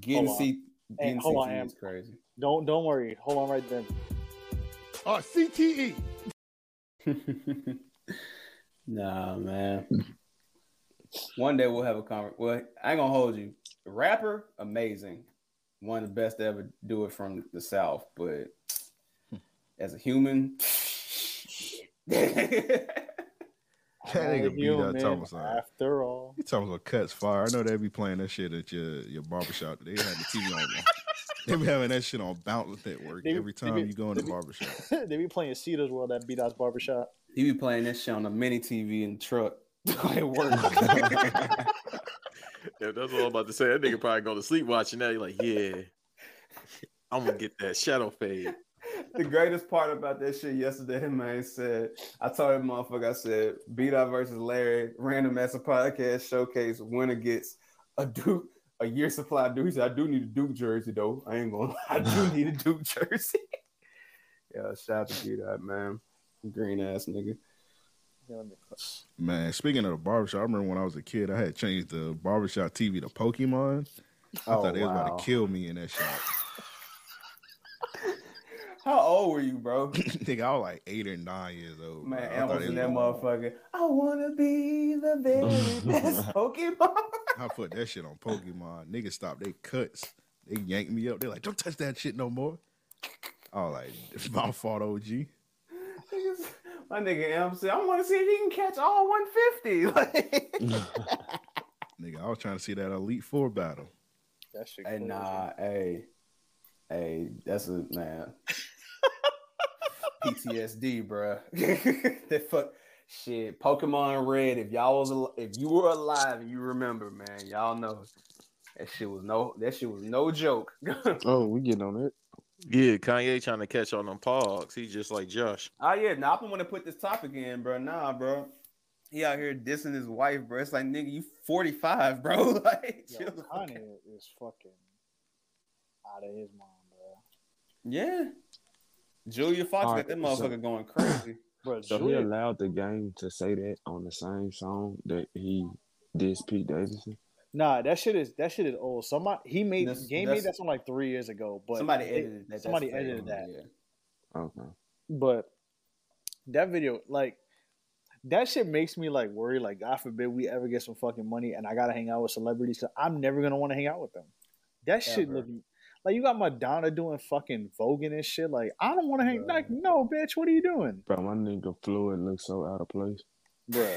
Speaker 3: Getting
Speaker 5: Hold on.
Speaker 3: C,
Speaker 5: Hey,
Speaker 3: getting
Speaker 5: hold on,
Speaker 3: CTE is
Speaker 5: Am.
Speaker 3: crazy.
Speaker 5: Don't don't worry. Hold on right there.
Speaker 8: Oh, CTE.
Speaker 3: *laughs* nah, man. One day we'll have a conversation. Well, I ain't gonna hold you. Rapper, amazing. One of the best to ever do it from the South, *laughs* but as a human, *laughs*
Speaker 8: That nigga beat out
Speaker 5: Human,
Speaker 8: Thomas. Allen.
Speaker 5: After all, *laughs*
Speaker 8: He talking about cuts fire. I know they be playing that shit at your your barbershop. They had the TV on. they be having that shit on Bounce Network
Speaker 5: They-
Speaker 8: every
Speaker 5: they
Speaker 8: time
Speaker 5: be-
Speaker 8: you go in the
Speaker 5: they be-
Speaker 8: barbershop.
Speaker 5: they be playing Cedar's World at B-Dot's barbershop.
Speaker 3: he be playing this shit on a mini TV in the truck. *laughs* it *laughs*
Speaker 4: Yeah, that's all I'm about to say. That nigga probably go to sleep watching that. You're like, yeah, I'm gonna get that shadow fade.
Speaker 3: the greatest part about that shit yesterday, *laughs* man, said I told that motherfucker, I said, B Dot versus Larry, random as a podcast showcase, winner gets a Duke, a year supply of Duke. He said, I do need a Duke jersey though. I ain't gonna lie, *laughs* I
Speaker 8: *laughs*
Speaker 3: do need a Duke jersey. *laughs* yeah, shout out to B Dot, man. Green ass nigga.
Speaker 5: You know what I mean?
Speaker 8: Man, speaking of the barbershop, I remember when I was a kid, I had changed the barbershop TV to Pokemon. I
Speaker 3: Oh,
Speaker 8: thought they was about
Speaker 3: wow.
Speaker 8: to kill me in that shop. *laughs*
Speaker 3: How old were you,
Speaker 8: *clears throat*
Speaker 3: bro?
Speaker 8: Nigga, I was like eight or nine years old.
Speaker 3: Man,
Speaker 8: bro. I
Speaker 3: I was
Speaker 8: thought they
Speaker 3: in
Speaker 8: was
Speaker 3: that
Speaker 8: gonna-
Speaker 3: motherfucker. I wanna be
Speaker 8: *laughs*
Speaker 3: the very best Pokemon.
Speaker 8: I put that shit on Pokemon. Niggas stopped. They cuts. They yanked me up. They like, don't touch that shit no more. I was like, *laughs* it's my fault, OG.
Speaker 3: Niggas- My nigga M said, I want to see if he can catch all 150. *laughs* Like,
Speaker 8: Nigga, I was trying to see that Elite Four battle.
Speaker 5: That shit.
Speaker 3: hey,
Speaker 5: crazy.
Speaker 3: nah, hey, hey, that's a man. PTSD, bruh. *laughs* that fuck shit. Pokemon Red. If y'all was al- if you were alive and you remember, man, y'all know that shit was no that shit was no joke. *laughs*
Speaker 7: Oh, we getting on it.
Speaker 4: Yeah, Kanye trying to catch on them pogs. He's just like Josh.
Speaker 3: Oh yeah, now I don't want to put this topic in, bro. Nah, bro. He out here dissing his wife, bro. It's like, nigga, you 45, bro. *laughs* Like,
Speaker 5: Yo,
Speaker 3: chill the fuck out.
Speaker 5: Kanye is fucking out of his mind, bro.
Speaker 3: Yeah. Julia Fox
Speaker 7: All
Speaker 3: got
Speaker 7: right,
Speaker 3: that
Speaker 7: so-
Speaker 3: motherfucker going crazy.
Speaker 5: Bro,
Speaker 7: So he
Speaker 5: Julia-
Speaker 7: allowed the game to say that on the same song that he did Pete Davidson.
Speaker 5: nah, that shit is that shit is old. Somebody he made
Speaker 3: That's-
Speaker 5: game
Speaker 3: that's-
Speaker 5: made that song like three years ago, *coughs* but
Speaker 3: somebody
Speaker 5: it-
Speaker 3: edited that.
Speaker 5: somebody
Speaker 3: That's fake.
Speaker 5: edited that.
Speaker 7: Okay.
Speaker 5: But that video, like that shit makes me like worry, like God forbid we ever get some fucking money and I gotta hang out with celebrities because I'm never gonna want to hang out with them. That shit
Speaker 3: Ever.
Speaker 5: look like you got Madonna doing fucking voguing and shit. Like I don't want to hang.
Speaker 3: Bruh.
Speaker 5: Like no, bitch, what are you doing,
Speaker 7: Bro, my nigga Floyd looks so out of place.
Speaker 5: Bruh.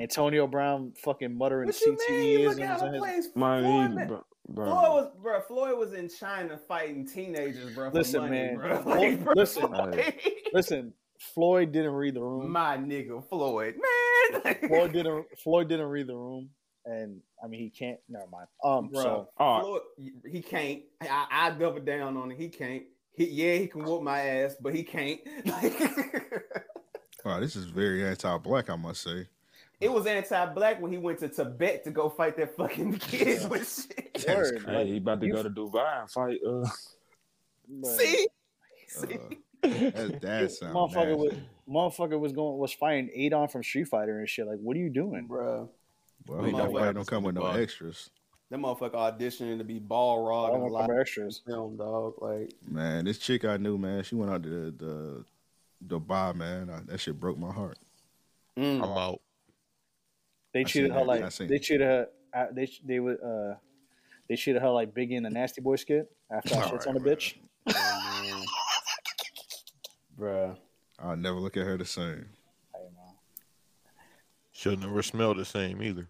Speaker 5: Antonio Brown fucking muttering
Speaker 3: What you mean? You look out of
Speaker 5: CTEisms. E and his-
Speaker 3: place.
Speaker 7: My
Speaker 3: Floyd,
Speaker 7: nigga,
Speaker 3: man-
Speaker 7: bro, bro.
Speaker 3: Floyd was, bro. Floyd was in China fighting teenagers, bro. For
Speaker 5: Listen,
Speaker 3: money, *laughs*
Speaker 5: man.
Speaker 3: Bro.
Speaker 5: Floyd-
Speaker 3: bro,
Speaker 5: listen.
Speaker 3: like-
Speaker 5: Listen, Floyd didn't read the room.
Speaker 3: *laughs* my nigga Floyd, man. *laughs* Like,
Speaker 5: Floyd didn't. Floyd didn't read the room, and I mean he can't. Never mind. Um,
Speaker 3: Bro,
Speaker 5: so
Speaker 7: All right.
Speaker 3: Floyd, he can't. I, I double down on it. He can't. He, yeah, he can whoop my ass, but he can't. *laughs* Like,
Speaker 8: Oh, this is very anti-black, I must say.
Speaker 3: It was anti-black when he went to Tibet to go fight that fucking *laughs* kids with shit.
Speaker 7: That's
Speaker 5: Word,
Speaker 7: crazy.
Speaker 5: like,
Speaker 7: he about to
Speaker 5: you-
Speaker 7: go to Dubai and fight. Uh, *laughs*
Speaker 5: Bruh.
Speaker 3: See,
Speaker 8: Uh, that, that sounds
Speaker 5: motherfucker was,
Speaker 8: nasty.
Speaker 5: motherfucker was going was fighting Adon from Street Fighter and shit. Like, what are you doing?
Speaker 3: bro,
Speaker 8: Well,
Speaker 3: We know what
Speaker 8: nobody don't
Speaker 7: happens
Speaker 8: come with
Speaker 7: when
Speaker 8: no
Speaker 7: the ball-
Speaker 8: extras.
Speaker 3: that motherfucker auditioning to be ball
Speaker 5: I
Speaker 3: rod
Speaker 5: don't
Speaker 3: in a
Speaker 5: want
Speaker 3: lot
Speaker 5: them
Speaker 3: of
Speaker 5: extras.
Speaker 3: film, dog. Like,
Speaker 8: Man, this chick I knew, man, she went out to the the Dubai, man. I, that shit broke my heart.
Speaker 3: mm.
Speaker 11: I'm out.
Speaker 5: They
Speaker 8: I
Speaker 5: treated
Speaker 8: seen
Speaker 5: her
Speaker 8: that.
Speaker 5: like
Speaker 8: I seen
Speaker 5: they
Speaker 8: it.
Speaker 5: treated her. Uh, they they would uh, they treated her like Biggie in the Nasty Boy skit after I
Speaker 8: All
Speaker 5: shits
Speaker 8: right,
Speaker 5: on the
Speaker 8: bro.
Speaker 5: bitch.
Speaker 3: Bruh.
Speaker 8: I'll never look at her the same.
Speaker 5: Hey, man.
Speaker 11: She'll never smell the same either.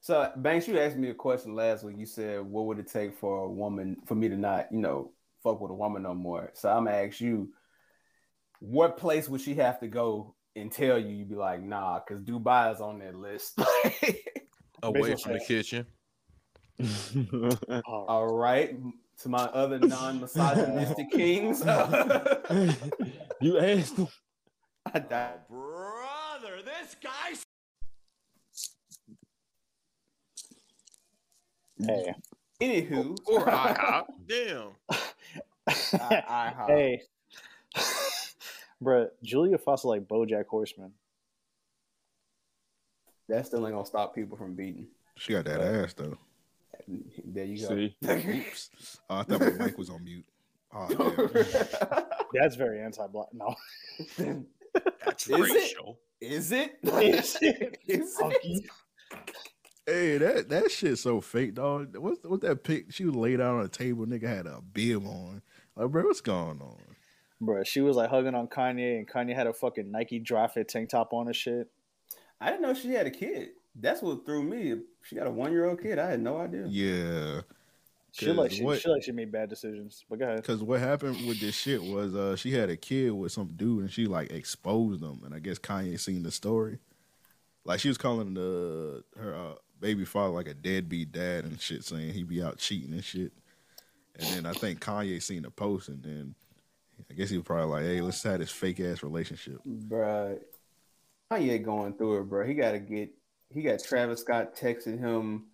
Speaker 3: So Banks, you asked me a question last week. You said, "What would it take for a woman for me to not, you know, fuck with a woman no more?" So I'm gonna ask you, what place would she have to go and tell you? You'd be like, "Nah," because Dubai is on that list.
Speaker 11: Away
Speaker 5: Basil
Speaker 11: from the
Speaker 5: said-
Speaker 11: kitchen.
Speaker 5: All right.
Speaker 3: All right, to my other non-misogynistic kings, I
Speaker 7: you asked him.
Speaker 3: died.
Speaker 9: brother, this guy's
Speaker 5: Hey.
Speaker 3: Anywho,
Speaker 4: Or IHOP. Damn.
Speaker 8: Ah.
Speaker 3: I, I,
Speaker 5: *laughs* hey. Bruh, Julia Foster like BoJack Horseman.
Speaker 3: that still ain't gonna stop people from beating.
Speaker 8: She got that ass though.
Speaker 3: There you go.
Speaker 7: See,
Speaker 8: Oops. Oh, I thought my mic was on mute.
Speaker 3: *laughs*
Speaker 8: Oh, damn.
Speaker 5: That's very anti-black. No,
Speaker 4: That's
Speaker 3: Is it?
Speaker 4: racial.
Speaker 3: Is it? *laughs*
Speaker 5: Is it?
Speaker 3: Is it?
Speaker 8: hey, that that shit so fake, dog. What's what's that pic? She was laid out on a table. Nigga had a bib on. Like, bro, what's going on?
Speaker 5: Bruh, she was like hugging on Kanye, and Kanye had a fucking Nike dry fit tank top on and shit.
Speaker 3: I didn't know she had a kid. That's what threw me. She got a one year old kid. I had no idea.
Speaker 8: Yeah,
Speaker 5: She like
Speaker 8: 'Cause
Speaker 5: she,
Speaker 8: what-
Speaker 5: she like she made bad decisions. But go ahead.
Speaker 8: because what happened with this shit was uh, she had a kid with some dude, and she like exposed him. And I guess Kanye seen the story. Like she was calling the her uh, baby father like a deadbeat dad and shit, saying he be out cheating and shit. And then I think Kanye seen the post, and then I guess he was probably like, "Hey, let's have this fake ass relationship."
Speaker 3: Bruh. Kanye going through it, bro. He got to get, he got Travis Scott texting him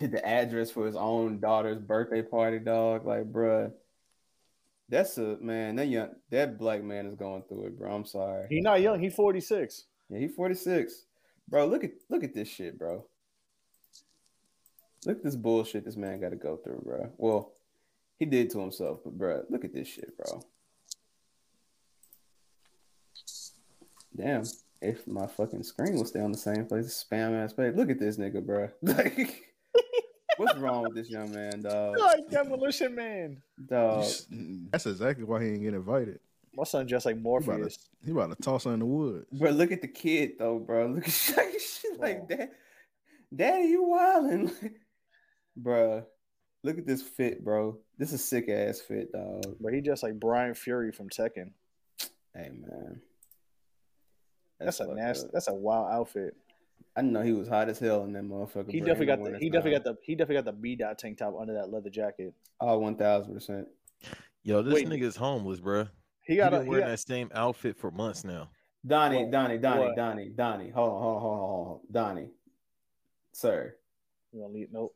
Speaker 3: to the address for his own daughter's birthday party, dog. Like, bruh. That's a man. That young, that black man is going through it, bro. I'm sorry.
Speaker 5: He not young. He forty six.
Speaker 3: Yeah, he 46, bro. Look at look at this shit, bro. Look at this bullshit this man got to go through, bro. Well, he did to himself, but bro, look at this shit, bro. Damn, if my fucking screen was still in the same place, spam ass page. Look at this nigga, bro. *laughs* Like, what's wrong with this young man,
Speaker 5: *laughs*
Speaker 3: dog?
Speaker 5: Like demolition man.
Speaker 8: You
Speaker 5: Oh.
Speaker 3: Dog,
Speaker 8: s- mm, That's exactly why he ain't get invited.
Speaker 5: My son dressed like
Speaker 8: about
Speaker 5: Morpheus.
Speaker 8: He about to toss her in the woods.
Speaker 3: bro. Look at the kid though, bro. *laughs* Look at shit like that. Daddy, you wildin', *laughs* bro. Look at this fit, bro. This is sick ass fit, dog.
Speaker 5: But he just like Brian Fury from Tekken.
Speaker 3: Hey man,
Speaker 5: That's, a
Speaker 3: fucked
Speaker 5: nasty.
Speaker 3: up.
Speaker 5: That's a wild outfit.
Speaker 3: I know he was hot as hell in that motherfucker.
Speaker 5: He
Speaker 3: bro,
Speaker 5: definitely
Speaker 3: in
Speaker 5: got the. He
Speaker 3: wintertime.
Speaker 5: definitely got the. He definitely got the B dot tank top under that leather jacket.
Speaker 3: Oh, one thousand percent.
Speaker 11: Yo, this
Speaker 5: Wait.
Speaker 11: nigga's homeless, bruh.
Speaker 5: He
Speaker 11: He
Speaker 5: got a.
Speaker 11: been
Speaker 5: He
Speaker 11: wearing
Speaker 5: got,
Speaker 11: that same outfit for months now.
Speaker 3: Donnie,
Speaker 5: What?
Speaker 3: Donnie, Donnie,
Speaker 5: What?
Speaker 3: Donnie, Donnie. Hold on, hold on, hold on, hold on, Donnie. Sir,
Speaker 5: you don't need, nope.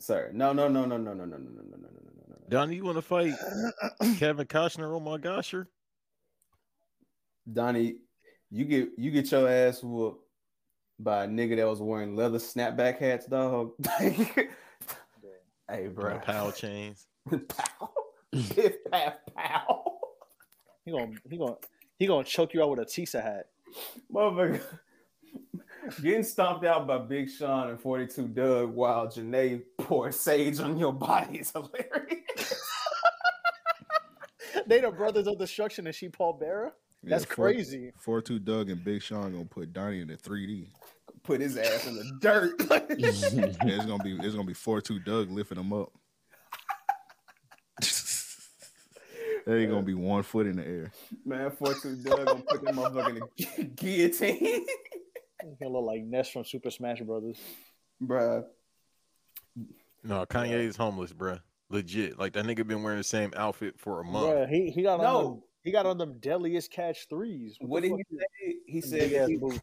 Speaker 3: sir. No, no, no, no, no, no, no, no, no, no, no, no, no, no, no.
Speaker 11: Donnie, you want to
Speaker 5: *coughs*
Speaker 11: fight Kevin Costner? Oh my gosh, sure.
Speaker 3: Donnie, you get you get your ass whooped by a nigga that was wearing leather snapback hats, dog. *laughs* hey, bro.
Speaker 11: Pow chains.
Speaker 3: *laughs* pow. Piff, paff, pow.
Speaker 5: He gonna. He gonna. He gonna choke you out with a Tisa hat. *laughs*
Speaker 3: Motherfucker. Getting stomped out by Big Sean and 42 Doug while Janae pours sage on your body is hilarious.
Speaker 5: they the brothers of destruction, and she Paul Bearer. That's crazy.
Speaker 8: Four two Doug and Big Sean gonna put Donnie in the three D.
Speaker 3: Put his ass in the dirt. *laughs*
Speaker 8: It's gonna be it's gonna be four two Doug lifting him up. they ain't gonna be one foot in the air.
Speaker 3: Man, 42 Doug gonna put that motherfucker in the *laughs* gu- guillotine.
Speaker 5: He look like Ness from Super Smash Brothers.
Speaker 3: Bruh.
Speaker 11: No, Kanye's homeless, bruh. Legit. Like that nigga been wearing the same outfit for a month.
Speaker 5: Bruh, he he got on
Speaker 3: No,
Speaker 5: He got on them deadliest catch threes.
Speaker 3: What
Speaker 5: the
Speaker 3: did he
Speaker 5: fuck
Speaker 3: say? He
Speaker 5: is-
Speaker 3: said
Speaker 5: Big-ass
Speaker 3: he-
Speaker 5: boots.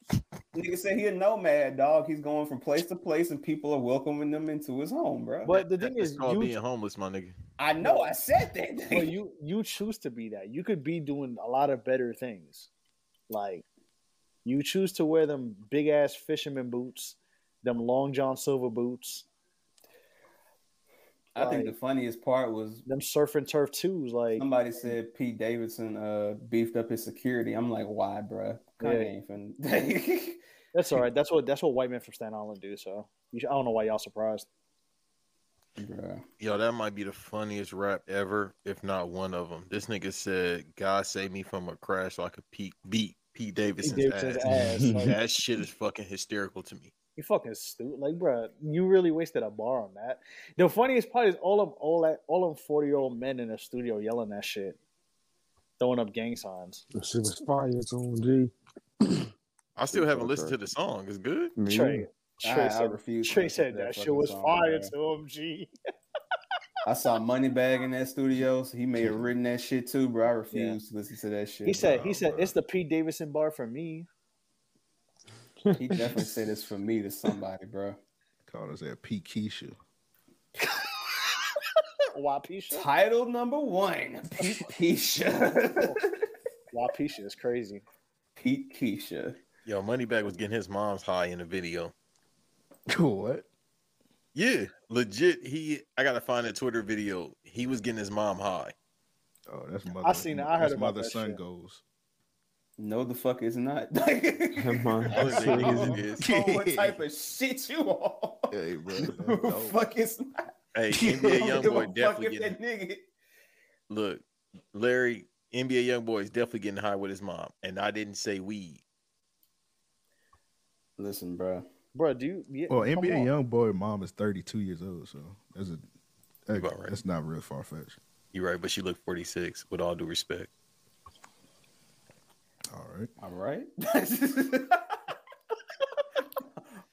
Speaker 3: Nigga said he a nomad dog. He's going from place to place, and people are welcoming them into his home, bro.
Speaker 5: But the thing
Speaker 3: is,
Speaker 5: is,
Speaker 3: you-
Speaker 5: you
Speaker 11: being homeless, my nigga.
Speaker 3: I know I said that.
Speaker 5: But you you choose to be that. You could be doing a lot of better things. Like you choose to wear them big ass fisherman boots, them long John Silver boots,
Speaker 3: I think the funniest part was
Speaker 5: them surf and turf twos. Like
Speaker 3: somebody said Pete Davidson uh beefed up his security. I'm like, why, bro?
Speaker 5: Yeah.
Speaker 3: Kanye ain't finna. *laughs*
Speaker 5: that's all right. That's what that's what white men from Staten Island do. So you should, I don't know why y'all surprised.
Speaker 4: Yo, that might be the funniest rap ever, if not one of them. This nigga said, "God save me from a crash like a Pete beat Pete Davidson's,
Speaker 5: Davidson's
Speaker 4: ass."
Speaker 5: ass,
Speaker 3: *laughs*
Speaker 5: like-
Speaker 4: that shit is fucking hysterical to me.
Speaker 5: You fucking stupid, like bruh, You really wasted a bar on that. The funniest part is all of all that all them forty year old men in the studio yelling that shit, throwing up gang signs.
Speaker 7: That shit was fire, it's on G.
Speaker 4: I still haven't listened to the song. It's good.
Speaker 7: Me
Speaker 5: Trey,
Speaker 3: I-
Speaker 5: Trey
Speaker 3: I
Speaker 5: said,
Speaker 3: refuse to
Speaker 5: Trey
Speaker 3: listen
Speaker 5: said
Speaker 3: to
Speaker 5: that,
Speaker 3: that
Speaker 5: shit
Speaker 3: fucking
Speaker 5: was
Speaker 3: song,
Speaker 5: fire
Speaker 3: bruh.
Speaker 5: to OMG.
Speaker 3: I saw Moneybag in that studio. So he may have written that shit too, bro. I refuse to listen to that shit.
Speaker 5: He said,
Speaker 3: bro.
Speaker 5: he said, it's the Pete Davidson bar for me. *laughs*
Speaker 3: he definitely said it's for me to somebody, bro.
Speaker 8: Called us that P Keisha.
Speaker 3: *laughs*
Speaker 5: Wapisha. *laughs*
Speaker 3: Title number one, Pete Keisha. *laughs*
Speaker 5: Wapisha is crazy.
Speaker 3: Pete Keisha.
Speaker 4: Yo, Moneybag was getting his mom's high in the video.
Speaker 8: what?
Speaker 4: Yeah, legit. He, I gotta find a Twitter video. He was getting his mom *laughs* high.
Speaker 8: Oh, that's mother.
Speaker 5: I seen it. I heard
Speaker 8: that's
Speaker 5: about
Speaker 8: mother
Speaker 5: that
Speaker 8: son
Speaker 5: shit.
Speaker 8: goes.
Speaker 3: No, the fuck is not. *laughs* I
Speaker 4: Other than niggas, it is.
Speaker 3: don't know what type *laughs* of shit you on. *laughs*
Speaker 8: Hey, *laughs* bro. that's
Speaker 3: The
Speaker 8: dope.
Speaker 3: fuck is not.
Speaker 4: *laughs* Hey,
Speaker 3: I
Speaker 4: NBA
Speaker 3: don't give a
Speaker 4: *laughs* YoungBoy
Speaker 3: fuck
Speaker 4: definitely
Speaker 3: if
Speaker 4: getting
Speaker 3: that nigga.
Speaker 4: look. Larry, NBA YoungBoy is definitely getting high with his mom, and I didn't say weed.
Speaker 3: Listen, bro.
Speaker 5: Bro, do you? Yeah,
Speaker 8: Well,
Speaker 5: come
Speaker 8: NBA
Speaker 5: on.
Speaker 8: young boy mom is 32 years old, so that's a that-
Speaker 4: about right.
Speaker 8: that's not real far fetched.
Speaker 4: You're right, but she looked 46. With all due respect,
Speaker 8: All right.
Speaker 3: All right. *laughs*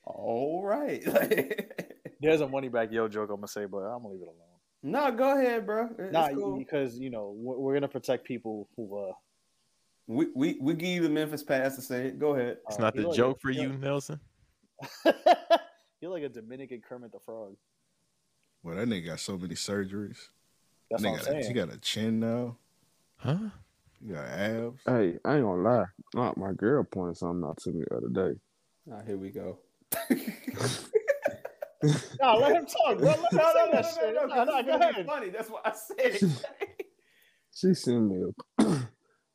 Speaker 3: All right. *laughs*
Speaker 5: There's a money back yo joke I'm gonna say, but I'm gonna leave it alone.
Speaker 3: no, go ahead, bro. It's
Speaker 5: Nah,
Speaker 3: cool.
Speaker 5: because you know we're, we're gonna protect people who. uh
Speaker 3: We, we we give you the Memphis pass to say it. Go ahead.
Speaker 4: it's
Speaker 5: uh,
Speaker 4: not
Speaker 5: you're
Speaker 4: the
Speaker 5: like
Speaker 4: joke
Speaker 5: a-
Speaker 4: for you,
Speaker 5: you're-
Speaker 4: Nelson.
Speaker 5: uh, *laughs* You're like a Dominican Kermit the Frog.
Speaker 8: Well, that nigga got so many surgeries.
Speaker 5: That's
Speaker 8: nigga
Speaker 5: what I'm
Speaker 8: got a, he
Speaker 5: saying.
Speaker 8: got a chin now.
Speaker 4: Huh?
Speaker 8: He got abs.
Speaker 7: Hey, I ain't gonna lie. Not my girl pointed something out to me the other day.
Speaker 3: Nah, here we go.
Speaker 5: Nah, let him talk, bro. Let him
Speaker 3: No, no,
Speaker 5: *laughs* say
Speaker 3: no,
Speaker 5: that
Speaker 3: no,
Speaker 5: shit.
Speaker 3: no, no.
Speaker 5: Nah, nah,
Speaker 3: no
Speaker 5: go ahead.
Speaker 3: funny. That's why I said it.
Speaker 7: She sent me a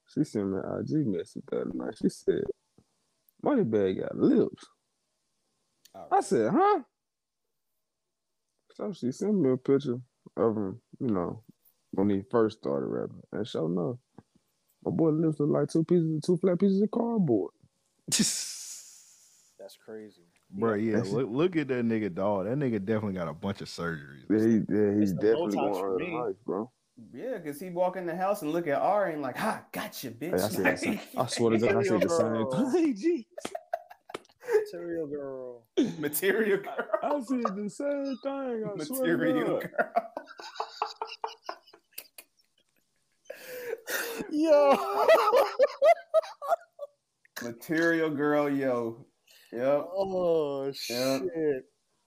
Speaker 7: *clears throat* she sent me an IG message the other night. She said, Money bag got lips. I said, huh? So she sent me a picture of him, you know, when he first started rapping. And sure enough, my boy lips look like two pieces two flat pieces of cardboard.
Speaker 5: That's crazy.
Speaker 8: Bro, yeah,
Speaker 7: That's-
Speaker 8: look, look at that nigga dog. That nigga definitely got a bunch of surgeries.
Speaker 7: Yeah, he, yeah, he's
Speaker 5: It's the
Speaker 7: definitely
Speaker 5: Botox
Speaker 7: going
Speaker 5: for
Speaker 7: out of
Speaker 5: me.
Speaker 7: life, bro.
Speaker 3: yeah, because he walk in the house and look at Ari and like, ha, gotcha, bitch.
Speaker 7: Hey, I, said, I, said, I swear to God, I
Speaker 5: *laughs*
Speaker 7: said the same thing. *laughs* Gee.
Speaker 5: Material girl.
Speaker 3: *laughs* Material girl.
Speaker 7: I said the same thing. I swear to
Speaker 3: Material
Speaker 7: God.
Speaker 3: girl.
Speaker 5: *laughs* Yo.
Speaker 3: Material girl, yo. Yep.
Speaker 5: Oh
Speaker 3: Yeah.
Speaker 5: shit.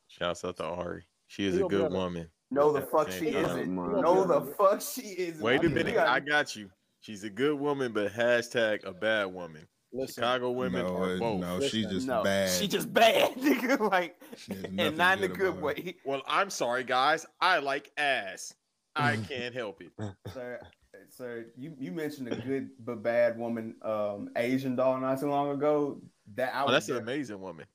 Speaker 4: Shouts out to Ari. She is
Speaker 5: He
Speaker 4: a
Speaker 5: gonna be
Speaker 4: good
Speaker 5: on a-
Speaker 4: woman.
Speaker 3: No, the
Speaker 4: At
Speaker 3: fuck
Speaker 4: same
Speaker 3: she
Speaker 4: time.
Speaker 3: isn't.
Speaker 7: my
Speaker 3: No, the
Speaker 7: God.
Speaker 3: fuck she isn't.
Speaker 4: Wait a
Speaker 3: My nigga,
Speaker 4: minute,
Speaker 3: you gotta-
Speaker 4: I got you. She's a good woman, but hashtag a bad woman.
Speaker 5: Listen,
Speaker 4: Chicago women
Speaker 8: no,
Speaker 4: are
Speaker 8: it-
Speaker 4: both.
Speaker 8: no, she
Speaker 5: Listen,
Speaker 8: just
Speaker 3: no,
Speaker 8: bad.
Speaker 3: she just bad, *laughs* nigga. Like,
Speaker 8: She
Speaker 3: *laughs*
Speaker 8: has
Speaker 3: and
Speaker 8: nothing
Speaker 3: not in a
Speaker 8: good
Speaker 3: good
Speaker 8: about her.
Speaker 3: way.
Speaker 4: Well, I'm sorry, guys. I like ass. *laughs* I can't help it.
Speaker 3: *laughs* Sir, sir, you, you mentioned a good but bad woman, um, Asian doll not too long ago. That I
Speaker 4: Oh,
Speaker 3: would
Speaker 4: that's an
Speaker 3: def-
Speaker 4: amazing woman.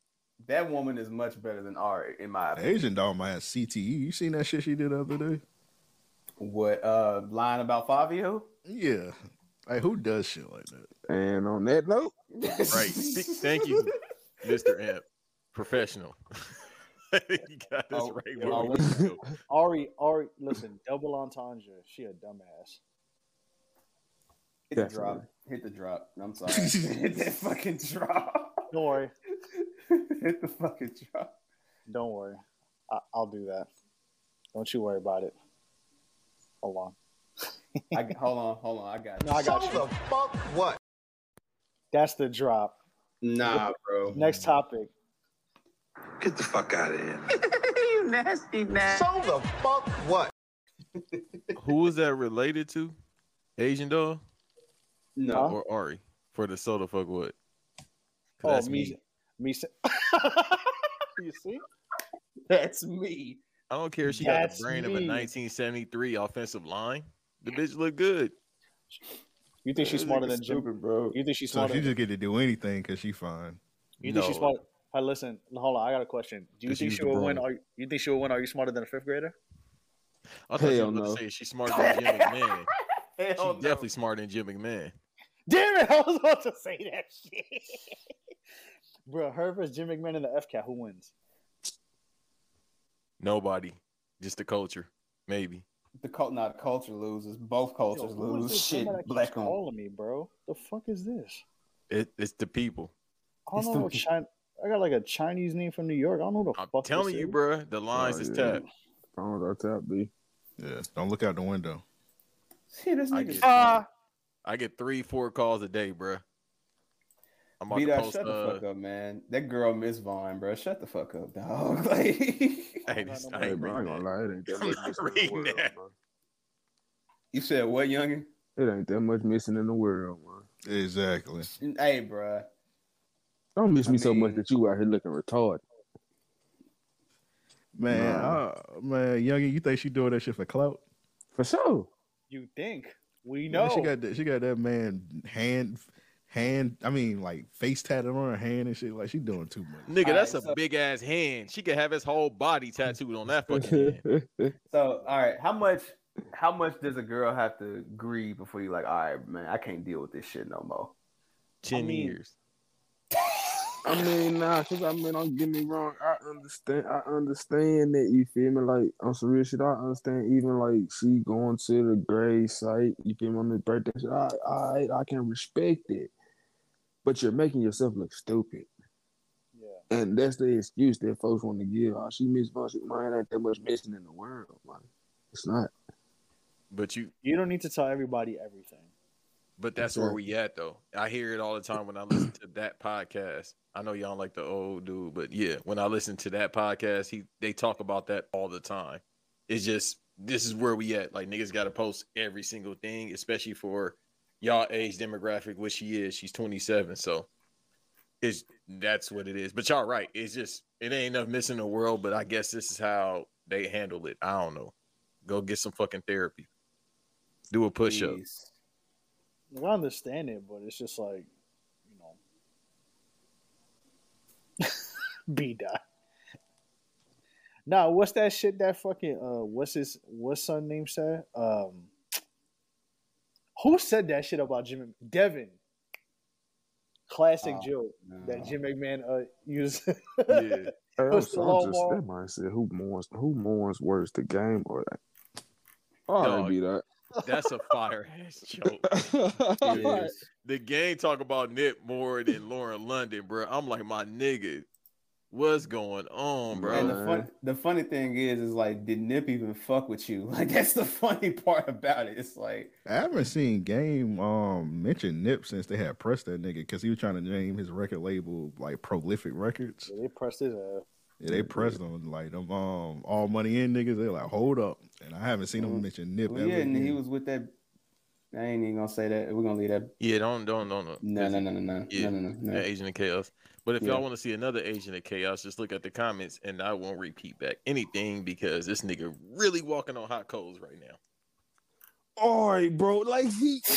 Speaker 3: that woman is much better than Ari in my opinion.
Speaker 8: Asian dog might have CTE. You seen that shit she did the other day?
Speaker 3: What uh lying about Fabio?
Speaker 8: Yeah. Like who does shit like that?
Speaker 7: And on that note,
Speaker 3: *laughs*
Speaker 4: Right. Speak- Thank you, Mr. Amp. Professional. *laughs* you got this
Speaker 3: Oh,
Speaker 4: right.
Speaker 3: yeah,
Speaker 4: where we
Speaker 3: always.
Speaker 4: need to go.
Speaker 5: Ari, Ari, listen, double entendre. She a dumbass.
Speaker 3: Hit the
Speaker 7: Definitely.
Speaker 3: drop. Hit the drop.
Speaker 4: *laughs*
Speaker 3: I'm sorry. Hit that fucking drop. *laughs*
Speaker 5: Don't worry,
Speaker 3: Hit the fucking drop.
Speaker 5: don't worry. I, I'll do that. Don't you worry about it. Hold on.
Speaker 3: I, hold on, hold on. I got you.
Speaker 5: No, I got you.
Speaker 3: fuck what?
Speaker 5: That's the drop.
Speaker 3: Nah, bro.
Speaker 5: Next topic.
Speaker 3: Get the fuck out of here.
Speaker 10: you nasty man. So the fuck what?
Speaker 4: Who is that related to? Asian doll?
Speaker 3: No.
Speaker 4: Or Ari for the soda fuck what? 'Cause
Speaker 5: Oh,
Speaker 4: that's
Speaker 5: me.
Speaker 4: me.
Speaker 5: Me. se- *laughs* you see?
Speaker 3: That's me.
Speaker 4: I don't care if she got
Speaker 5: That's
Speaker 4: the brain of a
Speaker 5: me.
Speaker 4: 1973 offensive line. The bitch look good.
Speaker 5: You think she's smarter than Jim?
Speaker 3: Stupid, bro.
Speaker 5: You think she's
Speaker 8: So
Speaker 5: smarter?
Speaker 8: she just get to do anything because she fine.
Speaker 5: you think she's
Speaker 4: No.
Speaker 5: smarter? Hey, listen, hold on. I got a question. Do you
Speaker 8: Just
Speaker 5: think
Speaker 8: use
Speaker 5: she
Speaker 8: the
Speaker 5: will win?
Speaker 8: broom.
Speaker 5: Are you, you think she will win? Are you smarter than a fifth grader?
Speaker 4: I thought
Speaker 3: Hell
Speaker 4: you were
Speaker 3: no.
Speaker 4: about to say she's smarter than Jim McMahon. she's
Speaker 5: Oh,
Speaker 4: definitely smarter than Jim McMahon.
Speaker 5: Damn it! *laughs* I was about to say that shit. *laughs* Bro, her versus Jim McMahon and the F cat. Who wins?
Speaker 4: Nobody. Just the culture. Maybe.
Speaker 3: The cult, not culture loses. Both cultures
Speaker 5: Yo, who is
Speaker 3: lose.
Speaker 5: this
Speaker 3: Shit,
Speaker 5: number that keeps
Speaker 3: black on.
Speaker 5: calling me, bro. The fuck is this?
Speaker 4: It, it's the people.
Speaker 5: I
Speaker 3: It's
Speaker 5: don't
Speaker 3: the-
Speaker 5: know what China. I got like a Chinese name from New York. I don't know who the
Speaker 4: I'm
Speaker 5: fuck. this
Speaker 4: telling you,
Speaker 5: is.
Speaker 4: bruh, the lines
Speaker 7: Oh,
Speaker 4: is
Speaker 7: yeah.
Speaker 4: tapped.
Speaker 7: Phones are tapped, B.
Speaker 8: Yeah, don't look out the window.
Speaker 3: See this
Speaker 4: I
Speaker 3: nigga.
Speaker 4: get,
Speaker 5: Ah.
Speaker 4: I get three, four calls a day, bruh. I'm about
Speaker 3: B
Speaker 4: to
Speaker 3: dot,
Speaker 4: post.
Speaker 3: shut the
Speaker 4: Uh,
Speaker 3: fuck up, man. That girl Miss Vaughn, bro. Shut the fuck up, dog. *laughs*
Speaker 4: *laughs*
Speaker 3: Like,
Speaker 4: hey, this, I
Speaker 7: Hey,
Speaker 4: ain't
Speaker 7: bro, I ain't gonna
Speaker 4: reading that.
Speaker 7: lie, it ain't that
Speaker 4: *laughs* I'm
Speaker 7: much
Speaker 4: not
Speaker 7: missing in the
Speaker 4: reading
Speaker 7: world,
Speaker 4: that.
Speaker 7: bro.
Speaker 3: you said what, youngin?
Speaker 7: It ain't that much missing in the world, man.
Speaker 8: Exactly.
Speaker 3: Hey, bro.
Speaker 7: Don't miss
Speaker 3: I
Speaker 7: me so much
Speaker 3: mean-
Speaker 7: that you out here looking retarded.
Speaker 8: Man,
Speaker 7: Nah.
Speaker 8: uh, man, youngin, you think she doing that shit for clout?
Speaker 7: For sure.
Speaker 5: You think we
Speaker 8: Man,
Speaker 5: know?
Speaker 8: she got that, she got that man hand hand. I mean, like face tatted on her hand and shit. Like she doing too much.
Speaker 4: Nigga, that's
Speaker 3: Alright,
Speaker 4: a
Speaker 3: so-
Speaker 4: big ass hand. She could have his whole body tattooed on
Speaker 7: *laughs*
Speaker 4: that fucking hand.
Speaker 7: That's
Speaker 3: So, all right, how much, how much does a girl have to grieve before you like, all right, man, I can't deal with this shit no more.
Speaker 4: Ten
Speaker 5: mean-
Speaker 4: years.
Speaker 7: I mean, nah, cause I mean, don't get me wrong. I understand. I understand that you feel me. Like on some real shit, I understand. Even like she going to the grave site. You feel me on the birthday. Shit, I, I, I can respect it. But you're making yourself look stupid,
Speaker 5: yeah.
Speaker 7: and that's the excuse that folks want to give. Oh, she missed Von. She mine ain't that much missing in the world. Like, it's not.
Speaker 4: But you
Speaker 5: You don't need to tell everybody everything.
Speaker 4: but that's where we at though. I hear it all the time when I listen to that podcast. I know y'all like the old dude, but yeah, when I listen to that podcast, he they talk about that all the time. It's just this is where we at. Like niggas gotta post every single thing, especially for y'all age demographic, which she is. She's 27, so it's that's what it is. But y'all right. It's just it ain't enough missing the world, but I guess this is how they handle it. I don't know. Go get some fucking therapy. Do a push up.
Speaker 3: Jeez.
Speaker 5: Like, I understand it, but it's just like, you know, *laughs* B dot. Nah, what's that shit? That fucking uh, what's his what's son name said? Um, who said that shit about Jim Devin? Classic
Speaker 3: Oh,
Speaker 5: joke that Jim McMahon uh used. *laughs*
Speaker 4: Yeah.
Speaker 7: Hey, I'm
Speaker 5: Push the
Speaker 7: so-
Speaker 5: law
Speaker 7: I'm just
Speaker 5: more.
Speaker 7: that mindset. Who mourns? Who mourns worse, the game or that? Oh,
Speaker 4: Dog.
Speaker 7: be that.
Speaker 4: That's a fire
Speaker 3: *laughs*
Speaker 4: ass joke.
Speaker 7: *laughs*
Speaker 3: Jeez.
Speaker 4: The gang talk about Nip more than Lauren London, bro. I'm like, my nigga, what's going on,
Speaker 3: And the,
Speaker 4: bro?
Speaker 7: Man.
Speaker 3: fun, the funny thing is, is like, did Nip even fuck with you? *laughs* Like, that's the funny part about it. It's like,
Speaker 8: I haven't seen Game um mention Nip since they had pressed that nigga because he was trying to name his record label like Prolific Records.
Speaker 5: they pressed his ass.
Speaker 8: Yeah, they pressed on like them um all money in niggas. They're like, hold up, and I haven't seen
Speaker 5: Mm-hmm.
Speaker 3: Mhm.
Speaker 8: them mention Nip.
Speaker 3: well,
Speaker 8: ever
Speaker 3: yeah, and he
Speaker 8: again.
Speaker 3: was with that. I ain't even gonna say that. We're gonna leave that.
Speaker 4: Yeah, don't, don't, don't, don't.
Speaker 3: No, no, no, no, no,
Speaker 4: Yeah.
Speaker 3: no, no, no.
Speaker 4: That
Speaker 3: no.
Speaker 4: Agent of Chaos. But if y'all
Speaker 3: Yeah.
Speaker 4: want to see another Agent of Chaos, just look at the comments and I won't repeat back anything because this nigga really walking on hot coals right now.
Speaker 7: All right, bro. Like he.
Speaker 3: *laughs*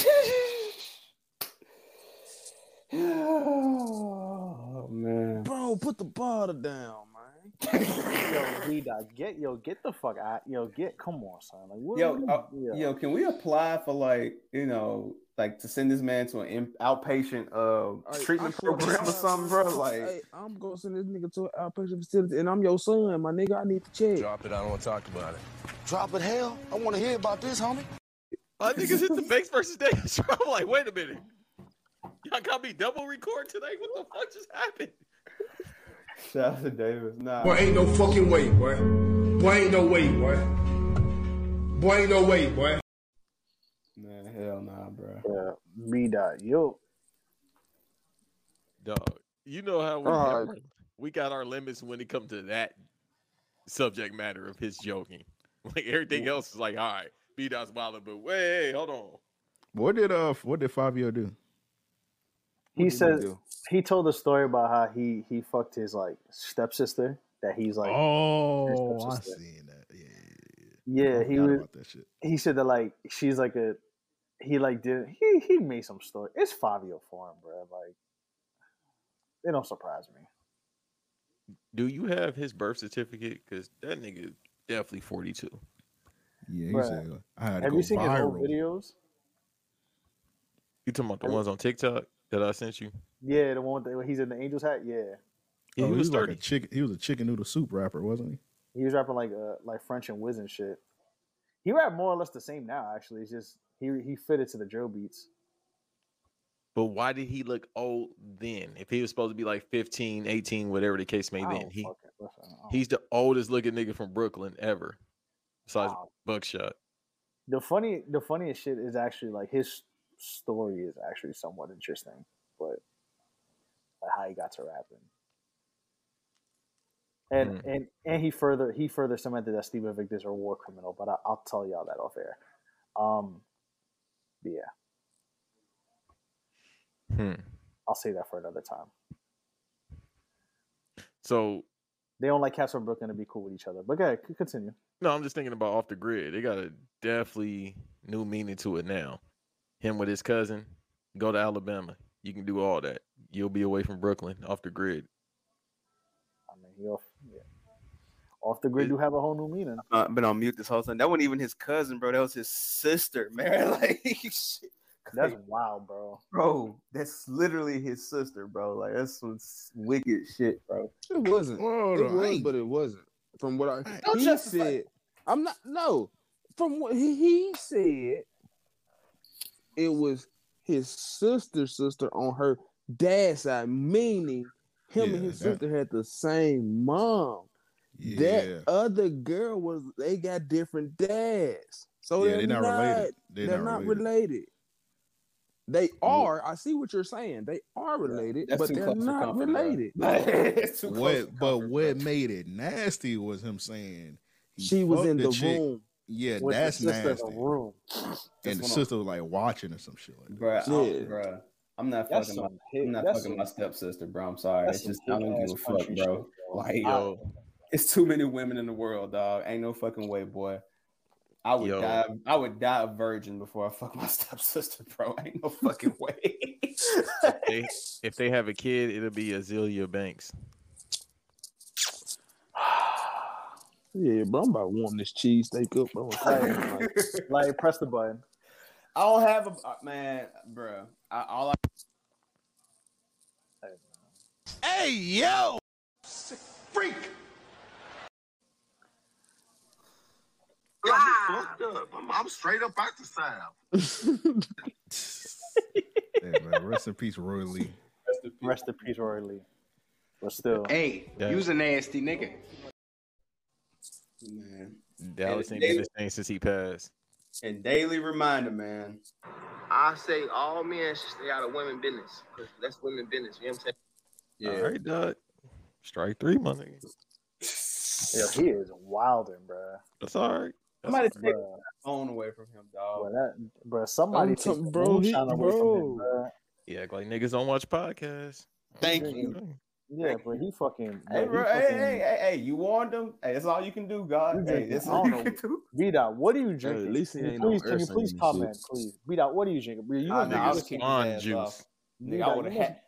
Speaker 3: Oh man.
Speaker 7: Bro, put the bottle down, man.
Speaker 12: *laughs*
Speaker 5: Yo, B dot, get yo, get the fuck out. Yo, get come on, son. Like, what,
Speaker 3: Yo,
Speaker 5: what
Speaker 3: uh,
Speaker 5: are you-
Speaker 3: Yo, can we apply for like you know like to send this man to an in- outpatient uh treatment program or something,
Speaker 7: *laughs*
Speaker 3: bro? Like,
Speaker 7: I'm gonna send this nigga to an outpatient facility, and I'm your son, my nigga. I need to check.
Speaker 12: Drop it. I don't want to talk about it. Drop it, hell. I want to hear about this, homie.
Speaker 3: *laughs*
Speaker 4: My niggas hit the Banks versus Davis. *laughs* I'm like, wait a minute. Y'all got me double record today? What the fuck just happened?
Speaker 3: shout out to Davis. Nah,
Speaker 12: Boy, ain't no fucking way, boy. Boy, ain't no way, boy. Boy, ain't no way, boy.
Speaker 3: Man, hell nah, bro.
Speaker 5: Yeah, B dot yo.
Speaker 4: Dog, you know how we,
Speaker 5: All
Speaker 4: have- we got our limits when it comes to that subject matter of his joking. *laughs* Like everything else is like, all right, B dot's wild, but wait, hold on.
Speaker 8: What did uh what did Fabio do?
Speaker 5: He
Speaker 8: did he
Speaker 5: says
Speaker 8: do?
Speaker 5: he told a story about how he he fucked his like stepsister that he's like
Speaker 8: Oh, I
Speaker 5: stepsister.
Speaker 8: seen that.
Speaker 5: Yeah, he
Speaker 8: forgot
Speaker 5: was.
Speaker 8: about that shit.
Speaker 5: He said that like she's like a. He like did he he made some story. It's Fabio for him, bro. Like they don't surprise me.
Speaker 4: Do you have his birth certificate? Because that nigga definitely 42.
Speaker 8: Yeah,
Speaker 5: Bruh.
Speaker 8: he said I had to
Speaker 5: Have
Speaker 8: go
Speaker 5: you seen his old
Speaker 8: viral.
Speaker 5: videos?
Speaker 4: You talking about the ones on TikTok that I sent you?
Speaker 5: Yeah, the one with the, where he's in the Angels hat. Yeah,
Speaker 4: Yeah, he
Speaker 8: Oh, he
Speaker 4: was
Speaker 8: was like
Speaker 4: 30.
Speaker 8: a chicken. He was a chicken noodle soup rapper, wasn't he?
Speaker 5: he was rapping like uh like French and Wiz and shit. He rap more or less the same now. Actually, it's just he he fitted to the drill beats.
Speaker 4: But why did he look old then? If he was supposed to be like 15, 18, whatever the case may
Speaker 5: I
Speaker 4: be,
Speaker 5: don't
Speaker 4: he,
Speaker 5: fucking listen, I don't-
Speaker 4: he's the oldest looking nigga from Brooklyn ever, besides
Speaker 5: Wow.
Speaker 4: Buckshot.
Speaker 5: the funny the funniest shit is actually like his story is actually somewhat interesting, but like how he got to rapping. And
Speaker 9: Mm.
Speaker 5: and and he further he further cemented that Steve Vick is a war criminal, but I, I'll tell y'all that off air. Um, but yeah,
Speaker 4: Hmm.
Speaker 5: I'll say that for another time.
Speaker 4: So
Speaker 5: They don't like cats from Brooklyn to be cool with each other. But go ahead, c- continue.
Speaker 4: no, I'm just thinking about off the grid. They got a definitely new meaning to it now. Him with his cousin, go to Alabama. You can do all that. You'll be away from Brooklyn, off the grid.
Speaker 5: I mean, he off, yeah. off the grid do have a whole new meaning.
Speaker 3: Uh, been on mute this whole time. That wasn't even his cousin, bro. That was his sister, *laughs* man. Like, shit.
Speaker 5: That's wild, bro.
Speaker 3: bro, that's literally his sister, bro. Like, that's some s- wicked shit, bro.
Speaker 13: It wasn't.
Speaker 3: Hold
Speaker 13: it
Speaker 3: on, I
Speaker 13: was,
Speaker 3: ain't-
Speaker 13: but it wasn't. From what I
Speaker 3: Don't
Speaker 13: he
Speaker 3: justify
Speaker 13: said, I'm not. No, from what he, he said, it was his sister's sister on her dad's side, meaning him and his sister had the same
Speaker 3: *laughs*
Speaker 13: mom.
Speaker 8: Yeah.
Speaker 13: That other girl was. They got different dads, so
Speaker 8: Yeah,
Speaker 13: they're,
Speaker 8: they not
Speaker 13: not
Speaker 8: related. They
Speaker 13: They're, not
Speaker 8: not
Speaker 13: related. They are. I see what you're saying. They are related,
Speaker 8: that's
Speaker 13: but
Speaker 8: too
Speaker 13: they're
Speaker 8: close for
Speaker 13: not
Speaker 8: comfort, bro.
Speaker 13: related.
Speaker 8: what? But what made it nasty was him saying he
Speaker 13: She was
Speaker 8: fucked
Speaker 13: in the
Speaker 8: chick.
Speaker 13: room
Speaker 8: Yeah,
Speaker 13: with the
Speaker 8: that's
Speaker 13: sister in
Speaker 8: nasty.
Speaker 13: the
Speaker 5: room.
Speaker 8: And
Speaker 3: That's
Speaker 8: the
Speaker 3: what I'm-
Speaker 8: sister was like watching or some shit like that.
Speaker 3: Bro, I'm, bro, I'm not
Speaker 8: That's
Speaker 3: fucking my,
Speaker 8: some hit-
Speaker 3: I'm not
Speaker 8: that's
Speaker 3: fucking
Speaker 8: some-
Speaker 3: my stepsister, bro. I'm sorry.
Speaker 8: that's
Speaker 3: It's
Speaker 8: some
Speaker 3: just I don't
Speaker 8: hit-ass
Speaker 3: give a fuck,
Speaker 8: country
Speaker 3: bro.
Speaker 8: shit, bro.
Speaker 3: Like,
Speaker 8: Yo.
Speaker 3: it's too many women in the world, dog. Ain't no fucking way, boy. I would
Speaker 8: Yo.
Speaker 3: die. I would die a virgin before I fuck my *laughs* stepsister, bro. Ain't no
Speaker 5: *laughs*
Speaker 3: fucking way.
Speaker 4: they, if they have a kid, it'll be Azealia Banks.
Speaker 13: Yeah, bro, I'm about to warm this cheesesteak up, bro.
Speaker 5: Like, like press the button.
Speaker 3: I don't have a uh, man, bro. I, all I.
Speaker 9: Hey, yo! Freak!
Speaker 12: fucked up. I'm, I'm straight up out the south.
Speaker 8: Hey,
Speaker 13: *laughs*
Speaker 8: man, rest in peace, Roy Lee.
Speaker 5: Rest in peace, Roy Lee. But still,
Speaker 10: Hey,
Speaker 4: Yeah.
Speaker 10: you was a nasty nigga.
Speaker 3: Man.
Speaker 4: Dallas ain't been the same since he passed.
Speaker 3: And daily reminder, man.
Speaker 10: I say all men should stay out of women business. 'cause that's women business. You know what I'm saying?
Speaker 3: Yeah.
Speaker 4: All right, Doug. Strike three, my nigga.
Speaker 5: yeah, he is wilding, bro.
Speaker 4: That's all right.
Speaker 3: Somebody take that phone away from him, dog.
Speaker 5: Bro, that, bro somebody
Speaker 3: I'm
Speaker 5: take
Speaker 3: t-
Speaker 5: the
Speaker 3: bro, he-
Speaker 5: moonshine away from
Speaker 3: bro.
Speaker 5: him, bro.
Speaker 4: Yeah, act like niggas don't watch podcasts.
Speaker 3: Thank
Speaker 5: Yeah,
Speaker 3: you.
Speaker 5: Yeah, but he fucking.
Speaker 3: Hey,
Speaker 5: bro,
Speaker 3: bro, hey, hey, hey, hey, you warned him. Hey, that's all you can do, God. Hey, that's all you can do.
Speaker 5: Vita, what are you drinking?
Speaker 3: at least he
Speaker 5: Can you
Speaker 3: ain't on
Speaker 5: please, can you
Speaker 3: Earth
Speaker 5: please
Speaker 3: and
Speaker 5: comment,
Speaker 3: shit.
Speaker 5: please? Vita, what are you drinking? Bro, you
Speaker 3: Nah,
Speaker 5: must
Speaker 3: nah, I was
Speaker 5: be
Speaker 3: kicking
Speaker 5: drinking-
Speaker 3: his ass off. Nigga, I
Speaker 5: Vita,
Speaker 3: would
Speaker 5: you
Speaker 3: have
Speaker 5: must-
Speaker 3: hacked,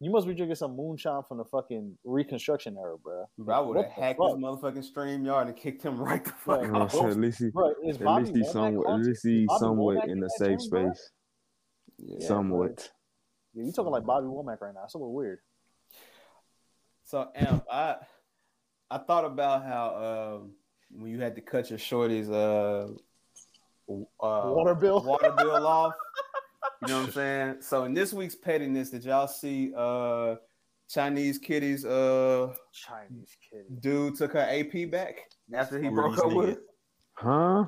Speaker 5: You must be drinking some moonshine from the fucking Reconstruction era, bro.
Speaker 3: bro, I would
Speaker 5: What
Speaker 3: have
Speaker 5: the
Speaker 3: hacked
Speaker 5: fuck?
Speaker 3: this motherfucking stream yard and kicked him right the
Speaker 7: *laughs*
Speaker 3: fuck
Speaker 5: Right.
Speaker 3: off.
Speaker 7: at least he,
Speaker 5: Bro, is
Speaker 7: at
Speaker 5: Bobby
Speaker 7: least he's
Speaker 5: Womack
Speaker 7: somewhat, at
Speaker 5: on-
Speaker 7: least
Speaker 5: is
Speaker 7: he's
Speaker 5: Bobby
Speaker 7: somewhat
Speaker 5: Womack
Speaker 7: in a
Speaker 5: that
Speaker 7: safe
Speaker 5: gym, bro?
Speaker 7: space.
Speaker 5: Yeah,
Speaker 7: somewhat.
Speaker 5: Yeah, you talking like Bobby Womack right now. It's a little weird.
Speaker 3: So, Amp, I I thought about how um, when you had to cut your shorties, uh, w- uh,
Speaker 5: Water bill.
Speaker 3: water bill off. You know what I'm saying? So, in this week's pettiness, did y'all see uh, Chinese kitties? Uh,
Speaker 5: Chinese kitty.
Speaker 3: dude took her AP back after he broke up with. her?
Speaker 7: Huh?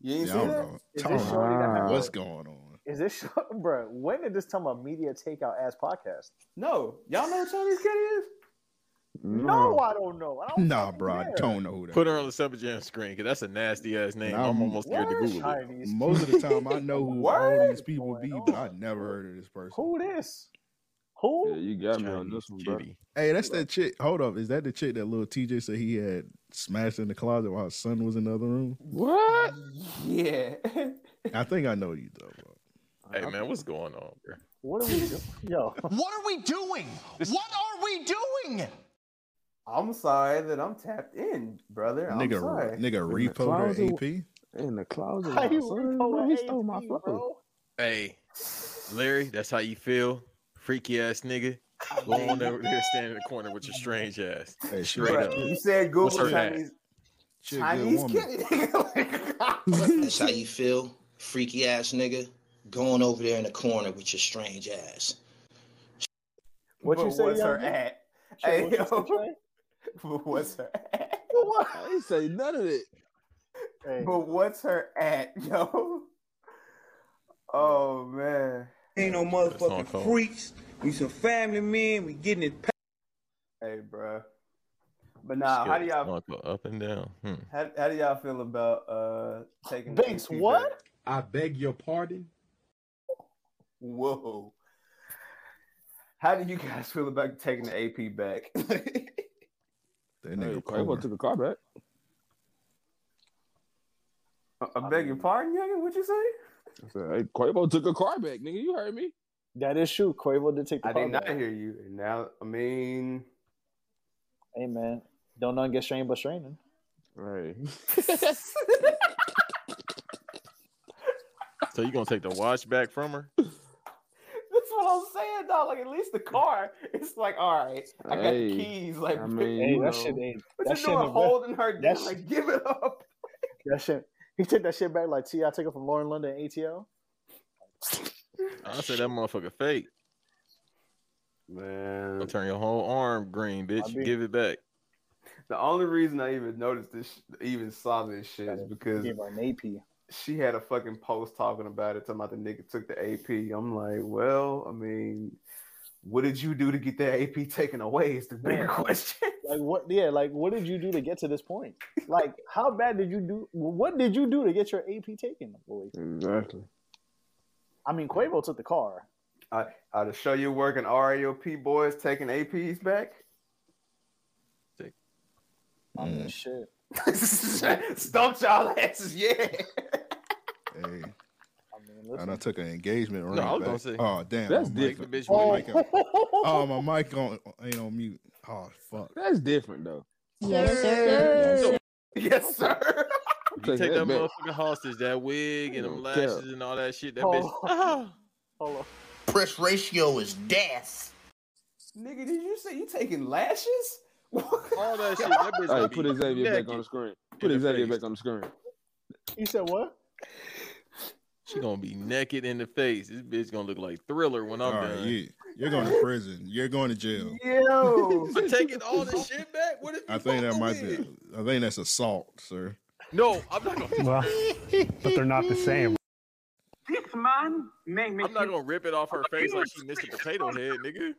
Speaker 3: You ain't
Speaker 8: Yeah,
Speaker 3: seen
Speaker 8: I don't
Speaker 3: that?
Speaker 8: know.
Speaker 5: Is
Speaker 8: Talk
Speaker 5: this shorty that
Speaker 8: about
Speaker 5: had-
Speaker 8: What's going on?
Speaker 5: Is this, *laughs* short, bro? When did this become a media takeout ass podcast?
Speaker 3: No, y'all know who Chinese kid is. Mm-hmm.
Speaker 5: No, I don't know.
Speaker 13: Oh,
Speaker 5: I don't
Speaker 8: Nah, bro, I don't know who that.
Speaker 4: Put her on the Summer Jam screen because that's a nasty ass name.
Speaker 8: Nah,
Speaker 4: I'm almost scared to
Speaker 8: what?
Speaker 4: Google it.
Speaker 5: Chinese.
Speaker 8: Most of the time, I
Speaker 13: *laughs*
Speaker 8: know who all these people
Speaker 13: oh
Speaker 8: be, but I never heard of this person.
Speaker 5: *laughs* Who this? Who?
Speaker 7: Yeah, you got me on this one, bro.
Speaker 8: Hey, that's that chick. Hold up, is that the chick that little TJ said he had smashed in the closet while his son was in the other room?
Speaker 13: What?
Speaker 3: Yeah.
Speaker 8: I think I know you though.
Speaker 4: Hey man, what's going on, bro?
Speaker 5: What are we doing? Yo.
Speaker 9: What are we doing? What are we doing?
Speaker 3: I'm sorry that I'm tapped in, brother. *laughs* I'm
Speaker 8: Nigga,
Speaker 3: sorry.
Speaker 8: nigga E repoed her AP.
Speaker 13: In the closet.
Speaker 3: How you repo
Speaker 13: he stole my flow.
Speaker 4: Hey, Larry, that's how you feel, freaky ass nigga. Go on over there, stand in the corner with your strange ass.
Speaker 8: Hey,
Speaker 4: straight
Speaker 3: Bruh,
Speaker 4: up.
Speaker 3: You said
Speaker 4: What's
Speaker 3: Google
Speaker 4: her name?
Speaker 3: Chinese.
Speaker 8: She
Speaker 14: a good
Speaker 3: Chinese
Speaker 14: woman.
Speaker 3: kid. *laughs*
Speaker 14: That's how you feel, freaky ass nigga, going over there in the corner with your strange ass.
Speaker 5: What
Speaker 3: But
Speaker 5: you say?
Speaker 3: what's
Speaker 5: young
Speaker 3: her
Speaker 5: man?
Speaker 3: at?
Speaker 5: Trey,
Speaker 3: Hey,
Speaker 5: what you say,
Speaker 3: yo.
Speaker 5: Trey?
Speaker 3: *laughs* But what's her at?
Speaker 5: *laughs*
Speaker 13: I didn't say none of it.
Speaker 5: Hey.
Speaker 3: But what's her at, *laughs* yo? Oh man.
Speaker 9: Ain't no
Speaker 3: motherfucking cold.
Speaker 9: freaks. We some family men. We getting it.
Speaker 3: Hey, bruh. But nah, how do y'all
Speaker 4: I'll go up and down? Hmm.
Speaker 3: how, how do y'all feel about uh taking
Speaker 5: Banks,
Speaker 3: feedback?
Speaker 5: what?
Speaker 15: I beg your pardon.
Speaker 3: Whoa. How do you guys feel about taking the AP back? *laughs*
Speaker 8: That
Speaker 7: nigga
Speaker 13: Quavo took a car back.
Speaker 3: I, I beg your pardon, youngin. What you say?
Speaker 7: I said, hey,
Speaker 13: Quavo took a car back, nigga. You heard me.
Speaker 5: That is true. Quavo did take the
Speaker 3: I
Speaker 5: car
Speaker 3: did not
Speaker 5: back.
Speaker 3: hear you. And now, I mean,
Speaker 5: Hey man, don't none get strained but straining.
Speaker 7: Right.
Speaker 4: So you gonna take the watch back from her?
Speaker 3: that's what I'm saying, dog. Like at least the car, it's like, all right, I got
Speaker 7: Hey,
Speaker 3: the keys. Like,
Speaker 7: I mean,
Speaker 5: Hey,
Speaker 7: you
Speaker 5: that
Speaker 7: know.
Speaker 5: shit ain't.
Speaker 3: what
Speaker 5: that
Speaker 3: you
Speaker 5: shit
Speaker 3: doing,
Speaker 5: ain't-
Speaker 3: holding her?
Speaker 5: that's-
Speaker 3: like, *laughs* give it up.
Speaker 5: That shit. He took that shit back like Ti took it from Lauren London and ATL.
Speaker 4: I said that motherfucker fake.
Speaker 3: Man,
Speaker 4: I'll turn your whole arm green, bitch.
Speaker 3: be-
Speaker 4: Give it back.
Speaker 3: The only reason I even noticed this, even saw this shit, is because
Speaker 5: Give her an AP.
Speaker 3: she had a fucking post talking about it, talking about the nigga took the AP. I'm like, well, I mean, what did you do to get that AP taken away? Is the bigger question. *laughs*
Speaker 5: Like what? Yeah. Like what did you do to get to this point? Like how bad did you do? What did you do to get your AP taken away?
Speaker 7: Exactly.
Speaker 5: I mean, Quavo took the car.
Speaker 3: I, I Uh, to show you working RAOP boys taking APs back. *laughs*
Speaker 5: I
Speaker 8: Mm.
Speaker 5: mean, shit.
Speaker 3: Stumped y'all asses, yeah.
Speaker 8: Hey,
Speaker 5: and
Speaker 8: I took an engagement ring.
Speaker 4: No, I was
Speaker 8: back.
Speaker 4: gonna say.
Speaker 8: oh damn,
Speaker 4: That's
Speaker 8: my mic-
Speaker 4: different. Bitch,
Speaker 8: my
Speaker 4: we-
Speaker 8: mic on- oh, my mic on ain't on mute. Oh fuck,
Speaker 7: that's different though.
Speaker 8: Yes,
Speaker 4: sir.
Speaker 3: Yes, sir.
Speaker 4: You take that
Speaker 7: that back.
Speaker 4: motherfucker hostage, that wig and them
Speaker 7: don't care.
Speaker 4: lashes and all that shit. That
Speaker 5: Oh.
Speaker 4: bitch. ah.
Speaker 3: *laughs*
Speaker 5: Oh. Hold on.
Speaker 12: Press ratio is death.
Speaker 3: Nigga, did you say you taking lashes? *laughs* All
Speaker 4: that shit. That bitch
Speaker 7: Hey,
Speaker 4: gonna
Speaker 7: put
Speaker 4: be
Speaker 7: Xavier back
Speaker 4: naked.
Speaker 7: on the screen.
Speaker 4: the
Speaker 7: Put Xavier
Speaker 4: face.
Speaker 7: back on the screen.
Speaker 5: You said what?
Speaker 4: She gonna be naked in the face. This bitch gonna look like Thriller when I'm
Speaker 8: All right,
Speaker 4: done.
Speaker 8: you, you're going to prison. You're going to jail.
Speaker 3: Yo,
Speaker 4: for taking all this shit back. What if
Speaker 8: I think that might be. I think that's assault, sir.
Speaker 4: No, I'm not gonna.
Speaker 8: Well, *laughs* but they're not the same.
Speaker 9: This man make me.
Speaker 4: I'm not gonna rip it off her face like she missed a potato head, nigga.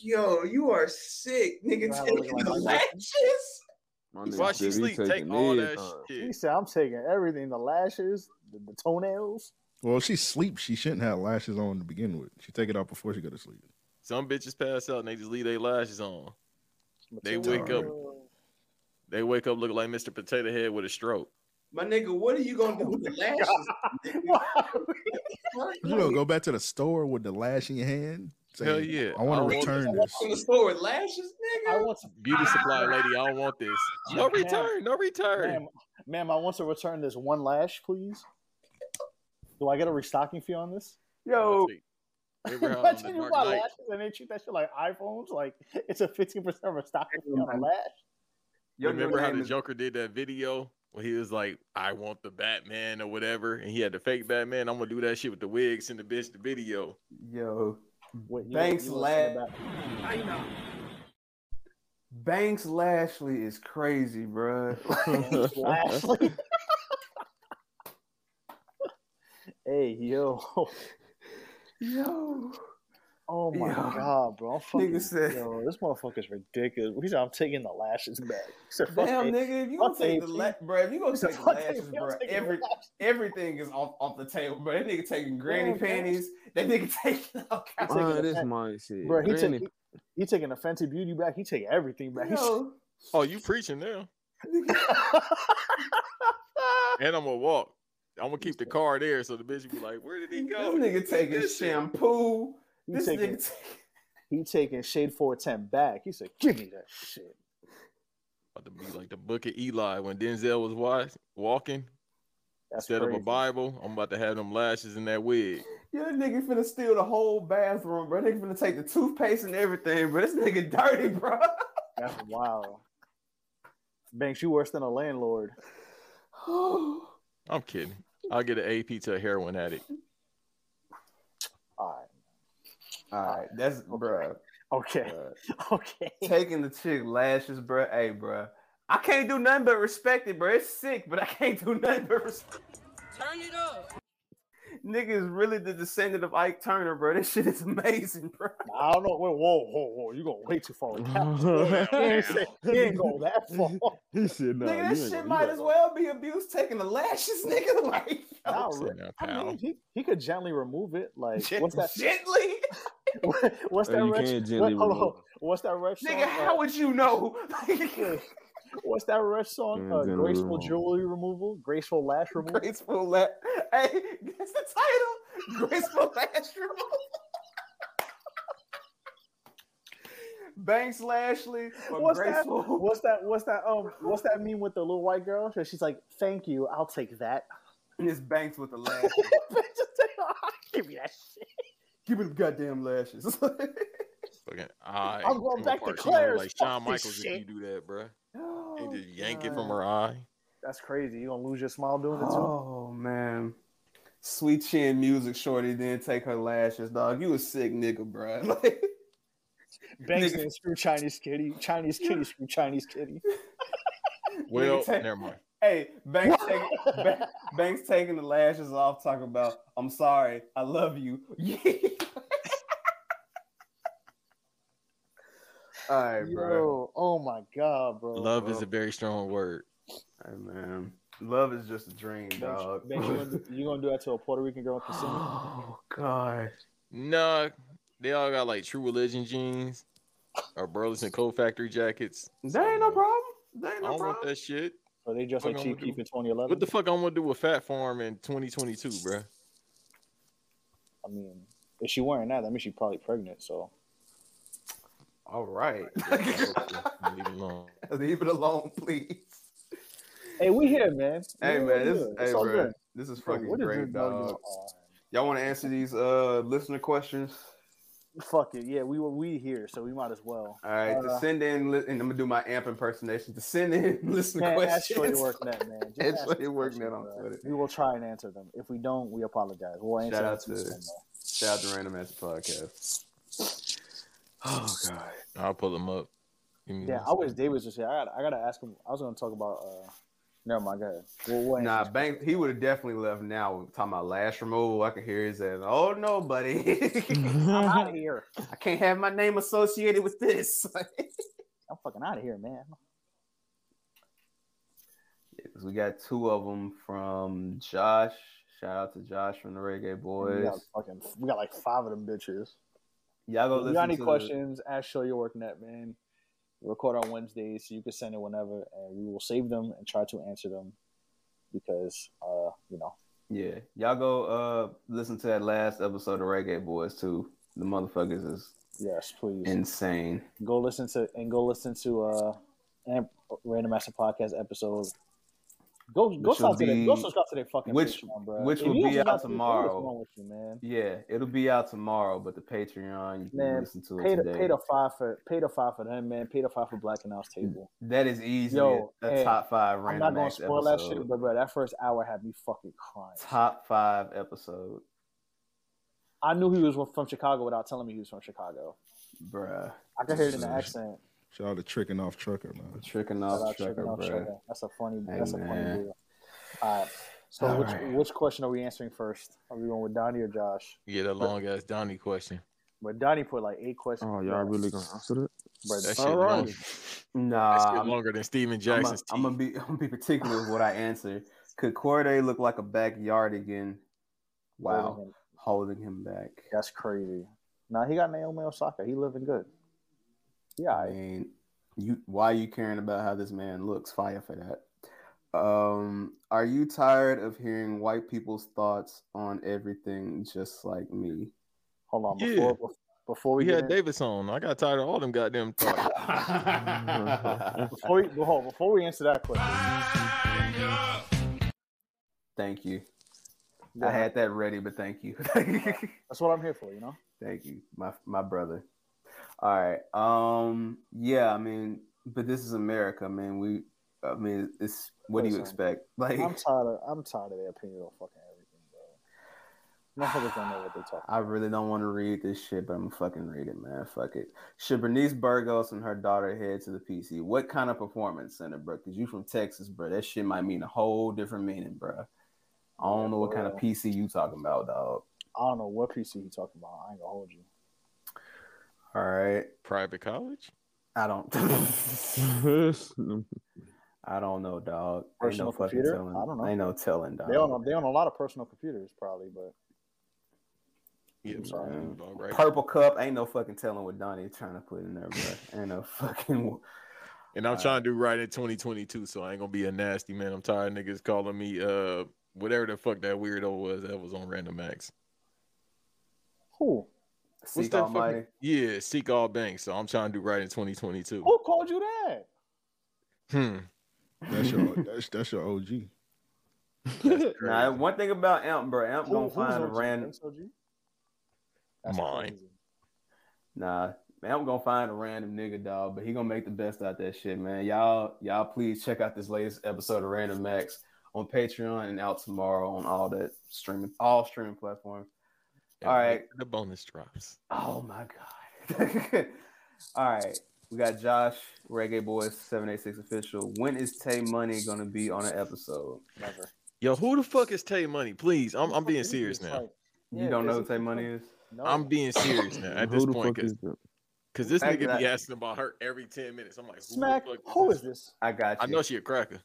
Speaker 9: Yo, you are sick, nigga. Taking the lashes.
Speaker 4: While she sleep, take all that shit.
Speaker 5: *laughs* He said, "I'm taking everything: the lashes, the, the *laughs* toenails."
Speaker 8: Well, if she sleeps. She shouldn't have lashes on to begin with. She take it off before she go to sleep.
Speaker 4: Some bitches pass out and they just leave their lashes on. They wake up. They wake up looking like Mr. Potato Head with a stroke.
Speaker 9: My nigga, what are you gonna do
Speaker 7: *laughs*
Speaker 9: with the lashes?
Speaker 8: You know, go back to the store with the lash in your hand. Say,
Speaker 4: Hell yeah.
Speaker 8: I want to return this.
Speaker 9: In the store with lashes, nigga.
Speaker 5: I want to
Speaker 4: Beauty supply lady, I don't want this. No
Speaker 5: Ma'am.
Speaker 4: return, no return.
Speaker 5: Ma'am, ma'am, I want to return this one lash, please. Do I get a restocking fee on this?
Speaker 3: *laughs* Yo,
Speaker 4: They
Speaker 5: *laughs*
Speaker 4: were out on
Speaker 5: Imagine
Speaker 4: the
Speaker 5: you
Speaker 4: Dark
Speaker 5: buy
Speaker 4: Knight.
Speaker 5: lashes and they treat that shit like iPhones. Like it's a fifteen percent restocking fee on a lash.
Speaker 3: Yo, your
Speaker 4: Remember how
Speaker 3: name
Speaker 4: the
Speaker 3: is-
Speaker 4: Joker did that video where he was like, "I want the Batman" or whatever, and he had the fake Batman. I'm gonna do that shit with the wigs and the bitch. The video.
Speaker 3: yo,
Speaker 5: Wait, you-
Speaker 3: Banks
Speaker 5: you
Speaker 3: lash.
Speaker 5: listen to
Speaker 3: Banks Lashley is crazy, bruh.
Speaker 5: that. Lashley. *laughs* Hey, yo. *laughs*
Speaker 3: Yo.
Speaker 5: Oh my
Speaker 3: Yo.
Speaker 5: god, bro! I'm fucking,
Speaker 3: Nigga said-
Speaker 5: yo, this motherfucker's ridiculous. He said, "I'm taking the lashes back." He said, "Fuck
Speaker 3: Damn,
Speaker 5: it."
Speaker 3: nigga, if you
Speaker 5: Fuck
Speaker 3: gonna take the
Speaker 5: AP.
Speaker 3: la- bro, if you
Speaker 5: *laughs*
Speaker 3: gonna take the
Speaker 5: Fuck
Speaker 3: lashes,
Speaker 5: AP, I'm
Speaker 3: bro,
Speaker 5: taking
Speaker 3: every
Speaker 5: the
Speaker 3: everything is off, off the table, bro. That nigga taking granny
Speaker 5: Yeah, bro.
Speaker 3: panties. That nigga *laughs* taking all kinds
Speaker 5: taking
Speaker 13: Uh,
Speaker 5: the
Speaker 13: this
Speaker 5: back.
Speaker 13: mindset.
Speaker 5: Bro, he,
Speaker 13: Granny-
Speaker 7: oh,
Speaker 5: take, he, he taking a fancy beauty back. He take everything back. He said,
Speaker 3: Yo. *laughs*
Speaker 11: Oh, you preaching now? and I'm gonna walk. I'm gonna keep the car there, so the bitch be like, "Where did he go?"
Speaker 3: This nigga taking
Speaker 11: This shit.
Speaker 3: shampoo.
Speaker 5: *laughs* He
Speaker 3: This
Speaker 5: taking-
Speaker 3: nigga
Speaker 5: he taking shade four ten back. He said, "Give me that shit."
Speaker 4: About to be like the book of Eli when Denzel was wa- walking.
Speaker 5: That's
Speaker 4: Instead of
Speaker 5: crazy.
Speaker 4: a Bible, I'm about to have them lashes in that wig.
Speaker 3: Yo, that nigga finna steal the whole bathroom, bro. Nigga finna take the toothpaste and everything, bro. This nigga *laughs* dirty, bro.
Speaker 5: That's wow. Banks, you worse than a landlord.
Speaker 3: *sighs* All
Speaker 4: I'm kidding. I'll get an AP to a heroin addict.
Speaker 5: right,
Speaker 3: right, that's bruh.
Speaker 5: okay, *laughs* okay.
Speaker 3: *laughs* Taking the chick lashes, bro. Hey, bro. I can't do nothing but respect it, bro. It's sick, but I can't do *laughs* nothing but respect.
Speaker 9: Turn it up.
Speaker 3: Nigga is really the descendant of Ike Turner, bro. This shit is amazing, bro.
Speaker 5: I don't know. Wait, whoa, whoa, whoa! You going way too far.
Speaker 3: *laughs*
Speaker 5: With *laughs* that. he, ain't say, he ain't go
Speaker 7: *laughs*
Speaker 5: that far. *laughs*
Speaker 7: He said, "No,
Speaker 3: nigga, that
Speaker 7: you ain't
Speaker 3: shit
Speaker 7: gonna- you
Speaker 3: might
Speaker 7: ain't
Speaker 3: as well be abuse taking the lashes, *laughs* nigga. Like, yo, *laughs*
Speaker 5: Not really. I mean, he, he could gently remove it. Like,
Speaker 3: *laughs*
Speaker 5: what's that? *laughs*
Speaker 3: gently?
Speaker 5: What's
Speaker 7: Oh,
Speaker 5: that?
Speaker 7: you
Speaker 5: Rex-
Speaker 7: can gently
Speaker 5: hold on,
Speaker 7: remove
Speaker 5: What's that? Rex
Speaker 3: Nigga, how would you know? *laughs*
Speaker 5: What's that ref song?
Speaker 7: Hands
Speaker 5: Uh,
Speaker 7: in the
Speaker 5: graceful
Speaker 7: room.
Speaker 5: jewelry removal, graceful lash removal.
Speaker 3: *laughs* Graceful lash. Hey, that's the title. Graceful *laughs* lash removal. Banks Lashley or
Speaker 5: What's
Speaker 3: Graceful. *laughs*
Speaker 5: that? What's that? What's that? Um, what's that mean with the little white girl? So she's like, "Thank you, I'll take that." *laughs*
Speaker 3: And it's Banks with the lash.
Speaker 5: Give me that shit.
Speaker 3: Give me the goddamn lashes. *laughs*
Speaker 4: Fucking, eye.
Speaker 5: I'm
Speaker 4: Come
Speaker 5: going back to
Speaker 4: apart. She gonna look
Speaker 5: Claire's.
Speaker 4: Like
Speaker 5: Fuck
Speaker 4: Shawn
Speaker 5: this
Speaker 4: Michaels, if
Speaker 5: shit.
Speaker 4: you do that, bro.
Speaker 3: Oh,
Speaker 4: And just yank it
Speaker 3: God.
Speaker 4: from her eye.
Speaker 5: That's crazy. You gonna lose your smile doing it too?
Speaker 3: Oh man. Sweet chin music shorty didn't take her lashes, dog. You a sick nigga, bruh. *laughs* Like,
Speaker 5: Banks didn't screw Chinese kitty. Chinese kitty screw Chinese kitty.
Speaker 4: Well,
Speaker 3: Nigga, take-
Speaker 4: never mind.
Speaker 3: hey, Banks, taking Ba- Banks taking the lashes off, talking about, I'm sorry, I love you. *laughs* All right, bro.
Speaker 5: Yo, oh my god, bro.
Speaker 4: Love is a very strong word.
Speaker 3: Hey, man. Love is just a dream,
Speaker 5: Banks,
Speaker 3: dog.
Speaker 5: Banks, you, gonna do, you gonna do that to a Puerto Rican girl? at the
Speaker 4: *gasps*
Speaker 5: cinema?
Speaker 3: oh, God.
Speaker 4: Nah, they all got like true religion jeans or Burleson Coat Factory jackets.
Speaker 3: That ain't no problem. That ain't
Speaker 4: I
Speaker 3: no
Speaker 4: don't want
Speaker 3: problem.
Speaker 4: that shit.
Speaker 5: Or they just like
Speaker 4: Fuck, I'm
Speaker 5: cheap
Speaker 4: gonna do-
Speaker 5: keep in 2011?
Speaker 4: What the fuck I'm gonna do with Fat Farm in 2022, bruh?
Speaker 5: I mean, if she wearing that, that means she's probably pregnant. So
Speaker 3: All right.
Speaker 4: Leave it alone.
Speaker 3: Leave it alone, please.
Speaker 5: hey, we here, man.
Speaker 3: Hey,
Speaker 5: We
Speaker 3: man.
Speaker 5: here.
Speaker 3: This,
Speaker 5: It's
Speaker 3: hey,
Speaker 5: all
Speaker 3: bro.
Speaker 5: good.
Speaker 3: This is
Speaker 5: Bro,
Speaker 3: fucking
Speaker 5: what is
Speaker 3: great,
Speaker 5: this
Speaker 3: dog.
Speaker 5: dog doing? All
Speaker 3: Y'all want to answer these uh listener questions?
Speaker 5: right. *laughs* Fuck it. Yeah, we were we here, so we might as
Speaker 4: *laughs*
Speaker 5: well.
Speaker 3: All right, to
Speaker 5: Uh,
Speaker 3: send in, li- and I'm gonna do my amp impersonation. To send in *laughs* listener
Speaker 5: man, ask
Speaker 3: questions. *laughs*
Speaker 5: your work net, man. Just
Speaker 3: Ask
Speaker 5: ask
Speaker 3: your
Speaker 5: your
Speaker 3: work net on
Speaker 5: questions, bro.
Speaker 3: Twitter.
Speaker 5: We will try and answer them. If we don't, we apologize. We'll answer
Speaker 3: Shout out
Speaker 5: them
Speaker 3: to
Speaker 5: soon, though.
Speaker 3: shout out to Random Answer Podcast. Oh god,
Speaker 4: I'll pull them up. Give me
Speaker 5: Yeah,
Speaker 4: one
Speaker 5: I wish Davis was here. I got I gotta ask him. I was gonna talk about. uh Never mind. Go ahead. We'll, we'll answer
Speaker 3: nah,
Speaker 5: this.
Speaker 3: Bank. He would have definitely left now. Talking about lash removal, I could hear his ass. Oh no, buddy, *laughs*
Speaker 5: I'm out of here.
Speaker 3: I can't have my name associated with this. *laughs*
Speaker 5: I'm fucking out of here, man.
Speaker 3: we got two of them from Josh. Shout out to Josh from the Reggae
Speaker 5: We
Speaker 3: Boys.
Speaker 5: got, fucking, we got like five of them bitches.
Speaker 3: Y'all go
Speaker 5: If you
Speaker 3: listen
Speaker 5: got any
Speaker 3: to
Speaker 5: questions, ask Show Your Work Net, man. We record on Wednesdays, so you can send it whenever, and we will save them and try to answer them because, uh, you know,
Speaker 3: Yeah, y'all go uh listen to that last episode of Reggae Boys too. The motherfuckers is
Speaker 5: yes, please
Speaker 3: insane.
Speaker 5: go listen to and go listen to uh, Amp Random Master Podcast episode. Go go
Speaker 3: Which will
Speaker 5: subscribe, to their, go
Speaker 3: be-
Speaker 5: subscribe to their fucking
Speaker 3: which-
Speaker 5: Patreon, bro.
Speaker 3: which
Speaker 5: If
Speaker 3: will
Speaker 5: you don't
Speaker 3: be
Speaker 5: subscribe
Speaker 3: out
Speaker 5: to it, what is
Speaker 3: tomorrow.
Speaker 5: wrong with you, man?
Speaker 3: Yeah, it'll be out tomorrow, but the Patreon you can
Speaker 5: Man,
Speaker 3: listen to it
Speaker 5: pay the,
Speaker 3: today.
Speaker 5: pay the five for pay the five for them, man. Pay the five for Black and House Table.
Speaker 3: that is easily
Speaker 5: Yo,
Speaker 3: a
Speaker 5: hey,
Speaker 3: top five
Speaker 5: I'm not
Speaker 3: random
Speaker 5: gonna
Speaker 3: acts
Speaker 5: spoil
Speaker 3: episode.
Speaker 5: that shit, but bro, that first hour had me fucking crying.
Speaker 3: Top five episode,
Speaker 5: I knew he was from Chicago without telling me he was from Chicago.
Speaker 3: bruh.
Speaker 5: I could hear it in the accent.
Speaker 8: Shout out to tricking off trucker, man.
Speaker 3: Tricking
Speaker 5: Shout out
Speaker 3: off
Speaker 5: Chicken
Speaker 3: trucker,
Speaker 5: Off
Speaker 3: bruh.
Speaker 5: Sugar. That's a funny.
Speaker 3: Hey,
Speaker 5: that's a funny
Speaker 3: man.
Speaker 5: deal. All right. So
Speaker 4: All
Speaker 5: which
Speaker 4: right.
Speaker 5: which question are we answering first? Are we going with Donnie or Josh?
Speaker 4: Yeah, that long ass Donnie question.
Speaker 5: But Donnie put like eight questions.
Speaker 7: Oh, y'all really gonna answer that?
Speaker 5: But-
Speaker 4: That shit
Speaker 5: All
Speaker 4: long.
Speaker 5: right.
Speaker 3: Nah,
Speaker 4: that shit longer than Steven Jackson's.
Speaker 3: I'm gonna be *laughs* I'm gonna be particular with what I answer. Could Corday look like a backyard again? Wow,
Speaker 5: Holding him.
Speaker 3: holding him back.
Speaker 5: That's crazy. Nah, he got Naomi Osaka. He living good. Yeah,
Speaker 3: I mean, you why you caring about how this man looks? Fire for that. Um, are you tired of hearing white people's thoughts on everything, just like
Speaker 5: *laughs*
Speaker 3: me? *laughs*
Speaker 5: Hold on,
Speaker 4: Yeah. before-
Speaker 5: before
Speaker 4: we had Davis on. I got tired of all them goddamn thoughts.
Speaker 5: Before we, well, hold on, before we answer that question,
Speaker 3: Thank you.
Speaker 5: Yeah.
Speaker 3: I had that ready, but thank you. *laughs*
Speaker 5: that's what I'm here for. You know.
Speaker 3: Thank you, my my brother. All right. Um. Yeah. I mean, but this is America, man. We. I mean, it's what do you
Speaker 5: Listen,
Speaker 3: expect? Like,
Speaker 5: I'm tired. Of, I'm tired of their opinion on fucking everything, bro. Motherfuckers don't know what they're talking.
Speaker 3: I really don't want to read this shit, but I'm gonna fucking read it, man. Fuck it. Should Bernice Burgos and her daughter head to the PC? What kind of performance center, bro? Cause you from Texas, bro. That shit might mean a whole different meaning, bro. I don't know what kind of
Speaker 5: Yeah.
Speaker 3: PC you talking about, dog.
Speaker 5: I don't know what PC you talking about. I ain't gonna hold you.
Speaker 3: All right.
Speaker 4: *laughs* Private
Speaker 5: *laughs*
Speaker 4: college?
Speaker 3: I don't. *laughs* I don't know, dog. Ain't
Speaker 5: Personal
Speaker 3: no fucking
Speaker 5: computer?
Speaker 3: telling.
Speaker 5: I don't know.
Speaker 3: Ain't no telling, dog.
Speaker 5: They on they on a lot of personal computers probably, but
Speaker 4: Yeah,
Speaker 5: Mm-hmm.
Speaker 3: man.
Speaker 4: dog, right?
Speaker 3: Purple cup. Ain't no fucking telling what Donnie trying to put in there, bro. Ain't no *laughs* fucking.
Speaker 4: And I'm
Speaker 3: Uh,
Speaker 4: trying to do right in 2022, so I ain't gonna be a nasty man. I'm tired of niggas calling me uh whatever the fuck that weirdo was that was on Random Acts.
Speaker 5: who?
Speaker 4: What's that fucking, yeah, seek all banks. So I'm trying to do right in 2022.
Speaker 5: Who called you that?
Speaker 4: Hmm.
Speaker 8: That's your that's, that's your OG.
Speaker 7: *laughs*
Speaker 3: Now, one thing about Amp, bro, Amp
Speaker 5: Who-
Speaker 3: gonna
Speaker 5: who's
Speaker 3: find a
Speaker 5: OG?
Speaker 3: random.
Speaker 5: Who's OG?
Speaker 4: Mine.
Speaker 3: Nah, Amp gonna find a random nigga, dog, but he gonna make the best out that shit, man. Y'all, y'all, please check out this latest episode of Random Max on Patreon and out tomorrow on all that streaming, all streaming platforms.
Speaker 4: And
Speaker 3: all
Speaker 4: wait
Speaker 3: right.
Speaker 4: for The bonus drops.
Speaker 3: Oh my god. *laughs* All right. We got Josh, Reggae Boys, 786 official. When is Tay Money gonna be on an episode?
Speaker 5: Never.
Speaker 4: Yo, who the fuck is Tay Money? Please, I'm
Speaker 3: *laughs*
Speaker 4: I'm being serious now.
Speaker 3: You don't know who Tay Money is?
Speaker 4: I'm being serious now at
Speaker 7: Who
Speaker 4: this
Speaker 7: the
Speaker 4: point
Speaker 7: fuck is
Speaker 4: because
Speaker 7: that?
Speaker 4: this
Speaker 3: Back to
Speaker 4: nigga be
Speaker 3: that.
Speaker 4: asking about her every 10 minutes. I'm like, who
Speaker 5: Smack.
Speaker 4: the fuck?
Speaker 5: Who is this?
Speaker 3: I got you.
Speaker 4: I know she a cracker.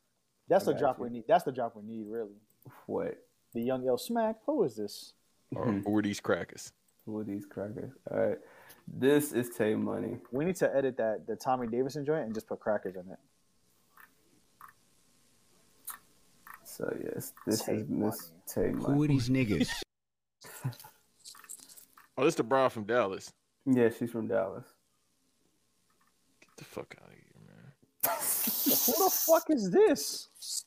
Speaker 5: That's the
Speaker 4: Got
Speaker 5: drop
Speaker 4: you.
Speaker 5: we need. That's the drop we need, really.
Speaker 3: *laughs* What?
Speaker 5: The young L smack. Who is this?
Speaker 4: Or
Speaker 7: Hmm.
Speaker 4: who are these crackers?
Speaker 3: *laughs* Who are these crackers? All right. This is Tay Money.
Speaker 5: We need to edit that the Tommy Davidson joint and just put crackers in it.
Speaker 3: So yes, this
Speaker 5: Tay
Speaker 3: is Miss Tay Money.
Speaker 16: Who are these niggas?
Speaker 4: Oh, this the broad from Dallas.
Speaker 3: Yeah, she's from Dallas.
Speaker 4: Get the fuck out of here, man.
Speaker 5: Who the fuck is this?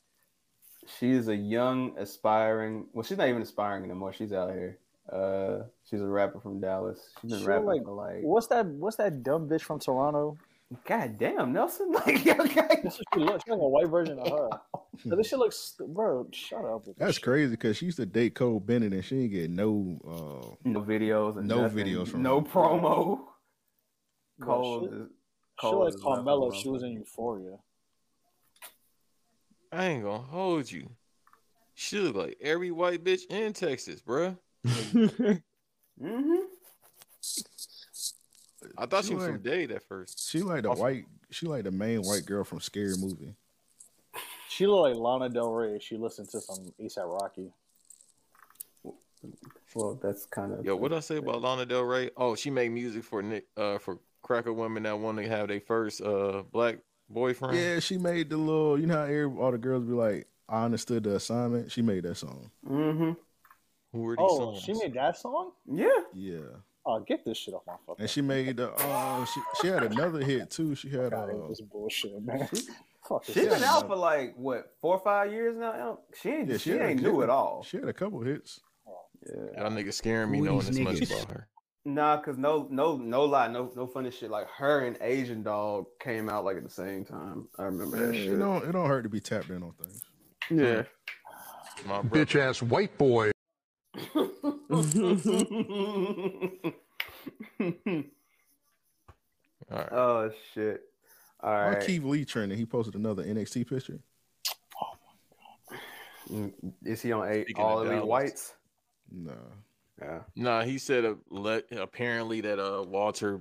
Speaker 3: She is a young, aspiring. Well, she's not even aspiring anymore. She's out here. Uh, she's a rapper from Dallas. She's been
Speaker 5: Sure,
Speaker 3: rapping
Speaker 5: like,
Speaker 3: for like.
Speaker 5: What's that? What's that dumb bitch from Toronto?
Speaker 3: God damn, Nelson. *laughs* Like, okay.
Speaker 5: That's what she looks. She's like a white version of her. So this shit looks, st- bro. Shut up. With
Speaker 8: That's crazy because she used to date Cole Bennett and she didn't get no uh
Speaker 3: *laughs* no videos and
Speaker 8: no
Speaker 3: nothing.
Speaker 8: videos from
Speaker 3: no
Speaker 8: her.
Speaker 3: promo.
Speaker 5: Bro,
Speaker 3: Cold.
Speaker 5: she-
Speaker 3: is-
Speaker 5: She
Speaker 3: cold
Speaker 5: like
Speaker 3: is nothing,
Speaker 5: Carmelo.
Speaker 3: bro.
Speaker 5: She was in Euphoria.
Speaker 4: I ain't gonna hold you. She look like every white bitch in Texas, bruh.
Speaker 3: *laughs* mm-hmm.
Speaker 4: I thought she
Speaker 8: She
Speaker 4: was from
Speaker 8: like-
Speaker 4: Dade at first.
Speaker 8: She like the white she like the main white girl from Scary Movie.
Speaker 5: She look like Lana Del Rey. She listened to some ASAP Rocky.
Speaker 3: Well, that's kind of
Speaker 4: Yo, what I say about Lana Del Rey? Oh, she made music for Nick, uh, for cracker women that want to have their first uh black boyfriend.
Speaker 8: Yeah, she made the little you know how every, all the girls be like, I understood the assignment. She made that song.
Speaker 3: Mm-hmm.
Speaker 4: Who are these
Speaker 5: Oh,
Speaker 4: songs?
Speaker 5: she made that song.
Speaker 3: Yeah.
Speaker 8: Yeah.
Speaker 5: Oh, get this shit off my fucking.
Speaker 8: And she made the uh she, she had another hit too. She had uh
Speaker 5: This bullshit, man. Fuck
Speaker 3: She's
Speaker 5: this
Speaker 3: been
Speaker 5: shit.
Speaker 3: out for like what four or five years now. Elk? She ain't
Speaker 8: yeah,
Speaker 3: she,
Speaker 8: had a
Speaker 3: ain't
Speaker 8: hit.
Speaker 3: new at all.
Speaker 8: She had a couple *clears throat* hits.
Speaker 3: Yeah.
Speaker 4: Y'all niggas scaring me
Speaker 8: Who
Speaker 4: knowing
Speaker 8: these
Speaker 4: this much
Speaker 8: niggas?
Speaker 4: about her.
Speaker 3: Nah, cause no, no, no lie, no, no funny shit. Like her and Asian Dog came out like at the same time. I remember
Speaker 8: Man,
Speaker 3: that
Speaker 8: it
Speaker 3: shit.
Speaker 8: don't it don't hurt to be tapped in on things.
Speaker 3: Yeah.
Speaker 15: *laughs*
Speaker 4: My bitch
Speaker 15: ass white
Speaker 3: *laughs*
Speaker 15: boy.
Speaker 3: Oh shit! All
Speaker 8: All
Speaker 3: right.
Speaker 8: right. Keith Lee trending. He posted another NXT picture.
Speaker 3: Is he on eight
Speaker 4: Speaking
Speaker 3: all
Speaker 4: of
Speaker 3: elite
Speaker 4: dollars.
Speaker 3: whites?
Speaker 8: No.
Speaker 3: Yeah.
Speaker 4: Nah, he said uh, let, apparently that uh Walter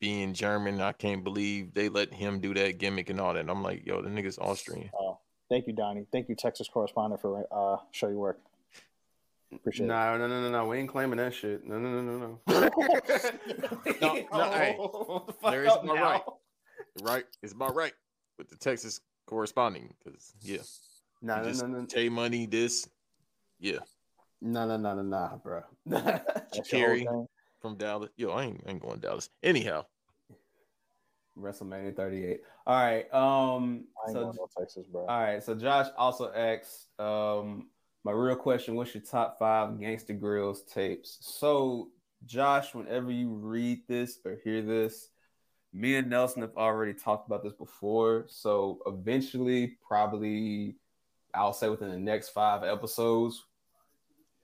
Speaker 4: being German, I can't believe they let him do that gimmick and all that. And I'm like, yo, the nigga's Austrian.
Speaker 5: Oh, thank you, Donnie. Thank you, Texas correspondent, for uh, show your work. Appreciate it.
Speaker 3: No, no, no, no, no. We ain't claiming that shit. No, no, no, no, no.
Speaker 4: *laughs*
Speaker 5: *laughs*
Speaker 4: No, no, hey,
Speaker 3: Hold the fuck
Speaker 4: there is
Speaker 3: up
Speaker 4: my
Speaker 3: now.
Speaker 4: right. Right, it's my right with the Texas corresponding because yeah,
Speaker 3: Nah,
Speaker 4: You
Speaker 3: no,
Speaker 4: just
Speaker 3: no, no.
Speaker 4: Tay money this, yeah,
Speaker 3: No, no, no, no, nah, bro. *laughs*
Speaker 4: Carrie from Dallas. Yo, I ain't, I ain't going to Dallas anyhow.
Speaker 3: WrestleMania 38. All right. Um
Speaker 5: I ain't
Speaker 3: so,
Speaker 5: going to Texas, bro.
Speaker 3: All right. So Josh also asked um my real question, what's your top five Gangsta Grills tapes? So Josh, whenever you read this or hear this, me and Nelson have already talked about this before. So eventually, probably I'll say within the next five episodes,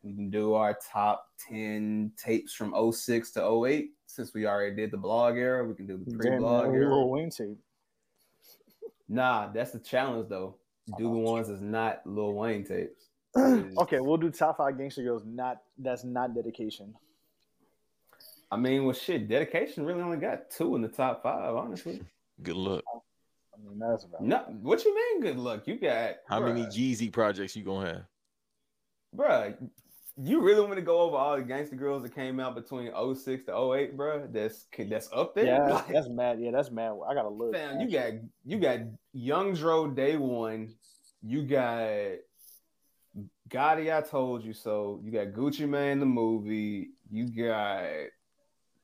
Speaker 3: we can do our top 10 tapes from 06 to 08. Since we already did the blog era, we can do the pre
Speaker 5: Damn,
Speaker 3: blog
Speaker 5: man, Lil
Speaker 3: era.
Speaker 5: Wayne tape.
Speaker 3: Nah, that's the challenge though. Do the ones that's not Lil Wayne tapes.
Speaker 5: *clears throat* Okay, we'll do top five gangster girls. Not that's not dedication.
Speaker 3: I mean, well, shit, dedication really only got two in the top five, honestly.
Speaker 4: Good luck.
Speaker 5: I mean, that's about.
Speaker 3: No, what you mean? Good luck. You got
Speaker 4: How many Jeezy projects you gonna have?
Speaker 3: bruh, You really want me to go over all the gangster girls that came out between 06 to 08, bruh? That's that's up there.
Speaker 5: Yeah,
Speaker 3: *laughs* Like,
Speaker 5: that's mad. Yeah, that's mad. I gotta look.
Speaker 3: Fam, you got you got Young Dro Day One, you got Gotti I Told You So, you got Gucci Man the movie, you got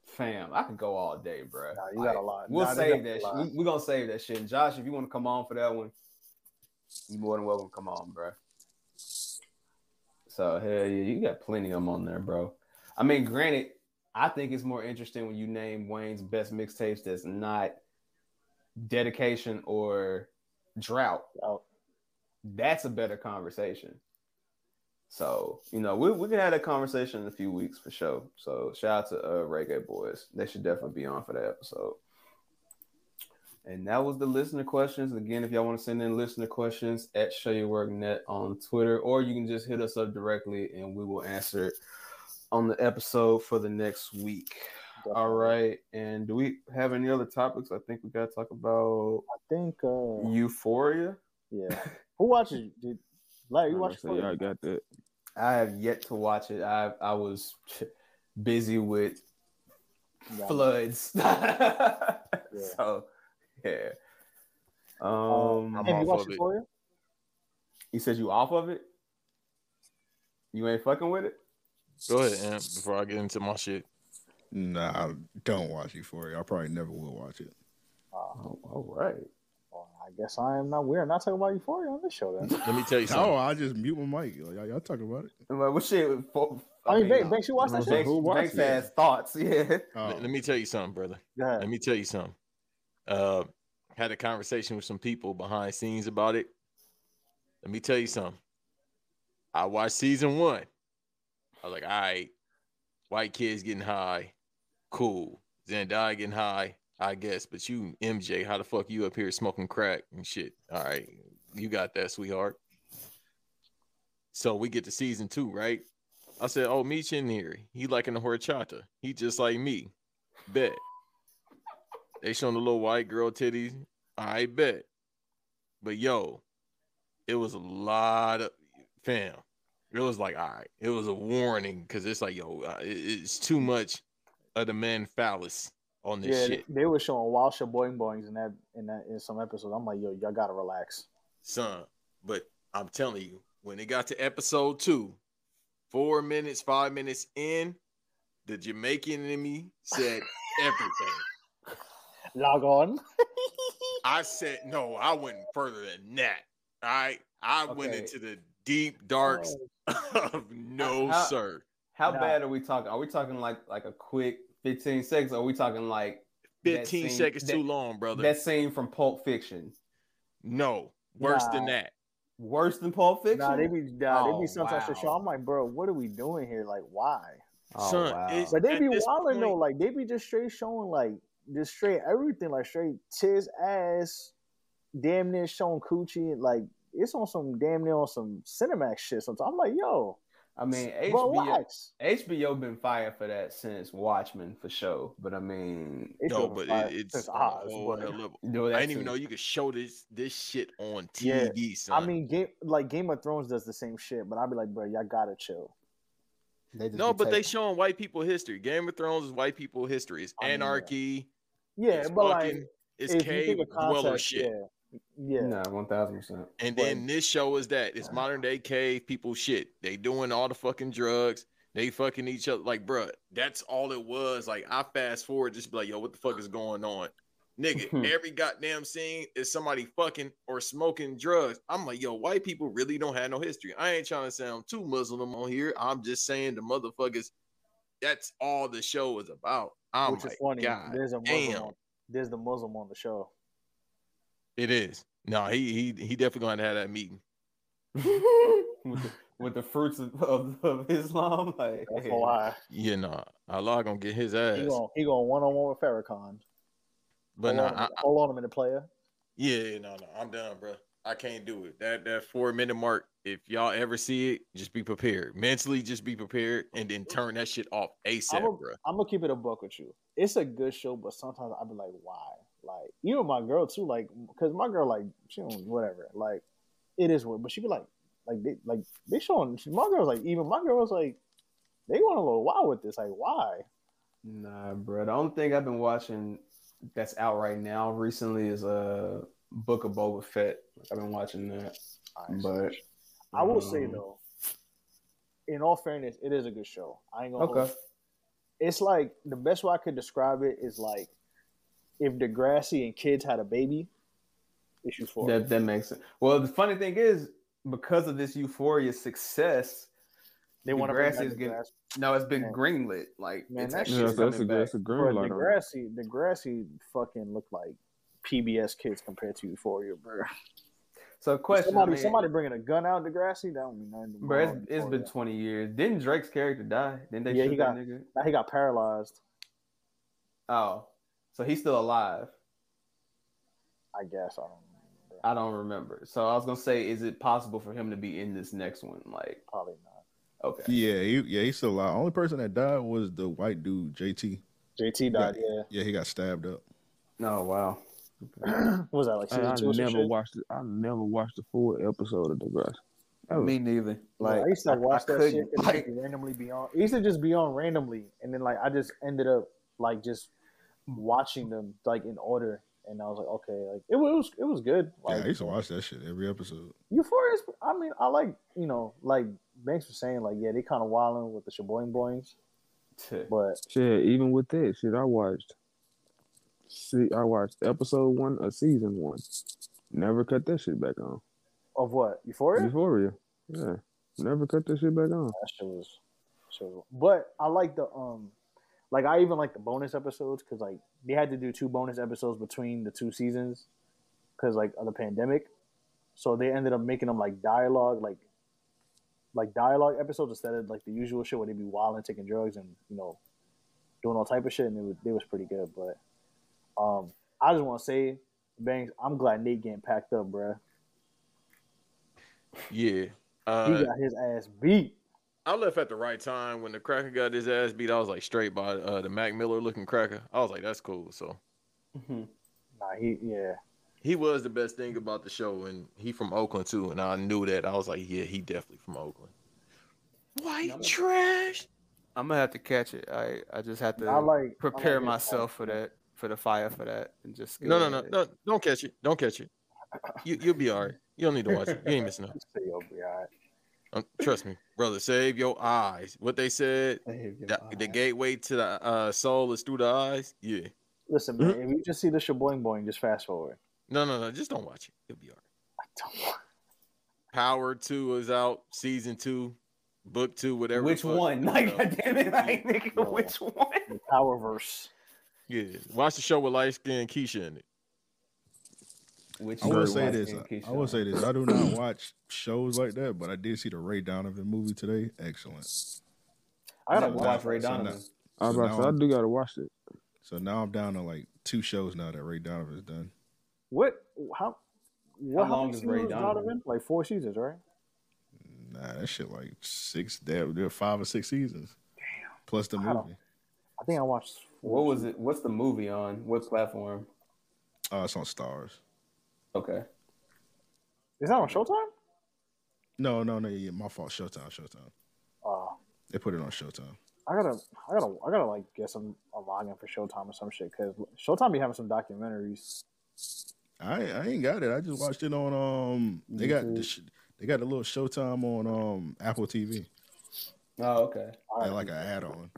Speaker 3: fam. I could go all day, bro.
Speaker 5: you got a lot.
Speaker 3: We'll
Speaker 5: Nah, they
Speaker 3: save
Speaker 5: got a
Speaker 3: that. Shit.
Speaker 5: lot.
Speaker 3: We, we're gonna save that shit. And Josh, if you want to come on for that one, you more than welcome. to Come on, bro. So hell yeah, you got plenty of them on there, bro. I mean, granted, I think it's more interesting when you name Wayne's best mixtapes that's not dedication or drought. That's a better conversation. So, you know, we, we can have that conversation in a few weeks for sure. So, shout out to uh, Reggae Boys. They should definitely be on for that episode. And that was the listener questions. Again, if y'all want to send in listener questions at Show Your Work Net on Twitter, or you can just hit us up directly and we will answer it on the episode for the next week. All right. And do we have any other topics? I think we got to talk about.
Speaker 5: I think. Uh,
Speaker 3: Euphoria.
Speaker 5: Yeah. Who watches? Did Larry? You watch? Euphoria?
Speaker 3: got that. I have yet to watch it. I I was *laughs* busy with
Speaker 5: Yeah.
Speaker 3: floods. *laughs* So yeah. Um,
Speaker 5: Have you watched Euphoria?
Speaker 3: You said you off of it. You ain't fucking with it.
Speaker 4: Go ahead, Amp, before I get into my shit.
Speaker 8: Nah, I don't watch Euphoria. I probably never will watch it.
Speaker 3: all right.
Speaker 5: Oh. I guess I am not. We are not talking about Euphoria on this show. Then
Speaker 4: *laughs* Let me
Speaker 8: *laughs*
Speaker 4: tell you
Speaker 8: *laughs* Oh,
Speaker 4: something.
Speaker 8: I just mute my mic. Like, y'all, y'all talking about it?
Speaker 3: Well, what shit?
Speaker 5: I mean, Banks- Banks, Oh, you watch that shit?
Speaker 3: Banks- Who watched Banks it? has thoughts. *laughs* Yeah.
Speaker 4: Let, let me tell you something, brother. Let me tell you something. Uh, had a conversation with some people behind scenes about it. Let me tell you something. I watched season one. I was like, all right, white kids getting high, cool. Zendaya getting high, I guess. But you, MJ, how the fuck you up here smoking crack and shit? All right, you got that, sweetheart. So we get to season two, right? I said, "Oh, Meech in here. He liking the horchata. He just like me. Bet." They showing the little white girl titties. I bet. But yo, it was a lot of fam. It was like, all right, it was a warning because it's like, yo, uh, it- it's too much of the man phallus on this
Speaker 5: Yeah,
Speaker 4: shit.
Speaker 5: they were showing wild shaboing boings in that in that in some episodes. I'm like, yo, y'all gotta relax.
Speaker 4: son. But I'm telling you, when it got to episode two, four minutes, five minutes in, the Jamaican in me said everything.
Speaker 5: Log on.
Speaker 4: I said no, I went further than that. I I went
Speaker 3: Okay.
Speaker 4: into the deep darks of no
Speaker 3: How-
Speaker 4: sir.
Speaker 3: How
Speaker 4: Nah.
Speaker 3: bad are we talking? Are we talking like like a quick fifteen seconds? Or are we talking like that
Speaker 4: 15
Speaker 3: scene-
Speaker 4: seconds
Speaker 3: that-
Speaker 4: too long, brother.
Speaker 3: That scene from Pulp Fiction.
Speaker 4: No, worse than
Speaker 5: Nah.
Speaker 4: that.
Speaker 3: Worse than Pulp Fiction.
Speaker 5: Nah, they be nah, they
Speaker 3: Oh,
Speaker 5: be sometimes
Speaker 3: wow.
Speaker 5: show. I'm like, bro, what are we doing here? Like, why?
Speaker 3: Oh, Son, wow. it's-
Speaker 5: but they
Speaker 4: at
Speaker 5: be
Speaker 4: this
Speaker 5: wilding though.
Speaker 4: point-
Speaker 5: Like they be just straight showing like just straight everything, like straight tits, ass, damn near showing coochie. Like it's on some damn near on some Cinemax shit. Sometimes I'm like, yo,
Speaker 3: I mean, HBO,
Speaker 5: relax.
Speaker 3: HBO been fired for that since Watchmen for sure. But I mean,
Speaker 4: No, but it, it's on a whole nother level.
Speaker 3: No,
Speaker 4: I
Speaker 3: that's
Speaker 4: didn't even
Speaker 3: it.
Speaker 4: know you could show this this shit on
Speaker 5: Yeah.
Speaker 4: TV, son.
Speaker 5: I mean, game, like Game of Thrones does the same shit, but I'd be like, bro, y'all gotta chill.
Speaker 4: no, but they
Speaker 5: should.
Speaker 4: showing white people history. Game of Thrones is white people history. It's anarchy.
Speaker 5: yeah,
Speaker 4: it's
Speaker 5: but like,
Speaker 4: fucking- it's
Speaker 5: if you
Speaker 4: cave
Speaker 5: think of
Speaker 4: dweller
Speaker 5: context,
Speaker 4: shit.
Speaker 5: Yeah,
Speaker 3: nah, one thousand
Speaker 5: *laughs*
Speaker 3: percent.
Speaker 4: And then this show is that it's modern day cave people shit. They doing all the fucking drugs. They fucking each other. Like, bruh, that's all it was. Like, I fast forward just be like, yo, what the fuck is going on?
Speaker 5: *laughs*
Speaker 4: Nigga, every goddamn scene is somebody fucking or smoking drugs. I'm like, yo, white people really don't have no history. I ain't trying to sound too Muslim on here. I'm just saying the motherfuckers. That's all the show is about. I'm
Speaker 5: which
Speaker 4: like,
Speaker 5: is funny.
Speaker 4: God
Speaker 5: there's a Muslim.
Speaker 4: damn,
Speaker 5: On, there's the Muslim on the show.
Speaker 4: it is. No, he he he definitely gonna have that meeting.
Speaker 3: with, the, with the fruits of, of, of Islam, like
Speaker 5: That's a lie.
Speaker 4: You know, Allah gonna get his ass.
Speaker 5: He going he going one on one with Farrakhan.
Speaker 4: But
Speaker 5: hold,
Speaker 4: nah,
Speaker 5: on a minute,
Speaker 4: I- I-
Speaker 5: hold on a minute, player.
Speaker 4: yeah, no, no, I'm done, bro. I can't do it. That that four minute mark. If y'all ever see it, just be prepared. Mentally, just be prepared, and then turn that shit off ASAP,
Speaker 5: I'm
Speaker 4: bro.
Speaker 5: gonna keep it a buck with you. It's a good show, but sometimes I'd be like, why? Like you know my girl too, like because my girl like she don't whatever. Like it is what, but she be like, like they like they showing my girl's like even my girl was like they going a little wild with this. Like why?
Speaker 3: Nah, bro. The only thing I've been watching that's out right now recently is uh, Book of Boba Fett. I've been watching that, but
Speaker 5: I will say
Speaker 3: um,
Speaker 5: though, in all fairness, it is a good show. I ain't gonna. hold
Speaker 3: Okay.
Speaker 5: you. It's like the best way I could describe it is like if Degrassi and kids had a baby. Issue four.
Speaker 3: That that makes sense. Well, the funny thing is, because of this Euphoria success,
Speaker 5: They wanna bring
Speaker 3: Degrassi
Speaker 5: back
Speaker 3: is getting
Speaker 5: Degrassi.
Speaker 3: no. It's been
Speaker 5: Man.
Speaker 3: greenlit. Like
Speaker 5: Man,
Speaker 3: it's
Speaker 5: that
Speaker 3: actually
Speaker 5: shit- Yeah,
Speaker 3: coming
Speaker 8: Oh.
Speaker 5: that's a-
Speaker 3: back.
Speaker 5: that's a Bro, Degrassi, Degrassi fucking looked like PBS kids compared to Euphoria, bro.
Speaker 3: So, question,
Speaker 5: somebody,
Speaker 3: I mean-
Speaker 5: somebody bringing a gun out, Degrassi. That don't mean nothing. to
Speaker 3: Bro, it's,
Speaker 5: Marvel
Speaker 3: it's
Speaker 5: Euphoria.
Speaker 3: been twenty years. Didn't Drake's character die? Didn't they
Speaker 5: yeah,
Speaker 3: shoot
Speaker 5: he got
Speaker 3: that nigga?
Speaker 5: now he got paralyzed.
Speaker 3: Oh, so he's still alive.
Speaker 5: I guess I don't.
Speaker 3: I don't remember. So I was gonna say, is it possible for him to be in this next one? Like
Speaker 5: probably not.
Speaker 3: Okay.
Speaker 8: Yeah, he, yeah, he's still alive. Only person that died was the white dude, JT.
Speaker 5: JT
Speaker 8: got,
Speaker 5: died. Yeah.
Speaker 8: Yeah, he got stabbed up.
Speaker 3: Oh wow.
Speaker 5: What was that like
Speaker 7: I,
Speaker 5: season
Speaker 7: I
Speaker 5: two or some
Speaker 7: never
Speaker 5: shit?
Speaker 7: watched. it- I never watched a full episode of Degrassi. Ever.
Speaker 3: Me neither.
Speaker 5: Like I used to
Speaker 7: I-
Speaker 5: watch
Speaker 7: I
Speaker 5: that
Speaker 7: couldn't,
Speaker 5: shit and
Speaker 7: like-
Speaker 5: like, randomly be on. It used to just be on randomly, and then like I just ended up like just watching them like in order, and I was like, okay, like it, wa- it was it was good. Like
Speaker 8: yeah, I used to watch that shit every episode.
Speaker 5: Euphoria, is- I mean, I like you know like Banks was saying like yeah they kind of wilding with the shaboing boings, but
Speaker 7: Shit, even with that shit, I watched. See, I watched episode one of season one. Never cut that shit back on.
Speaker 5: of what Euphoria?
Speaker 7: Euphoria. Yeah. Never cut that shit back on.
Speaker 5: That shit was, shit was- But I like the um, like I even like the bonus episodes because like they had to do two bonus episodes between the two seasons because like of the pandemic, so they ended up making them like dialogue like like dialogue episodes instead of like the usual shit where they be wild and taking drugs and you know doing all type of shit and it was, it was pretty good. But um, I just want to say, Bangs, I'm glad Nate getting packed up, bruh.
Speaker 4: Yeah.
Speaker 5: He
Speaker 4: Uh,
Speaker 5: got his ass beat.
Speaker 4: I left at the right time when the cracker got his ass beat. I was like straight by uh, the Mac Miller looking cracker. I was like, that's cool. So
Speaker 5: Nah, he yeah.
Speaker 4: he was the best thing about the show, and he from Oakland too. And I knew that. I was like, yeah, he definitely from Oakland. White trash.
Speaker 16: I'm gonna have to catch it. I I just have to
Speaker 4: I like- I like
Speaker 16: prepare
Speaker 4: it.
Speaker 16: myself for that for the fire for that and just
Speaker 4: No, no,
Speaker 3: Eh.
Speaker 4: no, no! Don't catch it. Don't catch it. You, you'll be all right. You don't need to watch it. You ain't missing nothing.
Speaker 5: You'll be all right.
Speaker 4: Um, trust me, brother. Save your eyes. What they said, the, the gateway to the uh, soul is through the eyes. Yeah.
Speaker 5: Listen, man, if you just see the shaboing boing, just fast forward.
Speaker 4: No, no, no. Just don't watch it. You'll be all right. Power Two is out. Season Two, Book Two, whatever. the
Speaker 3: Which
Speaker 4: fuck,
Speaker 3: one? *laughs*
Speaker 4: you
Speaker 3: Like,
Speaker 4: know.
Speaker 3: goddamn it, like, nigga, which one?
Speaker 5: Power verse.
Speaker 4: Yeah. Watch the show with light skin Keisha
Speaker 3: *laughs*
Speaker 4: in it.
Speaker 3: Which
Speaker 8: I will say this. uh, I will say this. I do not watch shows like that, but I did see the Ray Donovan movie today. Excellent.
Speaker 5: I gotta
Speaker 8: So
Speaker 5: watch
Speaker 8: now-
Speaker 5: Ray
Speaker 8: so now-
Speaker 5: Donovan.
Speaker 7: I was
Speaker 8: so
Speaker 7: about to
Speaker 8: now
Speaker 7: say, I
Speaker 8: I'm-
Speaker 7: do gotta watch it.
Speaker 8: So now I'm down to like two shows now that Ray Donovan's done.
Speaker 5: What? How? What,
Speaker 3: How
Speaker 5: how
Speaker 3: long
Speaker 5: many
Speaker 3: is Ray
Speaker 5: seasons
Speaker 3: Donovan?
Speaker 5: Donovan? Like four seasons, right?
Speaker 8: Nah, that shit like six. There, there are five or six seasons. Plus the
Speaker 3: Wow.
Speaker 8: movie.
Speaker 5: I think I watched.
Speaker 3: What was it? What's the movie on? What platform?
Speaker 8: Oh, it's on Stars.
Speaker 3: Okay.
Speaker 5: Is that on Showtime?
Speaker 8: No, no, no. Yeah, my fault. Showtime. Showtime.
Speaker 5: Oh,
Speaker 8: They put it on Showtime.
Speaker 5: I gotta, I gotta, I gotta like get some a login for Showtime or some shit because Showtime be having some documentaries.
Speaker 8: I I ain't got it. I just watched it on um. They got the sh- they got a little Showtime on um Apple TV.
Speaker 3: Oh, okay.
Speaker 8: They like an add on.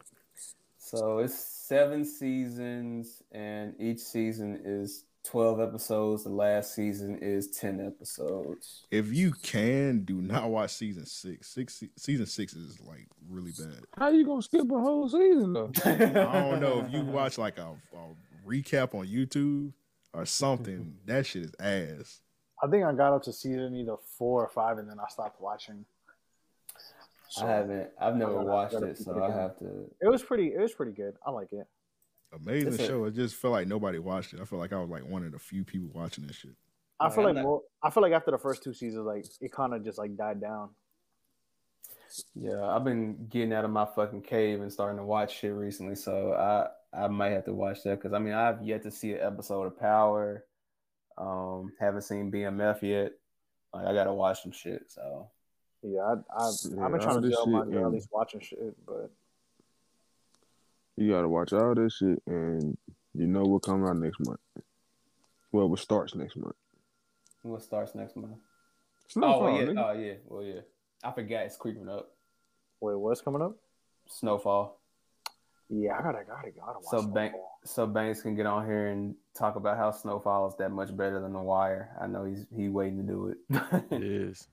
Speaker 3: So it's seven seasons, and each season is twelve episodes. The last season is ten episodes.
Speaker 8: If you can, do not watch season six. Six se- season six is like really bad.
Speaker 13: How you gonna skip a whole season though?
Speaker 8: I don't know
Speaker 3: *laughs*
Speaker 8: if you watch like a, a recap on YouTube
Speaker 3: *laughs*
Speaker 8: or something. that shit is ass.
Speaker 5: I think I got up to season either four or five, and then I stopped watching.
Speaker 3: I haven't. I've never
Speaker 5: gotta-
Speaker 3: watched
Speaker 5: gotta
Speaker 3: it,
Speaker 5: keep
Speaker 3: so
Speaker 5: it
Speaker 3: I
Speaker 5: going.
Speaker 3: have to.
Speaker 5: It was pretty. It was pretty good. I like it.
Speaker 8: Amazing
Speaker 5: It's a-
Speaker 8: show. It just felt like nobody watched it. I feel like I was like one of the few people watching this shit.
Speaker 5: I feel
Speaker 8: I'm
Speaker 5: like
Speaker 8: not-
Speaker 5: more, I feel like after the first two seasons, like it kind of just like died down.
Speaker 3: Yeah, I've been getting out of my fucking cave and starting to watch shit recently, so I I might have to watch that because I mean I've yet to see an episode of Power. Um, haven't seen BMF yet. Like I gotta watch some shit. So
Speaker 5: yeah, I, I've,
Speaker 7: Yeah,
Speaker 5: I've been trying
Speaker 7: all
Speaker 5: to
Speaker 7: this
Speaker 5: tell my
Speaker 7: shit,
Speaker 5: girl
Speaker 7: yeah.
Speaker 5: at least watching shit, but
Speaker 7: You gotta watch all this shit, and you know what coming out next month. Well, what starts next month?
Speaker 3: what starts next month?
Speaker 7: Snowfall,
Speaker 3: oh yeah,
Speaker 7: nigga.
Speaker 3: oh yeah, well yeah. I forgot it's creeping up.
Speaker 5: Wait, what's coming up?
Speaker 3: Snowfall.
Speaker 5: yeah, I gotta gotta gotta watch.
Speaker 3: So Bank, so Banks can get on here and talk about how Snowfall is that much better than The Wire. I know he's he waiting to do it. it *laughs*
Speaker 11: is.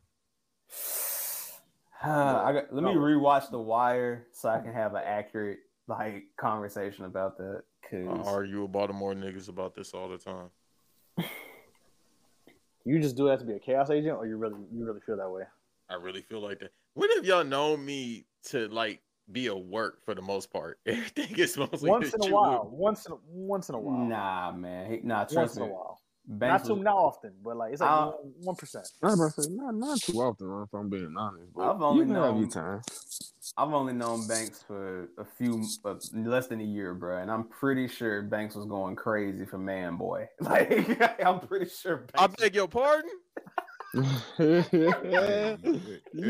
Speaker 3: *sighs* I got, let me rewatch The Wire so I can have an accurate like conversation about that. Cause
Speaker 11: I argue with Baltimore niggas about this all the time.
Speaker 5: You just do that to be a chaos agent, or you really you really feel that way?
Speaker 11: I really feel like that. When have y'all known me to like be a work for the most part? *laughs* Everything is mostly
Speaker 5: once
Speaker 11: that
Speaker 5: in a
Speaker 11: you
Speaker 5: while, once in a, once in a while.
Speaker 3: Nah, man. He- nah,
Speaker 5: once
Speaker 3: trust
Speaker 5: in a
Speaker 3: me.
Speaker 5: while.
Speaker 3: Banks
Speaker 5: not too
Speaker 3: was-
Speaker 5: not often, but like it's
Speaker 3: I-
Speaker 5: like one percent.
Speaker 7: I'm about to say not not too often, if I'm being honest. But
Speaker 3: I've only
Speaker 7: you can have your
Speaker 3: known-
Speaker 7: time.
Speaker 3: I've only known Banks for a few, uh, less than a year, bro, and I'm pretty sure Banks was going crazy for Man Boy. *laughs* Like, I'm pretty sure. Banks I beg
Speaker 11: your pardon.
Speaker 13: you
Speaker 7: *laughs*
Speaker 11: hey,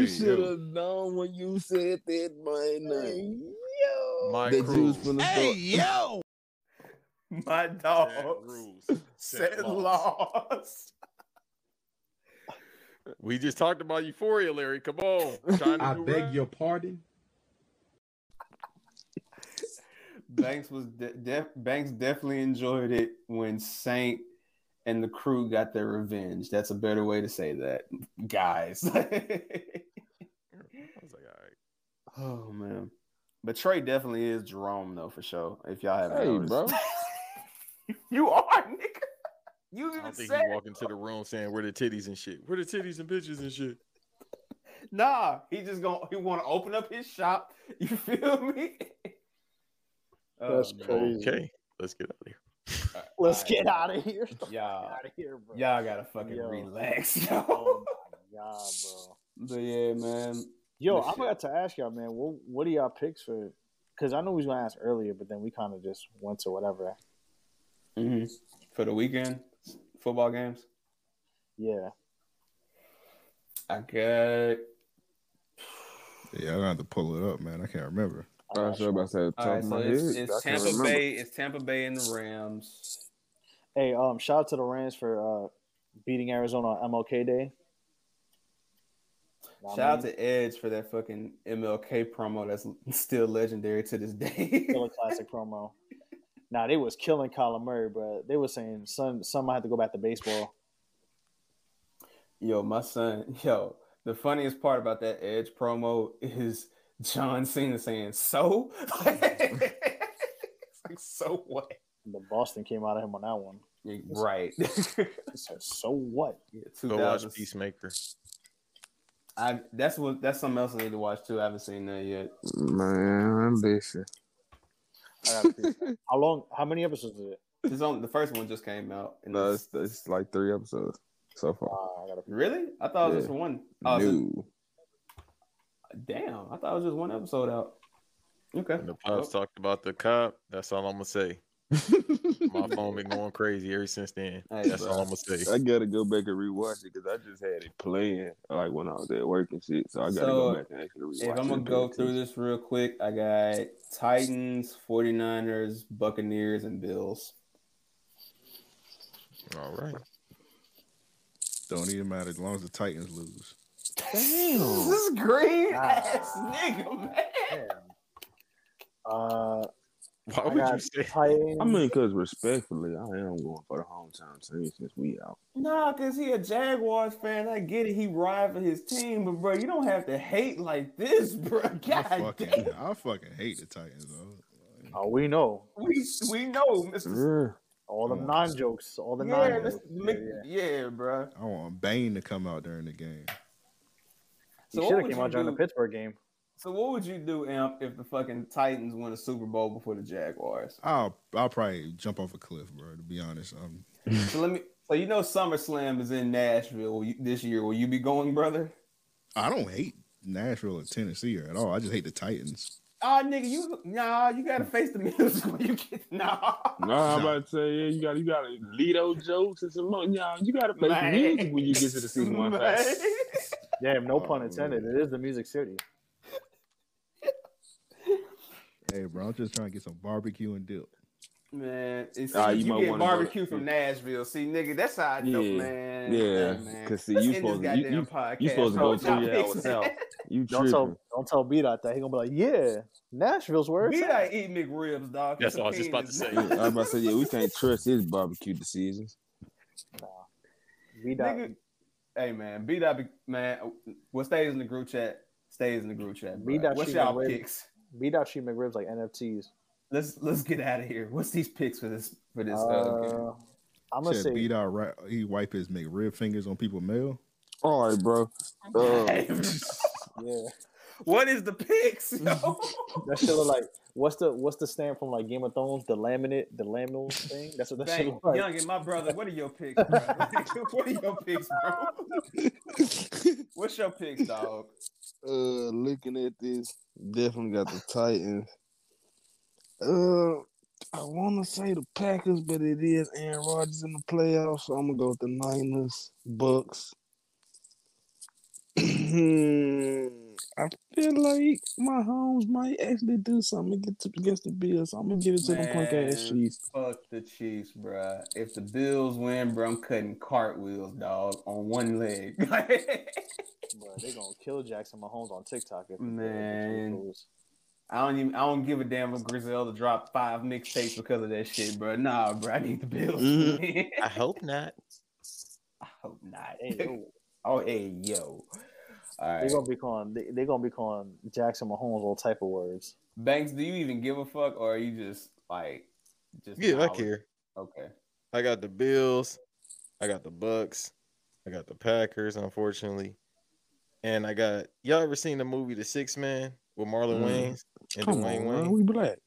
Speaker 13: should
Speaker 11: yo.
Speaker 13: have known when you said that, man. yo,
Speaker 11: My
Speaker 13: the
Speaker 11: crew.
Speaker 13: juice from the
Speaker 11: Hey,
Speaker 5: *laughs*
Speaker 13: yo,
Speaker 3: my dog set laws.
Speaker 11: We just talked about euphoria, Larry. Come on.
Speaker 15: *laughs*
Speaker 11: Trying to
Speaker 15: I
Speaker 11: do
Speaker 15: beg
Speaker 11: right.
Speaker 15: your pardon.
Speaker 3: Banks was de- def- Banks definitely enjoyed it when Saint and the crew got their revenge. That's a better way to say that, guys. *laughs*
Speaker 11: I was like, all right.
Speaker 3: oh man, but Trey definitely is Jerome though for sure. If y'all haven't
Speaker 11: Hey,
Speaker 3: noticed,
Speaker 11: bro.
Speaker 3: *laughs* you are nigga. You
Speaker 11: I
Speaker 3: even
Speaker 11: don't think
Speaker 3: said
Speaker 11: he walked into the room saying where the titties and shit. Where the titties and bitches and shit.
Speaker 3: Nah, he just gonna he want to open up his shop. *laughs* You feel me? Oh,
Speaker 5: That's crazy.
Speaker 11: Okay, let's get out of here.
Speaker 5: Let's get out of *laughs* here.
Speaker 3: Y'all,
Speaker 5: out of here, bro.
Speaker 3: y'all gotta fucking
Speaker 5: Yo.
Speaker 3: relax, *laughs* yo.
Speaker 5: Oh my god, bro.
Speaker 3: But yeah, man.
Speaker 5: Yo,
Speaker 3: This
Speaker 5: I
Speaker 3: shit-
Speaker 5: forgot to ask y'all, man. What what are y'all picks for? Because I know we was gonna ask earlier, but then we kind of just went to whatever.
Speaker 3: Mhm. for the weekend football games.
Speaker 5: Yeah.
Speaker 3: I got.
Speaker 8: Yeah, I gonna have to pull it up, man. I can't remember.
Speaker 7: I was about to say the top
Speaker 3: All right,
Speaker 7: of
Speaker 3: so
Speaker 7: my
Speaker 3: it's,
Speaker 7: head.
Speaker 3: it's
Speaker 7: I can't
Speaker 3: Tampa
Speaker 7: remember.
Speaker 3: Bay. It's Tampa Bay and the Rams.
Speaker 5: Hey, um, shout out to the Rams for uh beating Arizona on MLK Day. Know what I
Speaker 3: Shout out
Speaker 5: mean?
Speaker 3: to Edge for that fucking MLK promo that's *laughs* still legendary to this day. *laughs*
Speaker 5: Still a classic promo. Nah, they was killing Colin Murray, bro. They was saying some some might have to go back to baseball.
Speaker 3: Yo, my son, yo, the funniest part about that Edge promo is John Cena saying, So? *laughs* it's like, so what?
Speaker 5: The Boston came out of him on that one.
Speaker 3: Right.
Speaker 5: He said, so what?
Speaker 11: Go
Speaker 3: 2000s.
Speaker 11: watch Peacemaker.
Speaker 3: I that's what that's something else I need to watch too. I haven't seen that yet.
Speaker 7: Man, listen.
Speaker 5: I gotta fix that. how long? How many episodes is it?
Speaker 3: It's on the first one just came out.
Speaker 7: No, it's, it's like three episodes. so
Speaker 5: Uh,
Speaker 7: far.
Speaker 3: Really? I thought it was
Speaker 7: Yeah.
Speaker 3: just one. Oh, it's just-
Speaker 7: No.
Speaker 3: damn, I thought it was just one episode out. Okay.
Speaker 4: The pops talked about the cop. That's all I'm gonna
Speaker 7: *laughs*
Speaker 4: say. My phone been going crazy ever since then. That's all I'm gonna say.
Speaker 7: I gotta go back and rewatch it because I just had it playing like when I was at work and shit. So I gotta go back and actually rewatch
Speaker 3: if I'm gonna
Speaker 7: it.
Speaker 3: go through this real quick, I got Titans, 49ers, Buccaneers, and Bills.
Speaker 4: All right.
Speaker 8: Don't even matter as long as the Titans lose.
Speaker 3: Damn. This green ass nigga, man.
Speaker 5: Uh,
Speaker 4: Why
Speaker 5: would
Speaker 7: *laughs*
Speaker 5: you say- Titans.
Speaker 7: I mean, because respectfully, I am going for the hometown team since we out.
Speaker 3: Nah, cause he a Jaguars fan. I get it. He ride for his team, but bro, you don't have to hate like this, *laughs* bro. God damn.
Speaker 8: Fucking, I fucking hate the Titans, though.
Speaker 5: Oh, we know.
Speaker 3: We we know, Mister.
Speaker 5: All the non jokes. All the
Speaker 3: Yeah,
Speaker 5: non
Speaker 3: Mr.
Speaker 5: jokes.
Speaker 3: Mc- yeah, bro.
Speaker 8: I want Bane to come out during the game.
Speaker 3: So
Speaker 5: He
Speaker 3: what
Speaker 5: should have
Speaker 3: would
Speaker 5: came
Speaker 3: you
Speaker 5: out during the
Speaker 3: do?
Speaker 5: Pittsburgh game.
Speaker 3: So what would you do, Amp, if the fucking Titans win a Super Bowl before the Jaguars?
Speaker 8: I'll I'll probably jump off a cliff, bro. To be honest, um,
Speaker 3: so let me. So you know SummerSlam is in Nashville Will you- this year. Will you be going, brother?
Speaker 8: I don't hate Nashville or Tennessee or at all. I just hate the Titans.
Speaker 3: Ah, nigga, you nah. You gotta face the music when you get *laughs* nah.
Speaker 7: Nah, I'm about to say, yeah, you got you got Lido jokes and some more. Y'all, you got to play some
Speaker 5: Man.
Speaker 7: music when you get to the season
Speaker 3: *laughs*
Speaker 7: one.
Speaker 5: Man.
Speaker 7: pass.
Speaker 5: Damn,
Speaker 3: Oh,
Speaker 5: no pun intended. It is the Music City.
Speaker 8: Hey, bro, I'm just trying to get some barbecue and dip.
Speaker 3: Man, and see,
Speaker 8: Ah, you
Speaker 3: you,
Speaker 8: might
Speaker 3: get
Speaker 8: wanna go to-
Speaker 3: barbecue from Nashville. See, nigga, that's how I know,
Speaker 7: Yeah.
Speaker 3: man.
Speaker 7: Yeah,
Speaker 3: Hey, man.
Speaker 7: because see,
Speaker 3: Let's
Speaker 7: you
Speaker 3: end this
Speaker 7: supposed to you,
Speaker 3: goddamn
Speaker 7: you,
Speaker 3: podcast.
Speaker 7: you supposed to go
Speaker 3: Hold y'all
Speaker 7: three
Speaker 3: picks, *laughs*
Speaker 7: hours
Speaker 3: man.
Speaker 7: out. You
Speaker 5: Don't
Speaker 7: tripping?
Speaker 5: tell, don't tell B dot that. He gonna be like, yeah, Nashville's where it's
Speaker 3: We
Speaker 5: at.
Speaker 3: not eat McRibs, dog. It's
Speaker 7: That's
Speaker 3: a
Speaker 7: all I was just about to
Speaker 3: penis.
Speaker 7: Yeah, I'm
Speaker 3: *laughs*
Speaker 7: about to say, yeah, we can't trust his barbecue decisions.
Speaker 5: B
Speaker 3: dot. Hey man, B dot. be- Man, what stays in the group chat stays in the group chat.
Speaker 5: B
Speaker 3: Bro.
Speaker 5: dot
Speaker 3: What's
Speaker 5: shoot
Speaker 3: y'all
Speaker 5: McRib-
Speaker 3: picks?
Speaker 5: B dot shoot McRibs like NFTs.
Speaker 3: Let's let's get out of here. What's these picks for this for this? Uh,
Speaker 5: Uh,
Speaker 3: game?
Speaker 5: I'm gonna
Speaker 8: Said
Speaker 5: say
Speaker 8: beat out. Right, he wipe his McRib fingers on people mail.
Speaker 7: All right, bro.
Speaker 5: Oh.
Speaker 3: *laughs*
Speaker 5: yeah.
Speaker 3: What is the picks? yo? *laughs*
Speaker 5: That shit look like what's the what's the stand from like Game of Thrones? The laminate,
Speaker 3: *laughs*
Speaker 5: the laminal thing. That's what that shit
Speaker 3: Bang,
Speaker 5: look like.
Speaker 3: Youngin, my brother, what are your picks, bro? *laughs* what are your picks, bro? What's your picks, dog?
Speaker 13: *laughs*
Speaker 7: Uh, looking at this,
Speaker 13: Definitely got the Titans. Uh, I want to say the Packers, but it is Aaron Rodgers in the playoffs, so I'm gonna go with the Niners, Bucks. *clears throat* I feel like my Holmes might actually do something and get to, against the Bills. I'm gonna give it to them punk ass
Speaker 3: Man,
Speaker 13: Chiefs.
Speaker 3: Fuck the Chiefs, bruh. If the Bills win, bruh, I'm cutting cartwheels, dog, on one leg. *laughs*
Speaker 5: Bro, they gonna kill Jackson Mahomes on TikTok. If
Speaker 3: Man. I don't even. I don't give a damn if Griselda dropped five mixtapes because of that shit, bruh. Nah, bruh, I need the Bills. to win. *laughs*
Speaker 11: I hope not.
Speaker 3: I hope not.
Speaker 5: Hey, yo.
Speaker 3: *laughs* Oh, hey, yo. All
Speaker 5: They're
Speaker 3: right.
Speaker 5: gonna be calling. They, they're gonna be calling Jackson Mahomes all type of words.
Speaker 3: Banks, do you even give a fuck, or are you just like, just
Speaker 11: Yeah, I
Speaker 3: knowledge?
Speaker 11: care.
Speaker 3: Okay.
Speaker 11: I got the Bills, I got the Bucks, I got the Packers, unfortunately, and I got y'all ever seen the movie The Six Man with Marlon
Speaker 7: Mm.
Speaker 11: Wayans and
Speaker 7: Come
Speaker 11: Dwayne
Speaker 7: on,
Speaker 11: Wayne?
Speaker 7: man, we black.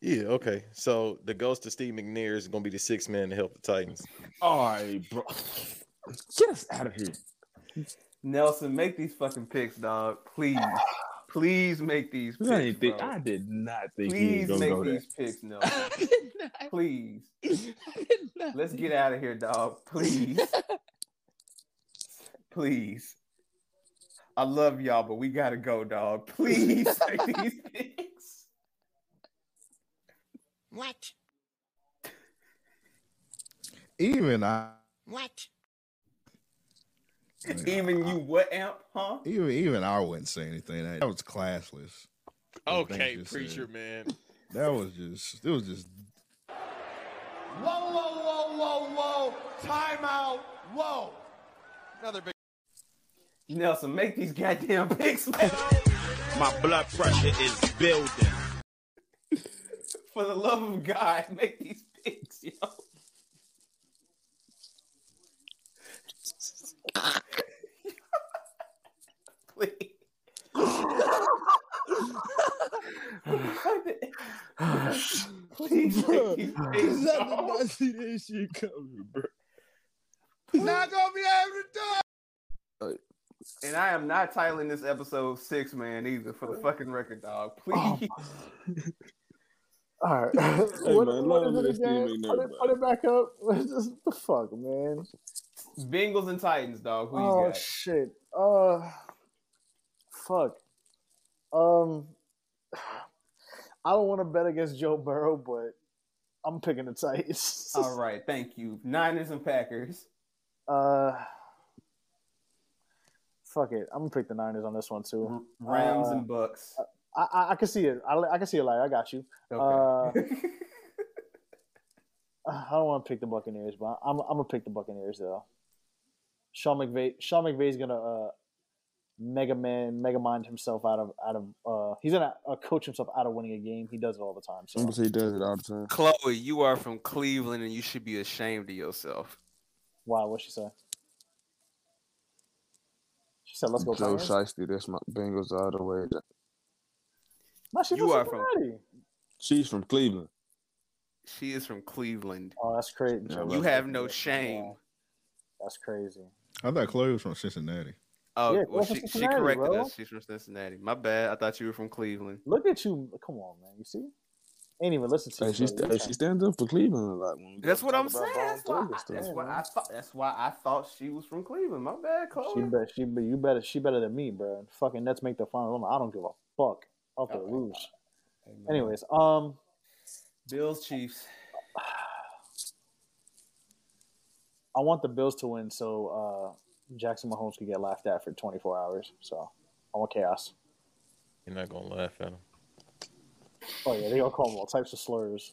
Speaker 11: Yeah, okay. So the ghost of Steve McNair is gonna be the sixth man to help the Titans.
Speaker 7: All right, bro. Get us out of here.
Speaker 3: Nelson, make these fucking picks, dog. Please, please make these. Picks,
Speaker 7: I didn't think-
Speaker 3: bro.
Speaker 7: I did not think he
Speaker 3: Please
Speaker 7: was gonna
Speaker 3: make
Speaker 7: go there.
Speaker 3: these picks, Nelson. please. Let's get out of here, dog. Please, please. I love y'all, but we gotta go, dog. Please make these picks.
Speaker 9: What?
Speaker 8: Even I,
Speaker 9: What?
Speaker 3: Even you, what amp, huh?
Speaker 8: even even I wouldn't say anything. That, that was classless. What Banks
Speaker 11: Okay,
Speaker 8: just
Speaker 11: preacher
Speaker 7: uh,
Speaker 8: said.
Speaker 11: man.
Speaker 8: That was just. It was just.
Speaker 9: Whoa, whoa, whoa, whoa, whoa. Time out. Whoa. Another big.
Speaker 3: Nelson, make these goddamn *laughs* picks, man.
Speaker 17: My blood pressure is building.
Speaker 3: For the love of God, make these picks, yo. Please. Please,
Speaker 9: Bruh,
Speaker 7: I did not see that shit coming, bro.
Speaker 9: Not gonna be able
Speaker 3: And I am not titling this episode six man either for the fucking record, dog. Please.
Speaker 5: All right.
Speaker 7: Hey,
Speaker 5: what,
Speaker 7: man,
Speaker 5: what
Speaker 7: love
Speaker 5: is it
Speaker 7: this team
Speaker 5: again?
Speaker 7: ain't
Speaker 5: Put it,
Speaker 7: nothing,
Speaker 5: put it back up. *laughs* Just the fuck, man.
Speaker 3: Bengals and Titans, dog. Who
Speaker 5: Oh
Speaker 3: you got?
Speaker 5: shit. Uh, fuck. Um, *sighs* I don't want to bet against Joe Burrow, but I'm picking the Titans. *laughs*
Speaker 3: All right, thank you. Niners and Packers.
Speaker 5: Uh, fuck it. I'm gonna pick the Niners on this one too.
Speaker 3: Rams
Speaker 5: Uh,
Speaker 3: and Bucks.
Speaker 5: I, I, I can see it. I, I can see it. Like I got you.
Speaker 3: *laughs*
Speaker 5: Uh, I don't want to pick the Buccaneers, but I'm, I'm gonna pick the Buccaneers though. Sean McVay. Sean McVay's gonna uh, mega man, mega mind himself out of out of. Uh, he's gonna uh, coach himself out of winning a game. He does it all the time. So
Speaker 13: He does it all the time.
Speaker 16: Chloe, you are from Cleveland and you should be ashamed of yourself.
Speaker 5: wow, what she say? She said, "Let's go."
Speaker 13: Joe
Speaker 5: Titans."
Speaker 13: Shiesty, that's my Bengals all the way.
Speaker 5: No, she
Speaker 16: You
Speaker 5: from
Speaker 16: are from-
Speaker 5: Cincinnati.
Speaker 13: She's from Cleveland.
Speaker 16: She is from Cleveland.
Speaker 5: Oh, that's crazy.
Speaker 13: Yeah,
Speaker 16: you have no shame.
Speaker 5: That's crazy.
Speaker 8: I thought Chloe was from Cincinnati.
Speaker 16: Oh,
Speaker 5: Yeah,
Speaker 16: well,
Speaker 5: Chloe
Speaker 16: she,
Speaker 5: from
Speaker 16: she
Speaker 5: Cincinnati,
Speaker 16: corrected
Speaker 5: bro.
Speaker 16: us. She's from Cincinnati. My bad. I thought you were from Cleveland.
Speaker 5: Look at you. Come on, man. You see? Ain't even listen to
Speaker 13: Hey,
Speaker 5: you.
Speaker 13: she,
Speaker 5: brother.
Speaker 13: hey, she stands up for Cleveland a lot. When we
Speaker 16: That's what I'm
Speaker 13: talk about
Speaker 16: saying.
Speaker 13: Von
Speaker 16: That's why,
Speaker 13: Cleveland
Speaker 16: that's
Speaker 13: stuff.
Speaker 16: why
Speaker 3: I thought that's why I thought she was from Cleveland. My bad,
Speaker 5: She
Speaker 3: Chloe.
Speaker 5: better. She be, You better. She better than me, bro. Fucking Nets make the final. I don't give a fuck. Up
Speaker 3: Oh
Speaker 5: or lose. Anyways, um,
Speaker 3: Bills, Chiefs.
Speaker 5: I want the Bills to win so uh, Jackson Mahomes could get laughed at for 24 hours. So I want chaos.
Speaker 11: You're not gonna laugh at him.
Speaker 5: Oh yeah, they gonna call him all types of slurs.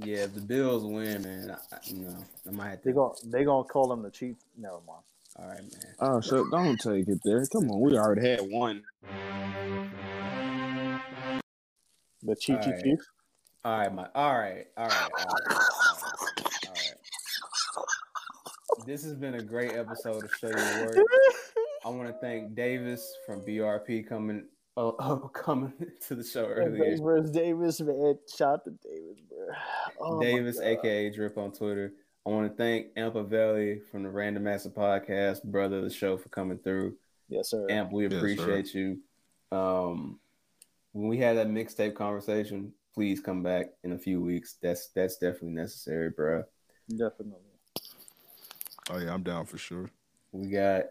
Speaker 3: Yeah, if the Bills win, man. I, I- you know, I might have to.
Speaker 5: They gonna they gonna call him the chief. Never mind.
Speaker 3: All right, man.
Speaker 13: Oh, shut! Don't take it there. Come on, we already had one.
Speaker 5: The chief, chief,
Speaker 3: Alright.
Speaker 5: chief.
Speaker 3: All right, my. All right, all right, all right, all right. All right. This has been a great episode of Show Your Work. I want to thank Davis from BRP coming uh, uh, *laughs* coming to the show earlier.
Speaker 5: Davis *laughs* versus Davis, man. Shout out to Davis, bro. Oh, my
Speaker 3: Davis,
Speaker 5: God.
Speaker 3: aka Drip on Twitter. I want to thank Ampa Valley from the Random Master Podcast, brother of the show, for coming through.
Speaker 5: Yes, sir.
Speaker 3: Amp, we
Speaker 5: Yes, sir.
Speaker 3: appreciate you. Um, when we had that mixtape conversation, please come back in a few weeks. That's that's definitely necessary, bro.
Speaker 5: Definitely.
Speaker 8: Oh yeah, I'm down for sure.
Speaker 3: We got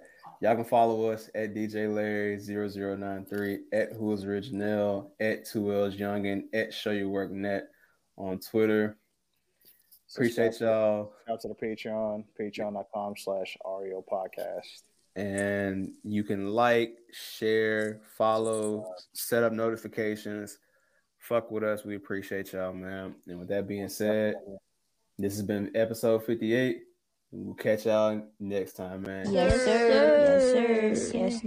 Speaker 3: y'all can follow us at DJ Larry 0093 at Who is Original at Two L's Youngin at Show Your Work Net on Twitter. Appreciate y'all.
Speaker 5: Shout out to the Patreon, patreon.com slash REO podcast.
Speaker 3: and you can like, share, follow, set up notifications. Fuck with us. We appreciate y'all, man. And with that being said, this has been episode 58. We'll catch y'all next time, man.
Speaker 18: Yes, sir. Yes, sir. Yes,